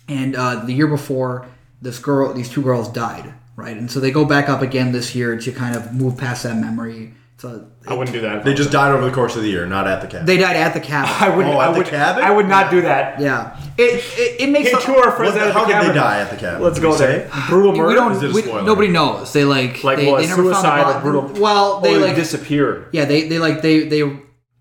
[SPEAKER 2] and uh, the year before this girl, these two girls died, right? And so they go back up again this year to kind of move past that memory. So
[SPEAKER 1] I wouldn't do that.
[SPEAKER 3] They just died over the course of the year, not at the cabin.
[SPEAKER 2] they died at the cabin.
[SPEAKER 1] [LAUGHS] I wouldn't.
[SPEAKER 3] Oh, at
[SPEAKER 1] I
[SPEAKER 3] the
[SPEAKER 1] would.
[SPEAKER 3] cabin?
[SPEAKER 1] I would not do that.
[SPEAKER 2] Yeah, it it, it makes
[SPEAKER 1] Hey, two of our friends
[SPEAKER 3] What the-
[SPEAKER 1] out of the
[SPEAKER 3] how did
[SPEAKER 1] cabin.
[SPEAKER 3] they die at the cabin?
[SPEAKER 1] Let's
[SPEAKER 3] Did
[SPEAKER 1] go
[SPEAKER 3] we
[SPEAKER 4] [LAUGHS]
[SPEAKER 1] there.
[SPEAKER 3] say?
[SPEAKER 1] Brutal
[SPEAKER 2] we
[SPEAKER 1] murder.
[SPEAKER 2] don't.
[SPEAKER 3] Is it a
[SPEAKER 2] we-
[SPEAKER 3] spoiler?
[SPEAKER 2] nobody knows. They like,
[SPEAKER 1] like
[SPEAKER 2] they,
[SPEAKER 1] what
[SPEAKER 2] they never
[SPEAKER 1] suicide
[SPEAKER 2] found the
[SPEAKER 1] or brutal.
[SPEAKER 2] Well, they
[SPEAKER 1] or
[SPEAKER 2] like
[SPEAKER 1] disappear.
[SPEAKER 2] yeah they they like they they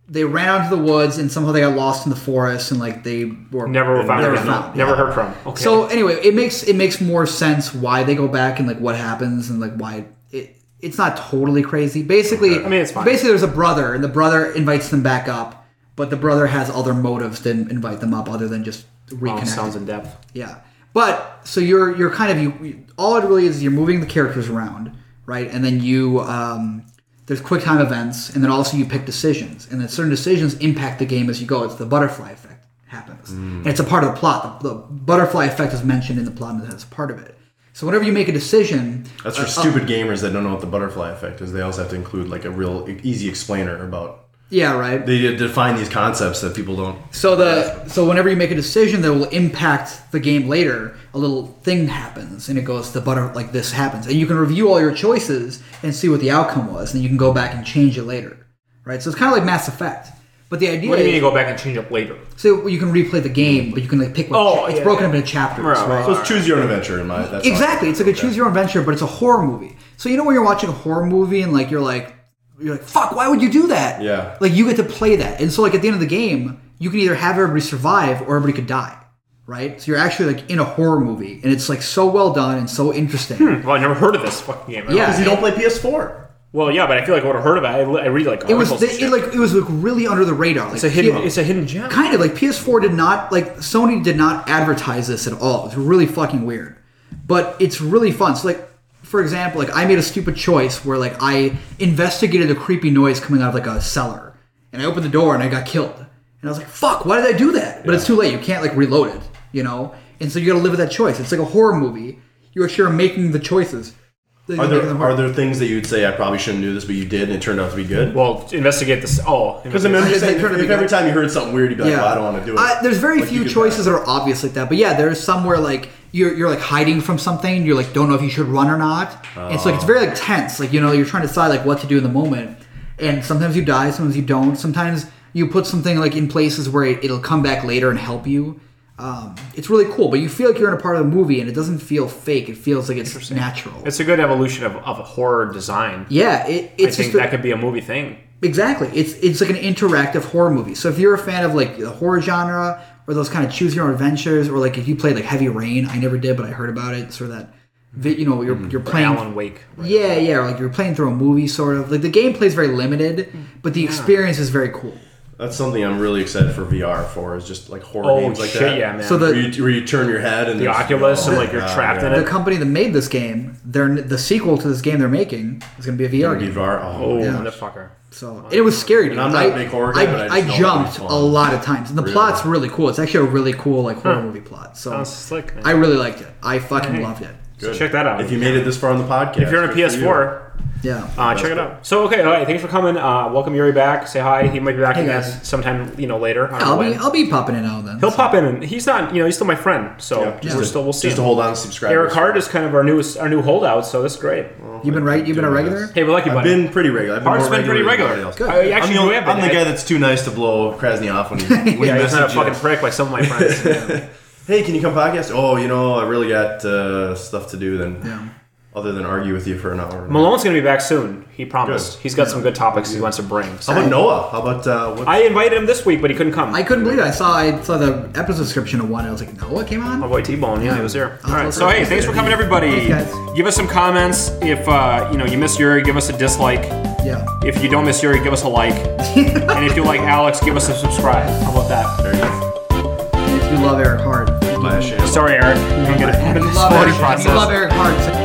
[SPEAKER 2] they ran out into the woods and somehow they got lost in the forest and like they were
[SPEAKER 4] Never were found.
[SPEAKER 2] Never
[SPEAKER 4] again.
[SPEAKER 2] found,
[SPEAKER 4] Never
[SPEAKER 2] yeah.
[SPEAKER 4] heard from. Okay.
[SPEAKER 2] So anyway, it makes it makes more sense why they go back and like what happens and like why it it's not totally crazy. Basically,
[SPEAKER 4] I mean, it's fine.
[SPEAKER 2] Basically, there's a brother and the brother invites them back up, but the brother has other motives to invite them up other than just
[SPEAKER 4] Oh,
[SPEAKER 2] reconnect.
[SPEAKER 4] sounds in depth.
[SPEAKER 2] Yeah, but so you're you're kind of you, you. All it really is you're moving the characters around, right? And then you um, there's quick time events, and then also you pick decisions, and then certain decisions impact the game as you go. It's the butterfly effect happens,
[SPEAKER 3] Mm.
[SPEAKER 2] and it's a part of the plot. The, the butterfly effect is mentioned in the plot, and that's part of it. So whenever you make a decision, uh,
[SPEAKER 3] That's for stupid gamers that don't know what the butterfly effect is. They also have to include like a real e- easy explainer about.
[SPEAKER 2] yeah, right.
[SPEAKER 3] They define these concepts that people don't.
[SPEAKER 2] So the so whenever you make a decision that will impact the game later, a little thing happens and it goes the butter like this happens, and you can review all your choices and see what the outcome was, and you can go back and change it later, right? So it's kind of like Mass Effect, but the idea
[SPEAKER 4] What do you mean you
[SPEAKER 2] is
[SPEAKER 4] go back and change up later?
[SPEAKER 2] so you can replay the game, but you can like pick what
[SPEAKER 4] Oh,
[SPEAKER 2] cha- it's
[SPEAKER 4] yeah,
[SPEAKER 2] broken
[SPEAKER 4] yeah.
[SPEAKER 2] up into chapters,
[SPEAKER 4] Right,
[SPEAKER 2] right?
[SPEAKER 4] right.
[SPEAKER 3] So it's choose your own adventure in my. That's
[SPEAKER 2] Exactly. It's like a choose your own adventure, but it's a horror movie. So you know when you're watching a horror movie and like you're like you're like fuck, why would you do that?
[SPEAKER 3] Yeah.
[SPEAKER 2] Like you get to play that, and so like at the end of the game, you can either have everybody survive or everybody could die. Right. So you're actually like in a horror movie, and it's like so well done and so interesting.
[SPEAKER 4] Well, I never heard of this fucking game.
[SPEAKER 2] Yeah.
[SPEAKER 3] Because you don't play PS4.
[SPEAKER 4] Well, yeah, but I feel like I would have heard of it. I, li- I read like
[SPEAKER 2] It was
[SPEAKER 4] articles.
[SPEAKER 2] the,
[SPEAKER 4] and
[SPEAKER 2] it
[SPEAKER 4] shit.
[SPEAKER 2] like it was like really under the radar. Like,
[SPEAKER 4] it's a hidden.
[SPEAKER 2] P-
[SPEAKER 4] It's a hidden gem.
[SPEAKER 2] kind of like PS4 did not like Sony did not advertise this at all. It's really fucking weird, but it's really fun. So like for example, like I made a stupid choice where like I investigated a creepy noise coming out of like a cellar, and I opened the door and I got killed, and I was like, fuck, why did I do that? But it's too late. You can't like reload it, you know. And so you got to live with that choice. It's like a horror movie. You actually are making the choices. that
[SPEAKER 3] Are
[SPEAKER 2] you're making
[SPEAKER 3] there
[SPEAKER 2] in the
[SPEAKER 3] are
[SPEAKER 2] horror.
[SPEAKER 3] there things that you would say I probably shouldn't do this, but you did, and it turned out to be good?
[SPEAKER 4] Well, investigate this. Oh,
[SPEAKER 3] Because I remember you
[SPEAKER 2] They
[SPEAKER 3] saying
[SPEAKER 2] turned out to
[SPEAKER 3] if,
[SPEAKER 2] be
[SPEAKER 3] if every
[SPEAKER 2] good.
[SPEAKER 3] time you heard something weird, you'd be like, well, I don't want to do it.
[SPEAKER 2] Uh, there's very
[SPEAKER 3] Like, you
[SPEAKER 2] few
[SPEAKER 3] could-
[SPEAKER 2] choices that are obvious like that, but yeah, there's some where like you're you're like hiding from something, you're like don't know if you should run or not. And so like it's very like tense, like you know you're trying to decide like what to do in the moment, and sometimes you die, sometimes you don't, sometimes you put something like in places where it, it'll come back later and help you. Um, it's really cool, but you feel like you're in a part of the movie, and it doesn't feel fake. It feels like it's natural.
[SPEAKER 4] It's a good evolution of, of horror design.
[SPEAKER 2] yeah, it,
[SPEAKER 4] I
[SPEAKER 2] it's
[SPEAKER 4] think
[SPEAKER 2] just a-
[SPEAKER 4] that could be a movie thing.
[SPEAKER 2] Exactly. It's it's like an interactive horror movie. So if you're a fan of like the horror genre or those kind of choose your own adventures, or like if you played like Heavy Rain, I never did, but I heard about it. Sort of that, vi- you know, you're you're playing.
[SPEAKER 4] Mm-hmm. Alan Wake. right?
[SPEAKER 2] Yeah, yeah, like you're playing through a movie, sort of. Like the gameplay is very limited, but the experience is very cool.
[SPEAKER 3] That's something I'm really excited for VR for is just like horror
[SPEAKER 4] Oh
[SPEAKER 3] games like
[SPEAKER 4] shit,
[SPEAKER 3] that.
[SPEAKER 4] yeah, man.
[SPEAKER 2] So the-
[SPEAKER 3] Where you, where you turn your head and
[SPEAKER 4] The
[SPEAKER 3] there's-
[SPEAKER 4] Oculus and,
[SPEAKER 3] Oh,
[SPEAKER 4] like, you're
[SPEAKER 3] God,
[SPEAKER 4] trapped
[SPEAKER 3] yeah.
[SPEAKER 4] in it.
[SPEAKER 2] The company that made this game, their the sequel to this game they're making is going to be a VR game.
[SPEAKER 3] VR. Oh,
[SPEAKER 4] Oh,
[SPEAKER 2] Yeah.
[SPEAKER 4] motherfucker.
[SPEAKER 2] So and it was scary. Dude.
[SPEAKER 3] I'm not a big horror guy, but I just know it'll be
[SPEAKER 2] jumped
[SPEAKER 3] fun.
[SPEAKER 2] a lot of times, and the plot's really cool. It's actually a really cool like horror movie plot. So
[SPEAKER 4] Sounds slick, man.
[SPEAKER 2] I really liked it. I fucking loved it.
[SPEAKER 4] So check that out.
[SPEAKER 3] If you made it this far on the podcast,
[SPEAKER 4] If you're on a
[SPEAKER 3] good for you.
[SPEAKER 4] PS4,
[SPEAKER 2] Yeah.
[SPEAKER 4] uh, check it out. So okay, all right. Thanks for coming. Uh, welcome Yuri back. Say hi. He might be back
[SPEAKER 2] Hey,
[SPEAKER 4] again
[SPEAKER 2] guys.
[SPEAKER 4] sometime. You know later. I don't know
[SPEAKER 2] I'll be
[SPEAKER 4] when.
[SPEAKER 2] I'll be popping it now and then.
[SPEAKER 4] He'll pop in. and He's not. You know, he's still my friend. So
[SPEAKER 3] Yeah, just
[SPEAKER 4] we're
[SPEAKER 3] to-
[SPEAKER 4] still. We'll see.
[SPEAKER 3] Just to
[SPEAKER 4] him.
[SPEAKER 3] hold on to subscribers.
[SPEAKER 4] Eric Hart is kind of our newest, our new holdout. So that's great.
[SPEAKER 2] You've been right. You've been a
[SPEAKER 3] Doing
[SPEAKER 2] regular.
[SPEAKER 4] Hey, we're lucky,
[SPEAKER 3] I've
[SPEAKER 4] buddy.
[SPEAKER 3] been pretty regular. I've been
[SPEAKER 4] Hart's
[SPEAKER 3] more
[SPEAKER 4] been pretty regular.
[SPEAKER 3] than
[SPEAKER 4] Good.
[SPEAKER 3] everybody else.
[SPEAKER 4] I actually
[SPEAKER 3] I'm,
[SPEAKER 4] do
[SPEAKER 3] the,
[SPEAKER 4] have
[SPEAKER 3] I'm the
[SPEAKER 4] been.
[SPEAKER 3] guy that's too nice to blow Krasny
[SPEAKER 4] [LAUGHS]
[SPEAKER 3] off when he, when he
[SPEAKER 4] Yeah, he's not a
[SPEAKER 3] messages
[SPEAKER 4] fucking
[SPEAKER 3] us.
[SPEAKER 4] prick like some of
[SPEAKER 3] [LAUGHS]
[SPEAKER 4] my friends.
[SPEAKER 3] Hey, can you come podcast? Oh, you know, I really got uh, stuff to do then,
[SPEAKER 2] Yeah.
[SPEAKER 3] other than argue with you for an hour.
[SPEAKER 4] Malone's gonna be back soon. He promised.
[SPEAKER 3] Good.
[SPEAKER 4] He's got some good topics he wants to bring.
[SPEAKER 3] How about Noah? How about uh, what?
[SPEAKER 4] I invited him this week, but he couldn't come.
[SPEAKER 2] I couldn't believe it. I saw I saw the episode description of one. And I was like, no, what came
[SPEAKER 4] My
[SPEAKER 2] on?
[SPEAKER 4] boy T Bone, yeah, he was here.
[SPEAKER 2] All right.
[SPEAKER 1] So hey, thanks for coming, everybody.
[SPEAKER 2] Thanks, guys.
[SPEAKER 1] Give us some comments. If uh, you know you miss Yuri, give us a dislike.
[SPEAKER 3] Oh. [LAUGHS]
[SPEAKER 2] Yeah.
[SPEAKER 1] If you don't miss Yuri, give us a like. and if you like Alex, give us a subscribe. How about that?
[SPEAKER 3] There you go.
[SPEAKER 2] And if you love Eric Hart, you
[SPEAKER 3] Flash in.
[SPEAKER 1] Sorry, Eric. You don't get a part in this
[SPEAKER 2] love
[SPEAKER 1] voting
[SPEAKER 2] Eric, if you love
[SPEAKER 1] process.
[SPEAKER 2] Eric Hart.